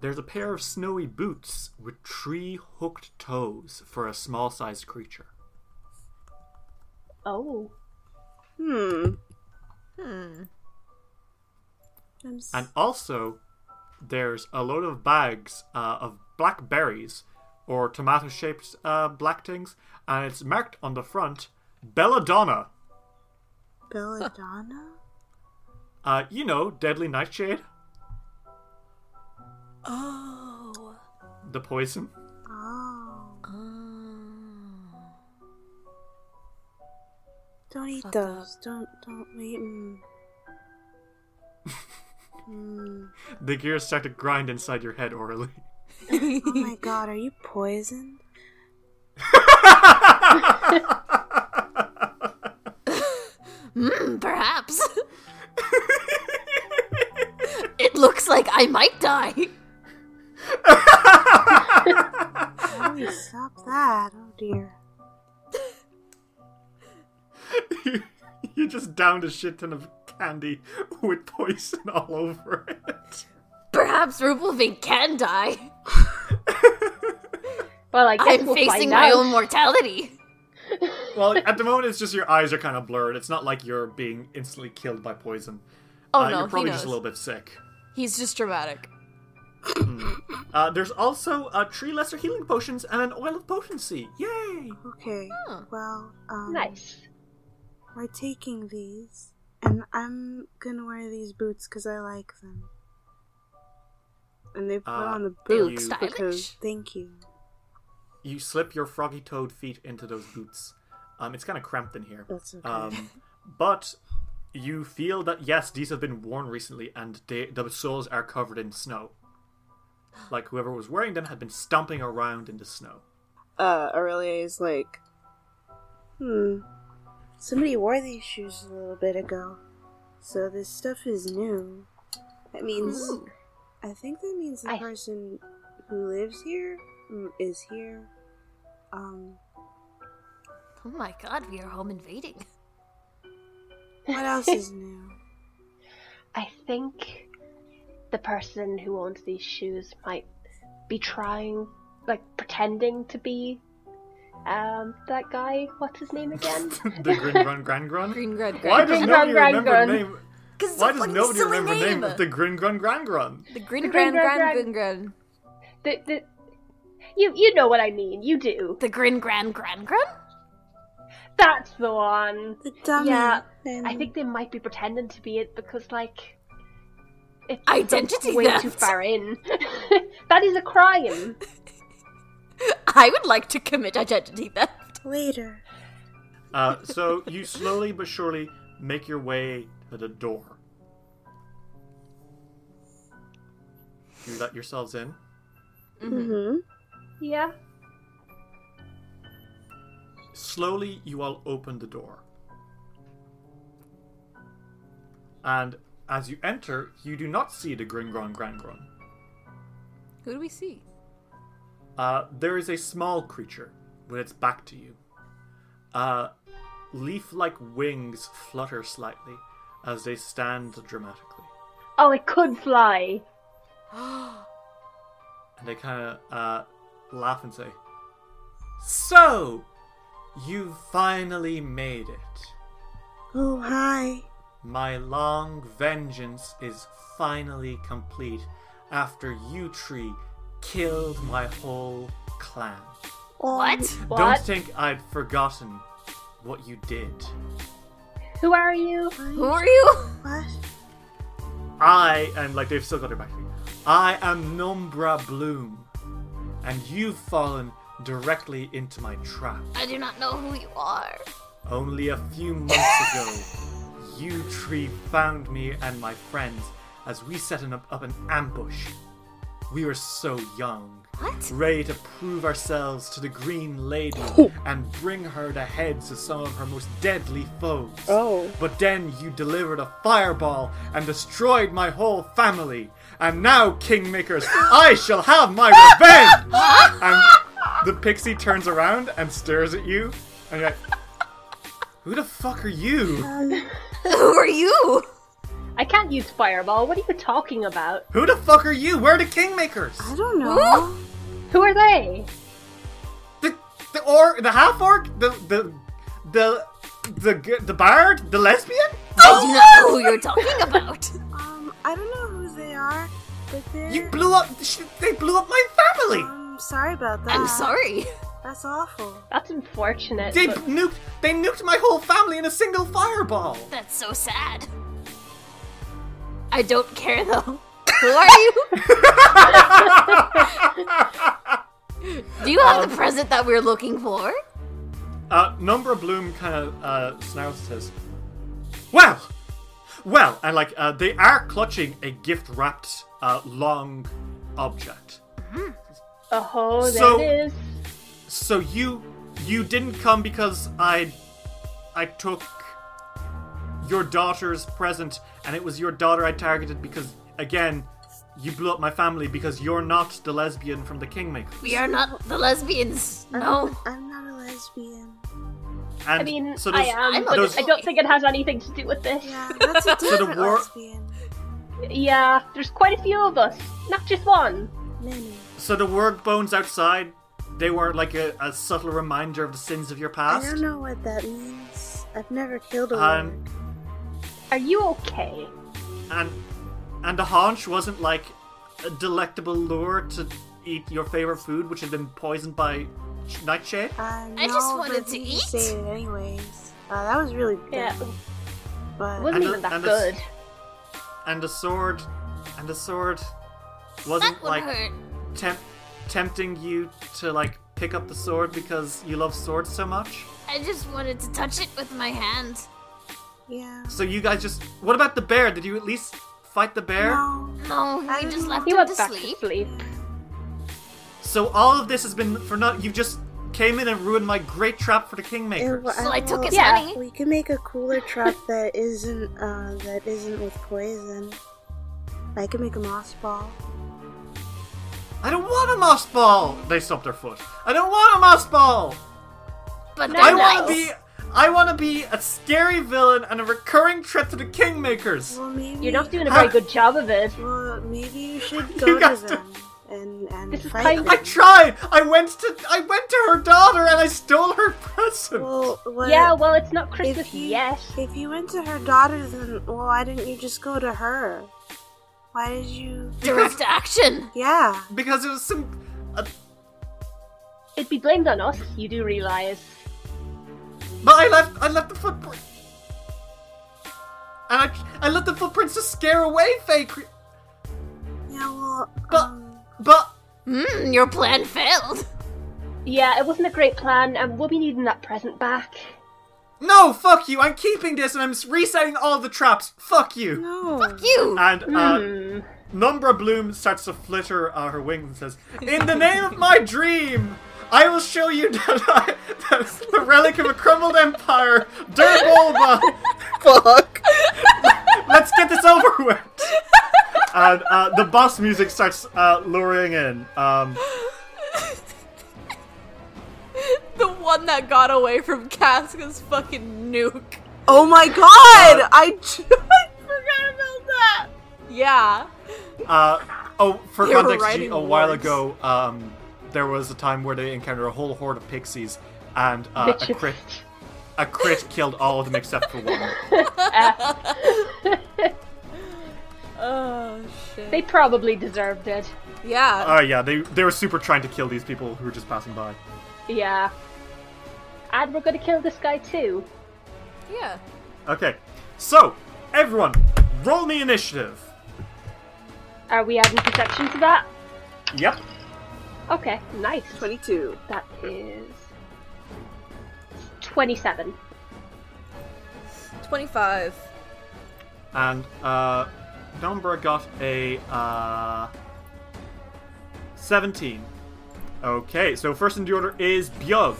[SPEAKER 8] There's a pair of snowy boots with tree hooked toes for a small sized creature.
[SPEAKER 4] Oh.
[SPEAKER 2] Hmm.
[SPEAKER 3] Hmm.
[SPEAKER 2] I'm s-
[SPEAKER 8] And also, there's a load of bags uh, of black berries or tomato shaped uh, black things, and it's marked on the front Belladonna.
[SPEAKER 2] Belladonna?
[SPEAKER 8] Uh, you know, Deadly Nightshade,
[SPEAKER 3] Oh.
[SPEAKER 8] the poison.
[SPEAKER 2] Oh.
[SPEAKER 3] Oh.
[SPEAKER 2] Don't eat
[SPEAKER 3] Fuck
[SPEAKER 2] those. Don't don't eat 'em. mm.
[SPEAKER 8] The gears start to grind inside your head orally.
[SPEAKER 2] Oh my god, are you poisoned?
[SPEAKER 5] Mm, perhaps. it looks like I might die.
[SPEAKER 2] Holy, stop that. Oh dear.
[SPEAKER 8] you, you just downed a shit ton of candy with poison all over it.
[SPEAKER 5] Perhaps Rupelvink can die.
[SPEAKER 4] Well, I guess
[SPEAKER 5] I'm
[SPEAKER 4] we'll
[SPEAKER 5] facing
[SPEAKER 4] find
[SPEAKER 5] my
[SPEAKER 4] out.
[SPEAKER 5] own mortality.
[SPEAKER 8] Well, at the moment, it's just your eyes are kind of blurred. It's not like you're being instantly killed by poison.
[SPEAKER 3] Oh
[SPEAKER 8] uh,
[SPEAKER 3] no,
[SPEAKER 8] you're probably
[SPEAKER 3] he knows.
[SPEAKER 8] just a little bit sick.
[SPEAKER 3] He's just dramatic.
[SPEAKER 8] Uh, there's also uh, three lesser healing potions and an oil of potency. Yay!
[SPEAKER 2] Okay. Well, um,
[SPEAKER 4] Nice.
[SPEAKER 2] We're taking these, and I'm gonna wear these boots because I like them. And they put
[SPEAKER 8] Uh,
[SPEAKER 2] on the
[SPEAKER 8] they look
[SPEAKER 2] boots
[SPEAKER 5] stylish.
[SPEAKER 2] because thank you.
[SPEAKER 8] You slip your froggy toed feet into those boots. Um, it's kind of cramped in here.
[SPEAKER 2] That's okay.
[SPEAKER 8] Um, but you feel that yes, these have been worn recently, and they, the soles are covered in snow. Like whoever was wearing them had been stomping around in the snow.
[SPEAKER 2] uh, Aurelia is like, hmm, somebody wore these shoes a little bit ago, so this stuff is new. That means, I think that means the
[SPEAKER 4] I-
[SPEAKER 2] person who lives here mm, is here. Um,
[SPEAKER 5] Oh my god, we are home invading.
[SPEAKER 2] what else is new?
[SPEAKER 4] I think the person who owns these shoes might be trying, like, pretending to be um, that guy. What's his name again?
[SPEAKER 8] the Grin Grun Gran Grun.
[SPEAKER 3] Green, red,
[SPEAKER 8] Why
[SPEAKER 3] green.
[SPEAKER 8] does
[SPEAKER 4] Grin
[SPEAKER 8] nobody
[SPEAKER 4] Gran
[SPEAKER 8] remember
[SPEAKER 4] Gran.
[SPEAKER 8] name?
[SPEAKER 3] Because it's
[SPEAKER 8] Why
[SPEAKER 3] a
[SPEAKER 8] does
[SPEAKER 3] fucking
[SPEAKER 8] nobody
[SPEAKER 3] silly
[SPEAKER 8] remember name
[SPEAKER 3] name.
[SPEAKER 8] of the Grin Grun Gran Grun?
[SPEAKER 3] The green,
[SPEAKER 4] The
[SPEAKER 3] grand, grand,
[SPEAKER 4] green, grand,
[SPEAKER 3] grand, green,
[SPEAKER 4] grand.
[SPEAKER 3] grand.
[SPEAKER 4] the, the, you, you know what I mean. You do.
[SPEAKER 5] The Grin Gran Gran Gran?
[SPEAKER 4] That's the one.
[SPEAKER 2] The dummy.
[SPEAKER 4] Yeah,
[SPEAKER 2] and-
[SPEAKER 4] I think they might be pretending to be it because, like, it's
[SPEAKER 5] Identity
[SPEAKER 4] way too
[SPEAKER 5] theft.
[SPEAKER 4] far in. that is a crime.
[SPEAKER 5] I would like to commit identity theft.
[SPEAKER 2] later.
[SPEAKER 8] Uh, so you slowly but surely make your way to the door. You let yourselves in.
[SPEAKER 2] Mm-hmm.
[SPEAKER 4] Yeah.
[SPEAKER 8] Slowly, you all open the door. And as you enter, you do not see the Gringron Grangron.
[SPEAKER 3] Who do we see?
[SPEAKER 8] Uh, there is a small creature with its back to you. Uh, Leaf like wings flutter slightly as they stand dramatically.
[SPEAKER 4] Oh, it could fly.
[SPEAKER 8] And they kind of uh, laugh and say, So, you finally made it.
[SPEAKER 2] Oh, hi.
[SPEAKER 8] My long vengeance is finally complete after you tree killed my whole clan.
[SPEAKER 2] Um,
[SPEAKER 5] What?
[SPEAKER 8] Don't
[SPEAKER 4] What?
[SPEAKER 8] think I'd forgotten what you did.
[SPEAKER 4] Who are you?
[SPEAKER 5] Who are you?
[SPEAKER 2] What?
[SPEAKER 8] I am like they've still got their back to me. I am Nombra Bloom, and you've fallen directly into my trap.
[SPEAKER 5] I do not know who you are.
[SPEAKER 8] Only a few months ago, you tree found me and my friends as we set an, up an ambush. We were so young,
[SPEAKER 5] What?
[SPEAKER 8] ready to prove ourselves to the Green Lady and bring her the heads of some of her most deadly foes.
[SPEAKER 2] Oh.
[SPEAKER 8] But then you delivered a fireball and destroyed my whole family. And now, Kingmakers, I shall have my revenge! and
[SPEAKER 1] the pixie turns around and stares at you, and you're like, "Who the fuck are you?
[SPEAKER 3] Who are you?
[SPEAKER 4] I can't use fireball. What are you talking about?
[SPEAKER 1] Who the fuck are you? Where are the kingmakers?
[SPEAKER 2] I don't know.
[SPEAKER 3] Ooh.
[SPEAKER 4] Who are they?
[SPEAKER 1] The the or the half orc, the the the the g- the bard, the lesbian?
[SPEAKER 3] Oh,
[SPEAKER 5] I do not know who you're talking about.
[SPEAKER 2] Um, I don't know who they are, but they're.
[SPEAKER 1] You blew up. sh- They blew up my family.
[SPEAKER 2] I'm sorry about that.
[SPEAKER 5] I'm sorry.
[SPEAKER 2] That's awful.
[SPEAKER 4] That's unfortunate.
[SPEAKER 1] They
[SPEAKER 4] but
[SPEAKER 1] nuked. They nuked my whole family in a single fireball.
[SPEAKER 5] That's so sad. I don't care though. Who are you?
[SPEAKER 3] Do you have
[SPEAKER 5] The present that we're looking for?
[SPEAKER 1] Uh, Numbra Bloom kind of uh, snouts and says, "Well, well," and like uh, they are clutching a gift-wrapped uh, long object.
[SPEAKER 4] Oh, there
[SPEAKER 1] So-
[SPEAKER 4] it is.
[SPEAKER 1] So you you didn't come because I I took your daughter's present, and it was your daughter I targeted because again you blew up my family because you're not the lesbian from the Kingmaker.
[SPEAKER 5] We are not the lesbians. No.
[SPEAKER 2] I'm not a lesbian.
[SPEAKER 1] And
[SPEAKER 4] I mean,
[SPEAKER 1] so
[SPEAKER 4] I
[SPEAKER 1] there's-
[SPEAKER 4] am,
[SPEAKER 5] I'm a
[SPEAKER 4] but
[SPEAKER 1] there's-
[SPEAKER 4] I don't think it has anything to do with this.
[SPEAKER 2] Yeah, that's a different
[SPEAKER 1] war-
[SPEAKER 2] lesbian.
[SPEAKER 4] Yeah, there's quite a few of us, not just one.
[SPEAKER 2] Many.
[SPEAKER 1] So the word bones outside, they were like a, a subtle reminder of the sins of your
[SPEAKER 2] I
[SPEAKER 1] past.
[SPEAKER 2] don't know what that means. I've never killed a
[SPEAKER 1] Um,
[SPEAKER 2] warg.
[SPEAKER 4] Are you okay?
[SPEAKER 1] and and the haunch wasn't like a delectable lure to eat your favorite food, which had been poisoned by sh- nightshade.
[SPEAKER 2] Uh, no,
[SPEAKER 5] I just
[SPEAKER 2] but
[SPEAKER 5] wanted to
[SPEAKER 2] you
[SPEAKER 5] eat.
[SPEAKER 2] Say it anyways. Uh, that was really good.
[SPEAKER 4] Yeah,
[SPEAKER 2] But
[SPEAKER 4] wasn't
[SPEAKER 1] And
[SPEAKER 4] even
[SPEAKER 1] the-
[SPEAKER 4] that
[SPEAKER 1] and the-
[SPEAKER 4] good.
[SPEAKER 1] And the sword, and the sword, wasn't
[SPEAKER 5] That would
[SPEAKER 1] like
[SPEAKER 5] hurt.
[SPEAKER 1] temp- tempting you to like pick up the sword because you love swords so much.
[SPEAKER 5] I just wanted to touch it with my hand.
[SPEAKER 2] yeah.
[SPEAKER 1] So you guys just. What about the bear? Did you at least fight the bear?
[SPEAKER 2] No.
[SPEAKER 5] No,
[SPEAKER 2] I
[SPEAKER 5] we just
[SPEAKER 2] didn't-
[SPEAKER 5] left
[SPEAKER 4] He
[SPEAKER 5] him
[SPEAKER 4] went
[SPEAKER 5] to
[SPEAKER 4] back
[SPEAKER 5] sleep.
[SPEAKER 4] to sleep.
[SPEAKER 1] So all of this has been for not. You've just came in and ruined my great trap for the kingmakers.
[SPEAKER 2] It-
[SPEAKER 5] So I took
[SPEAKER 2] will-
[SPEAKER 5] his
[SPEAKER 4] Yeah.
[SPEAKER 5] money.
[SPEAKER 2] We can make a cooler trap that isn't uh, that isn't with poison. I can make a moss ball.
[SPEAKER 1] I don't want a moss ball. They stomped their foot. I don't want a moss ball.
[SPEAKER 5] But
[SPEAKER 1] I
[SPEAKER 5] they're
[SPEAKER 1] want to
[SPEAKER 5] nice.
[SPEAKER 1] be. I want to be a scary villain and a recurring threat to the kingmakers.
[SPEAKER 2] Well, maybe
[SPEAKER 4] You're not doing a very good job of it.
[SPEAKER 2] Well, maybe you should
[SPEAKER 1] You
[SPEAKER 2] go
[SPEAKER 1] guys
[SPEAKER 2] to
[SPEAKER 1] do-
[SPEAKER 2] them and and
[SPEAKER 4] This is
[SPEAKER 2] fight
[SPEAKER 4] kind of-
[SPEAKER 1] I
[SPEAKER 2] them.
[SPEAKER 1] tried. I went to. I went to her daughter and I stole her present.
[SPEAKER 2] Well, what,
[SPEAKER 4] Yeah, well, it's not Christmas
[SPEAKER 2] if you
[SPEAKER 4] yet.
[SPEAKER 2] if you went to her daughter, then well, why didn't you just go to her? Why did you?
[SPEAKER 5] direct action.
[SPEAKER 2] Yeah.
[SPEAKER 1] because it was some. Uh,
[SPEAKER 4] It'd be blamed on us, you do realize.
[SPEAKER 1] but I left. I left the footprint. And I, I left the footprints to scare away fake. cre-
[SPEAKER 2] Yeah. Well.
[SPEAKER 1] But-
[SPEAKER 2] um,
[SPEAKER 1] But
[SPEAKER 5] Mm, your plan failed.
[SPEAKER 4] Yeah, it wasn't a great plan, and we'll be needing that present back.
[SPEAKER 1] no, fuck you. I'm keeping this and I'm s- resetting all the traps. Fuck you.
[SPEAKER 2] no.
[SPEAKER 5] You.
[SPEAKER 1] And uh,
[SPEAKER 4] Hmm.
[SPEAKER 1] Numbra Bloom starts to flitter uh, her wings and says, In the name of my dream, I will show you that, I, that the relic of a crumbled empire, Durbolba,
[SPEAKER 2] Fuck.
[SPEAKER 1] let's get this over with. And uh, the boss music starts uh, luring in. Um,
[SPEAKER 3] The one that got away from Casca's fucking nuke.
[SPEAKER 2] Oh my god! I just forgot about that.
[SPEAKER 3] Yeah.
[SPEAKER 1] uh, oh, for
[SPEAKER 3] They were
[SPEAKER 1] context, G,
[SPEAKER 3] writing
[SPEAKER 1] a while
[SPEAKER 3] words.
[SPEAKER 1] ago, um, there was a time where they encountered a whole horde of pixies, and uh, a
[SPEAKER 4] Bitches.
[SPEAKER 1] crit, a crit killed all of them except for one.
[SPEAKER 3] Oh shit.
[SPEAKER 4] They probably deserved it.
[SPEAKER 3] yeah.
[SPEAKER 1] Oh yeah, they they were super trying to kill these people who were just passing by.
[SPEAKER 4] Yeah. And we're gonna kill this guy too.
[SPEAKER 3] yeah.
[SPEAKER 1] Okay, so everyone, roll me initiative.
[SPEAKER 4] Are we adding perception to that?
[SPEAKER 1] Yep.
[SPEAKER 4] Okay, nice. 20.
[SPEAKER 2] Twenty-two.
[SPEAKER 4] That is. 27.
[SPEAKER 3] 25.
[SPEAKER 1] And uh, Nombra got a uh, seventeen. Okay, so first in the order is Bjug.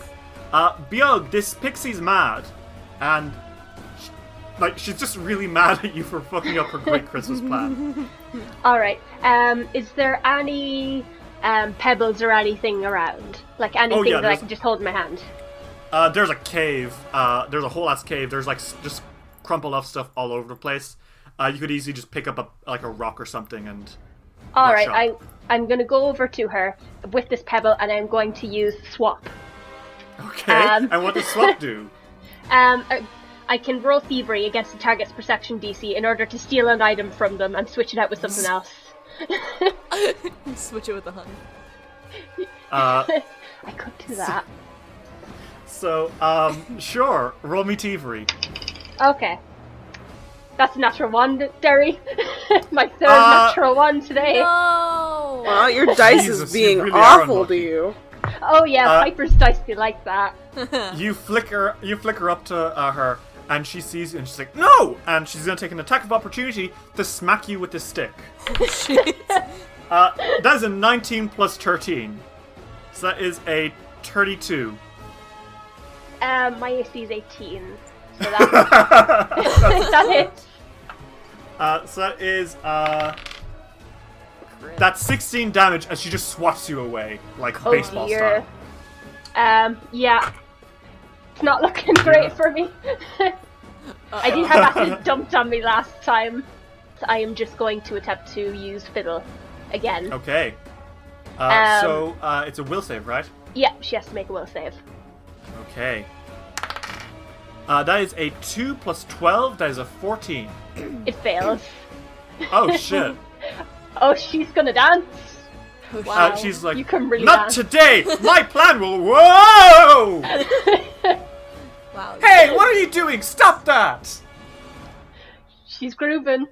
[SPEAKER 1] Uh, Bjug, this pixie's mad, and sh- like she's just really mad at you for fucking up her great Christmas plan.
[SPEAKER 4] Alright, um, is there any um, pebbles or anything around. Like anything
[SPEAKER 8] Oh, yeah,
[SPEAKER 4] that I
[SPEAKER 8] there's-
[SPEAKER 4] can just hold in my hand.
[SPEAKER 8] Uh, there's a cave. Uh, there's a whole ass cave. There's like s- just crumpled up stuff all over the place. Uh, you could easily just pick up a like a rock or something and
[SPEAKER 4] All
[SPEAKER 8] Not
[SPEAKER 4] right,
[SPEAKER 8] sure.
[SPEAKER 4] I'm I'm gonna go over to her with this pebble, and I'm going to use swap.
[SPEAKER 8] okay.
[SPEAKER 4] Um.
[SPEAKER 8] And what does Swap do?
[SPEAKER 4] Um, I, I can roll thievery against the target's perception DC in order to steal an item from them and switch it out with something else.
[SPEAKER 3] Switch it with the honey.
[SPEAKER 8] Uh,
[SPEAKER 4] I could do that.
[SPEAKER 8] so um, sure, roll me thievery.
[SPEAKER 4] Okay. That's a natural one, Derry. My third
[SPEAKER 8] Uh,
[SPEAKER 4] natural one today.
[SPEAKER 3] No.
[SPEAKER 2] Wow, your dice
[SPEAKER 8] Jesus,
[SPEAKER 2] is
[SPEAKER 8] you
[SPEAKER 2] being
[SPEAKER 8] really are
[SPEAKER 2] awful to
[SPEAKER 8] unlucky.
[SPEAKER 2] you.
[SPEAKER 4] Oh yeah,
[SPEAKER 8] uh,
[SPEAKER 4] Piper's dice be like that.
[SPEAKER 8] You flicker, you flicker up to uh, her, and she sees you, and she's like, "No!" And she's gonna take an attack of opportunity to smack you with this stick. uh, that is a 19 plus 13, so that is a 32.
[SPEAKER 4] Um, my AC is 18, so that that hits.
[SPEAKER 8] Uh, so that is uh, that's 16 damage as she just swats you away like
[SPEAKER 4] Oh
[SPEAKER 8] baseball
[SPEAKER 4] dear.
[SPEAKER 8] style.
[SPEAKER 4] Um, yeah. It's not looking great for me. I did have acid dumped on me last time. So I am just going to attempt to use fiddle again.
[SPEAKER 8] Okay. Uh,
[SPEAKER 4] Um,
[SPEAKER 8] so uh, it's a will save, right?
[SPEAKER 4] Yeah, she has to make a will save.
[SPEAKER 8] Okay. Uh, that is a 2 plus 12. That is a 14.
[SPEAKER 4] It fails.
[SPEAKER 8] Oh shit!
[SPEAKER 4] Oh, she's gonna dance.
[SPEAKER 8] Uh, she's like,
[SPEAKER 4] You can really
[SPEAKER 8] not
[SPEAKER 4] dance.
[SPEAKER 8] today. My plan will. Whoa!
[SPEAKER 3] Wow.
[SPEAKER 8] hey, what are you doing? Stop that!
[SPEAKER 4] She's grooving.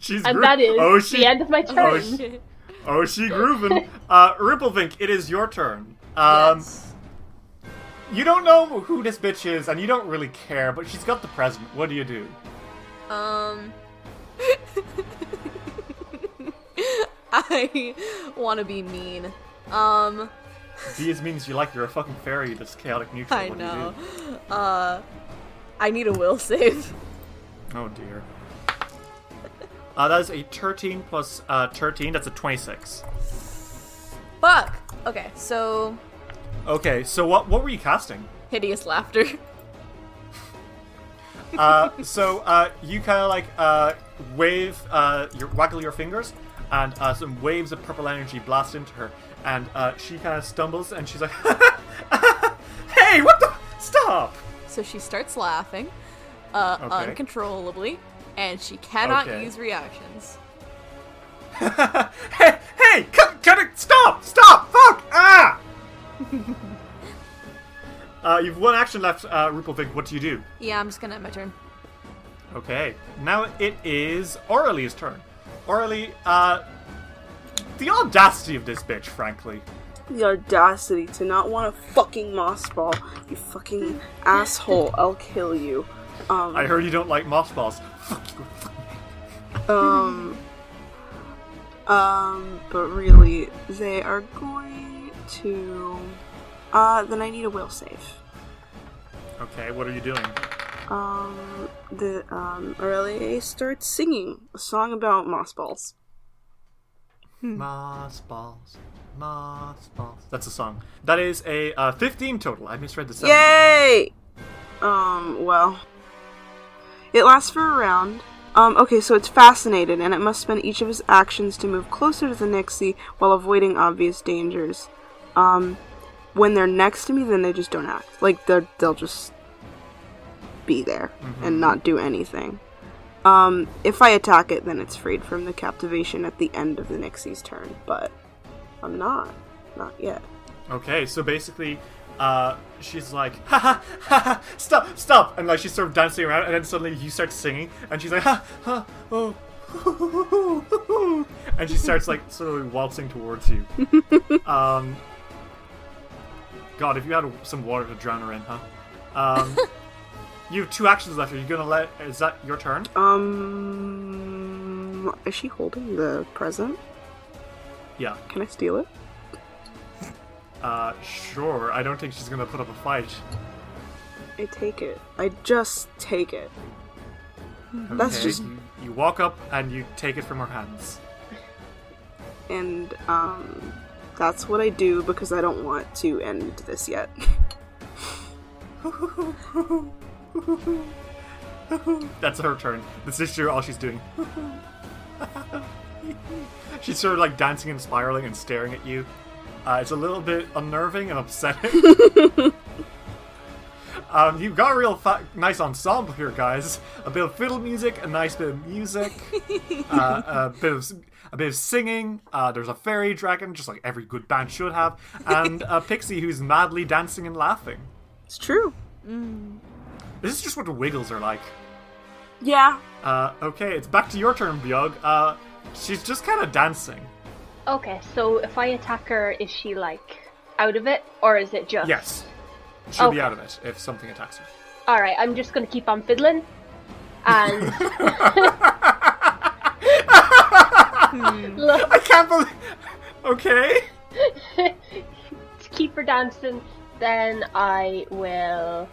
[SPEAKER 8] She's
[SPEAKER 4] And
[SPEAKER 8] groo-
[SPEAKER 4] that is
[SPEAKER 8] oh, she,
[SPEAKER 4] the end of my turn.
[SPEAKER 8] Oh, she, oh, she grooving. uh, Ripplevink, it is your turn. Um,
[SPEAKER 3] Yes.
[SPEAKER 8] You don't know who this bitch is, and you don't really care, but she's got the present. What do you do?
[SPEAKER 3] Um. I want to be mean. Um.
[SPEAKER 8] These means you like you're a fucking fairy. This chaotic neutral.
[SPEAKER 3] I
[SPEAKER 8] what
[SPEAKER 3] know.
[SPEAKER 8] Do
[SPEAKER 3] Uh. I need a will save.
[SPEAKER 8] you do? Oh dear. Uh, that is a 13 plus uh, 13. That's a 26.
[SPEAKER 3] Fuck. Okay. So
[SPEAKER 8] Okay, so what what were you casting?
[SPEAKER 3] hideous laughter.
[SPEAKER 8] Uh, so uh, you kind of like uh, wave, uh, your, waggle your fingers, and uh, some waves of purple energy blast into her, and uh, she kind of stumbles, and she's like, "Hey, what the? Stop!"
[SPEAKER 3] So she starts laughing, uh,
[SPEAKER 8] Okay.
[SPEAKER 3] uncontrollably, and she cannot
[SPEAKER 8] Okay.
[SPEAKER 3] use reactions.
[SPEAKER 8] hey, hey, cut, cut it! Stop! Stop! Fuck! Ah! uh, you've one action left, uh, Rupelvig. What do you do?
[SPEAKER 3] Yeah, I'm just gonna end my turn.
[SPEAKER 8] Okay, now it is Aurelie's turn. Aurelie, uh, the audacity of this bitch, frankly.
[SPEAKER 2] The audacity to not want a fucking moss ball. You fucking asshole. I'll kill you. Um,
[SPEAKER 8] I heard you don't like moss balls. Fuck you.
[SPEAKER 2] Um, um, but really, they are going to. Uh, then I need a will save.
[SPEAKER 8] Okay, what are you doing?
[SPEAKER 2] Um, the um, Aurelia starts singing a song about moss balls.
[SPEAKER 8] Hmm. Moss balls, moss balls. That's a song. That is a uh, 15 total. I misread the sound.
[SPEAKER 2] Yay! Um, well, it lasts for a round. Um, okay, so it's fascinated, and it must spend each of his actions to move closer to the Nixie while avoiding obvious dangers. Um, when they're next to me, then they just don't act. Like, they're, they'll just be there and not do anything. Um, if I attack it, then it's freed from the captivation at the end of the Nixie's turn, but I'm not. Not yet.
[SPEAKER 8] Okay, so basically, uh, she's like, ha ha, ha ha, stop, stop, and like she's sort of dancing around, and then suddenly you start singing, and she's like, ha ha, oh, hoo, hoo, hoo, hoo, hoo," and she starts like sort of waltzing towards you. um, God, if you had some water to drown her in, huh? Um, you have two actions left. Are you gonna let? Is that your turn?
[SPEAKER 2] Um, is she holding the present?
[SPEAKER 8] Yeah.
[SPEAKER 2] Can I steal it?
[SPEAKER 8] Uh, sure. I don't think she's gonna put up a fight.
[SPEAKER 2] I take it. I just take it. That's
[SPEAKER 8] Okay,
[SPEAKER 2] just
[SPEAKER 8] you, you walk up and you take it from her hands.
[SPEAKER 2] and um, that's what I do because I don't want to end this yet.
[SPEAKER 1] That's her turn. This is sure all she's doing. she's sort of like dancing and spiraling and staring at you. Uh, it's a little bit unnerving and upsetting. um, you've got a real fa- nice ensemble here, guys. A bit of fiddle music, a nice bit of music, uh, a bit of s- a bit of singing. Uh, there's a fairy dragon, just like every good band should have, and a pixie who's madly dancing and laughing.
[SPEAKER 2] it's true.
[SPEAKER 1] This is just what the Wiggles are like.
[SPEAKER 2] Yeah.
[SPEAKER 1] Uh, okay, it's back to your turn, Bjog. Uh, she's just kind of dancing.
[SPEAKER 4] Okay, so if I attack her, is she like out of it, or is it just?
[SPEAKER 1] Yes. She'll be
[SPEAKER 4] Okay.
[SPEAKER 1] out of it if something attacks her.
[SPEAKER 4] All right, I'm just gonna keep on fiddling, and look,
[SPEAKER 1] I can't believe. Okay.
[SPEAKER 4] to keep her dancing. Then I will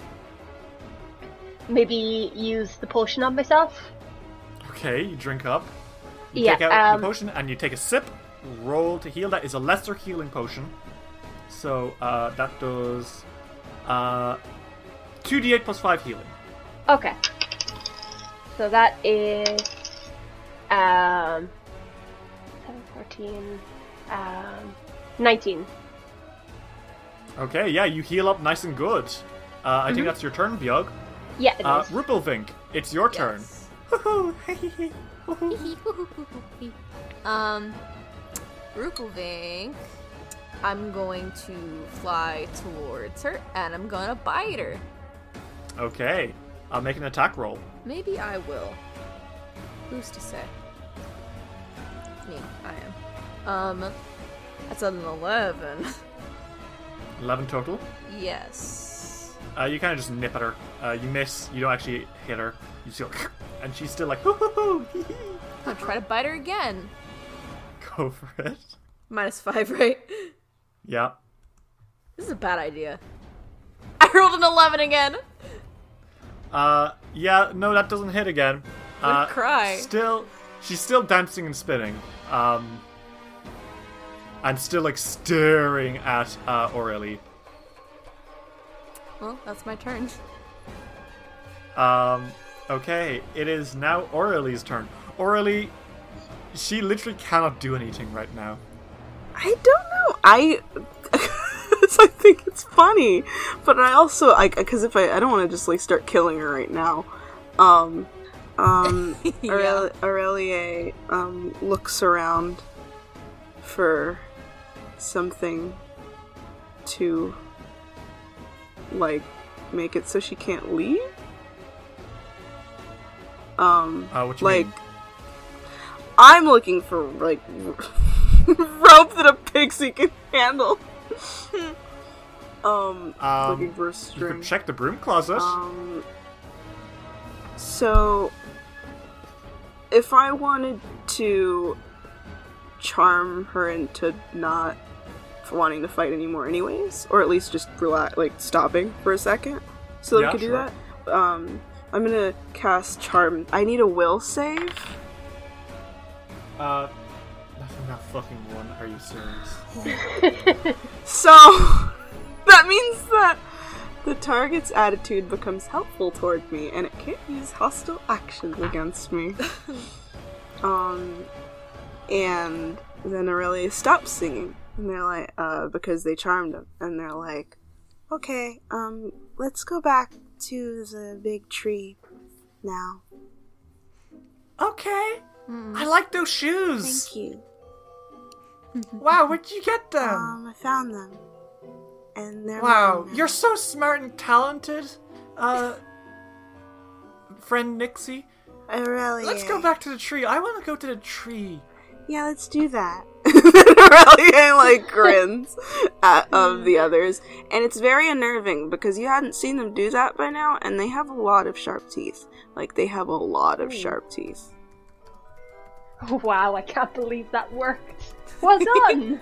[SPEAKER 4] maybe use the potion on myself.
[SPEAKER 1] Okay, you drink up. You
[SPEAKER 4] yeah.
[SPEAKER 1] take out
[SPEAKER 4] um,
[SPEAKER 1] the potion and you take a sip. Roll to heal. That is a lesser healing potion. So uh, that does uh, 2d8 plus 5 healing.
[SPEAKER 4] Okay. So that is um 7, 14, um 19.
[SPEAKER 1] Okay, yeah, you heal up nice and good. Uh, I think that's your turn, Bjog.
[SPEAKER 4] Yeah, it is.
[SPEAKER 1] Uh, Rupelvink, it's your turn.
[SPEAKER 3] um, Rupelvink, I'm going to fly towards her and I'm gonna bite her.
[SPEAKER 1] Okay, I'll make an attack roll.
[SPEAKER 3] Maybe I will. Who's to say? Me, I am. Um, that's an 11.
[SPEAKER 1] 11 total.
[SPEAKER 3] yes.
[SPEAKER 1] Uh, you kind of just nip at her. Uh, you miss. You don't actually hit her. You just go, and she's still like, hoo hoo hoo. hee, hee."
[SPEAKER 3] I'm gonna try to bite her again.
[SPEAKER 1] Go for it.
[SPEAKER 3] Minus five, right?
[SPEAKER 1] Yeah.
[SPEAKER 3] This is a bad idea. I rolled an 11 again.
[SPEAKER 1] Uh, yeah. No, that doesn't hit again. Uh,
[SPEAKER 3] cry.
[SPEAKER 1] Still, she's still dancing and spinning. Um, and still like staring at uh, Aurelie.
[SPEAKER 3] Well, that's my turn.
[SPEAKER 1] Um, okay, it is now Aurelie's turn. Aurelie, she literally cannot do anything right now.
[SPEAKER 2] I don't know. I I think it's funny, but I also like because if I I don't want to just like start killing her right now. Um, um, Aurel- Aurelie um looks around for something to like make it so she can't leave. Um,
[SPEAKER 1] Uh, what you
[SPEAKER 2] like
[SPEAKER 1] mean?
[SPEAKER 2] I'm looking for like rope that a pixie can handle. um,
[SPEAKER 1] Um,
[SPEAKER 2] looking for
[SPEAKER 1] You
[SPEAKER 2] a
[SPEAKER 1] could
[SPEAKER 2] string.
[SPEAKER 1] check the broom closet.
[SPEAKER 2] Um, so if I wanted to charm her into not wanting to fight anymore, anyways, or at least just relax, like stopping for a second, so that
[SPEAKER 1] Yeah,
[SPEAKER 2] we could
[SPEAKER 1] sure.
[SPEAKER 2] do that. Um, I'm gonna cast charm. I need a will save.
[SPEAKER 1] Uh, that's not fucking one. Are you serious?
[SPEAKER 2] So that means that the target's attitude becomes helpful toward me and it can't use hostile actions against me. um and then Aurelia stops singing and they're like uh because they charmed him and they're like okay, um let's go back to the big tree now.
[SPEAKER 1] Okay. I like those shoes.
[SPEAKER 2] Hmm. Thank you.
[SPEAKER 1] Wow, where'd you get them?
[SPEAKER 2] Um I found them. And they're
[SPEAKER 1] Oh. wow,
[SPEAKER 2] mine now.
[SPEAKER 1] you're so smart and talented. Uh, friend Nixie,
[SPEAKER 2] Aurelia.
[SPEAKER 1] let's go back to the tree. I want to go to the tree.
[SPEAKER 2] Yeah, let's do that. Aurelia like grins at of the others, and it's very unnerving because you hadn't seen them do that by now, and they have a lot of sharp teeth. Like they have a lot of sharp teeth.
[SPEAKER 4] Wow, I can't believe that worked. Well done.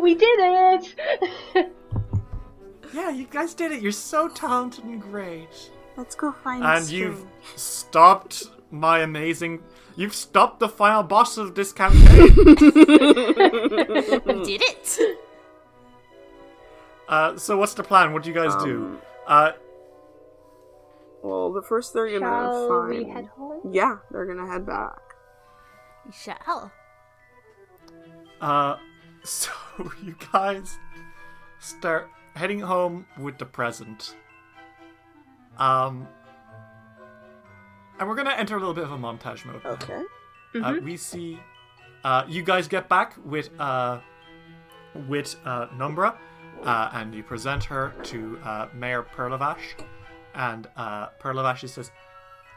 [SPEAKER 4] we did it.
[SPEAKER 1] Yeah, you guys did it. You're so talented and great.
[SPEAKER 2] Let's go find.
[SPEAKER 1] And
[SPEAKER 2] the
[SPEAKER 1] you've
[SPEAKER 2] string.
[SPEAKER 1] stopped
[SPEAKER 8] my amazing. You've stopped the final boss of this campaign.
[SPEAKER 5] Did it?
[SPEAKER 8] uh, so what's the plan? What do you guys
[SPEAKER 1] Um,
[SPEAKER 8] do? Uh,
[SPEAKER 2] Well, the first they're gonna
[SPEAKER 4] Shall we
[SPEAKER 2] find.
[SPEAKER 4] head home?
[SPEAKER 2] Yeah, they're gonna head back.
[SPEAKER 5] You shall.
[SPEAKER 8] uh, so you guys start heading home with the present. Um, and we're gonna enter a little bit of a montage mode.
[SPEAKER 2] Okay.
[SPEAKER 8] Uh, we see uh, you guys get back with uh, with uh, Numbra, uh, and you present her to uh, Mayor Perlavash, and uh, Perlavash says,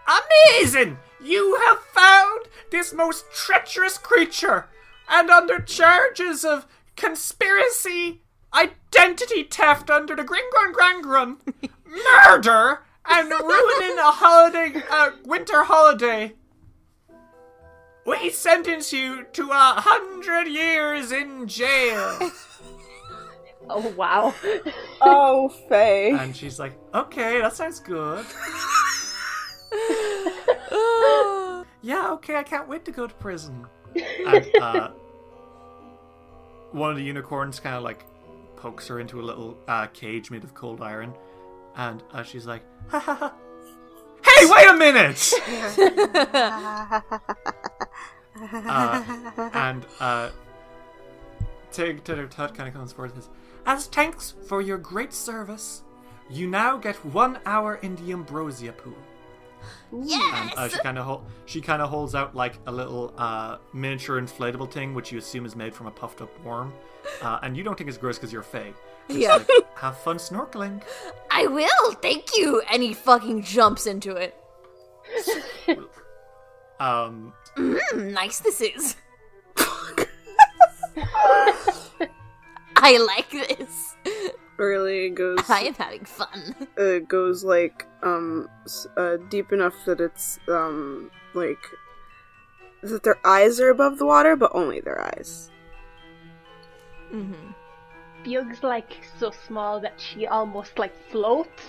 [SPEAKER 8] "Amazing! You have found this most treacherous creature, and under charges of conspiracy." Identity theft under the Gringrun Grangrun, murder, and ruining a holiday, uh, winter holiday. We sentence you to a hundred years in jail.
[SPEAKER 4] Oh wow.
[SPEAKER 2] Oh, Faye.
[SPEAKER 8] and she's like, okay, that sounds good. yeah, okay, I can't wait to go to prison. And, uh, one of the unicorns kind of like pokes her into a little uh, cage made of cold iron. And uh, she's like, ha ha ha. Hey, wait a minute! uh, and uh, Tig Titter Tut kind of comes forward and says, As thanks for your great service, you now get one hour in the Ambrosia pool. And uh,
[SPEAKER 5] Yes.
[SPEAKER 8] she kind of hol- she kind of holds out like a little uh, miniature inflatable thing, which you assume is made from a puffed up worm, uh, and you don't think it's gross because you're fey. Just
[SPEAKER 3] Yeah.
[SPEAKER 8] like, have fun snorkeling.
[SPEAKER 5] I will. Thank you. And he fucking jumps into it.
[SPEAKER 8] Um,
[SPEAKER 5] Mm, nice this is. I like this.
[SPEAKER 2] Really goes
[SPEAKER 5] I am having fun.
[SPEAKER 2] uh, goes like um s- uh, deep enough that it's um like that their eyes are above the water, but only their eyes.
[SPEAKER 3] Mm-hmm.
[SPEAKER 4] Bug's like so small that she almost like floats.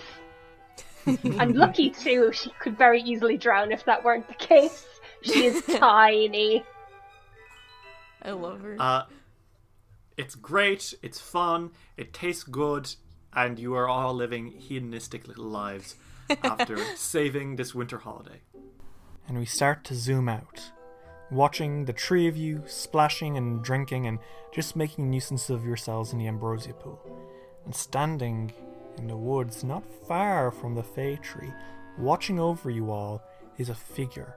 [SPEAKER 4] and lucky too, she could very easily drown if that weren't the case. She is tiny.
[SPEAKER 3] I love her.
[SPEAKER 8] Uh, it's great, it's fun, it tastes good, and you are all living hedonistic little lives after saving this winter holiday.
[SPEAKER 9] and we start to zoom out, watching the three of you splashing and drinking and just making nuisance of yourselves in the ambrosia pool. And standing in the woods, not far from the fay tree, watching over you all, is a figure.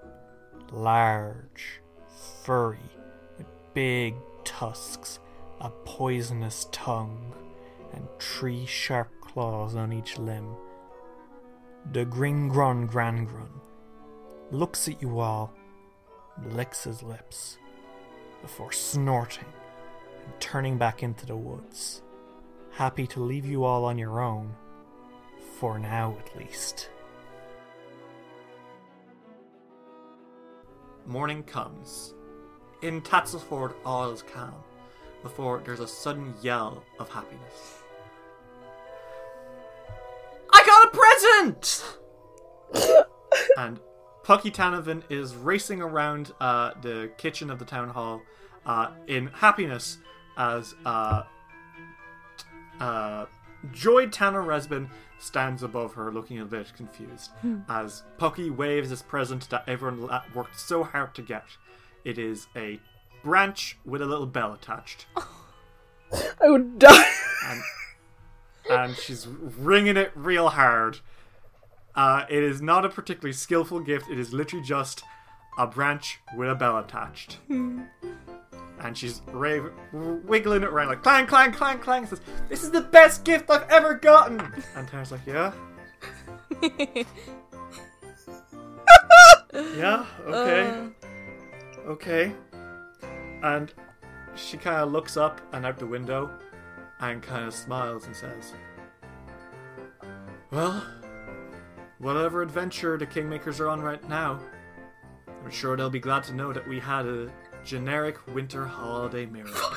[SPEAKER 9] Large, furry, with big tusks, a poisonous tongue, and three sharp claws on each limb. The Gringron Grangrun looks at you all, licks his lips, before snorting and turning back into the woods, happy to leave you all on your own, for now at least.
[SPEAKER 8] Morning comes. In Tatzelford, all is calm, before there's a sudden yell of happiness. I got a present! and Pucky Tanovan is racing around uh, the kitchen of the town hall uh, in happiness as uh, uh, Joy Tanner Resbin stands above her, looking a bit confused, as Pucky waves his present that everyone la- worked so hard to get. It is a branch with a little bell attached,
[SPEAKER 2] I would die.
[SPEAKER 8] and, and she's ringing it real hard. Uh, it is not a particularly skillful gift. It is literally just a branch with a bell attached. And she's ra- wiggling it around like clang, clang, clang, clang. Says, "This is the best gift I've ever gotten." And Tanner's like, "Yeah, yeah, okay, okay." And she kind of looks up and out the window, and kind of smiles and says, "Well, whatever adventure the Kingmakers are on right now, I'm sure they'll be glad to know that we had a generic winter holiday miracle.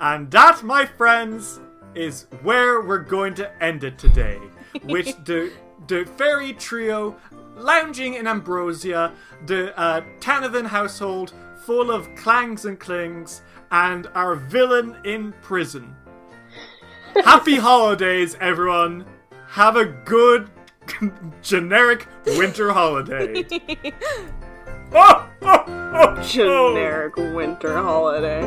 [SPEAKER 8] and that, my friends, is where we're going to end it today. Which the
[SPEAKER 9] the fairy trio lounging in Ambrosia, the uh, Tanathan household full of clangs and clings, and our villain in prison. Happy holidays, everyone! Have a good generic winter holiday. Oh, oh, oh, oh.
[SPEAKER 2] Generic winter holiday.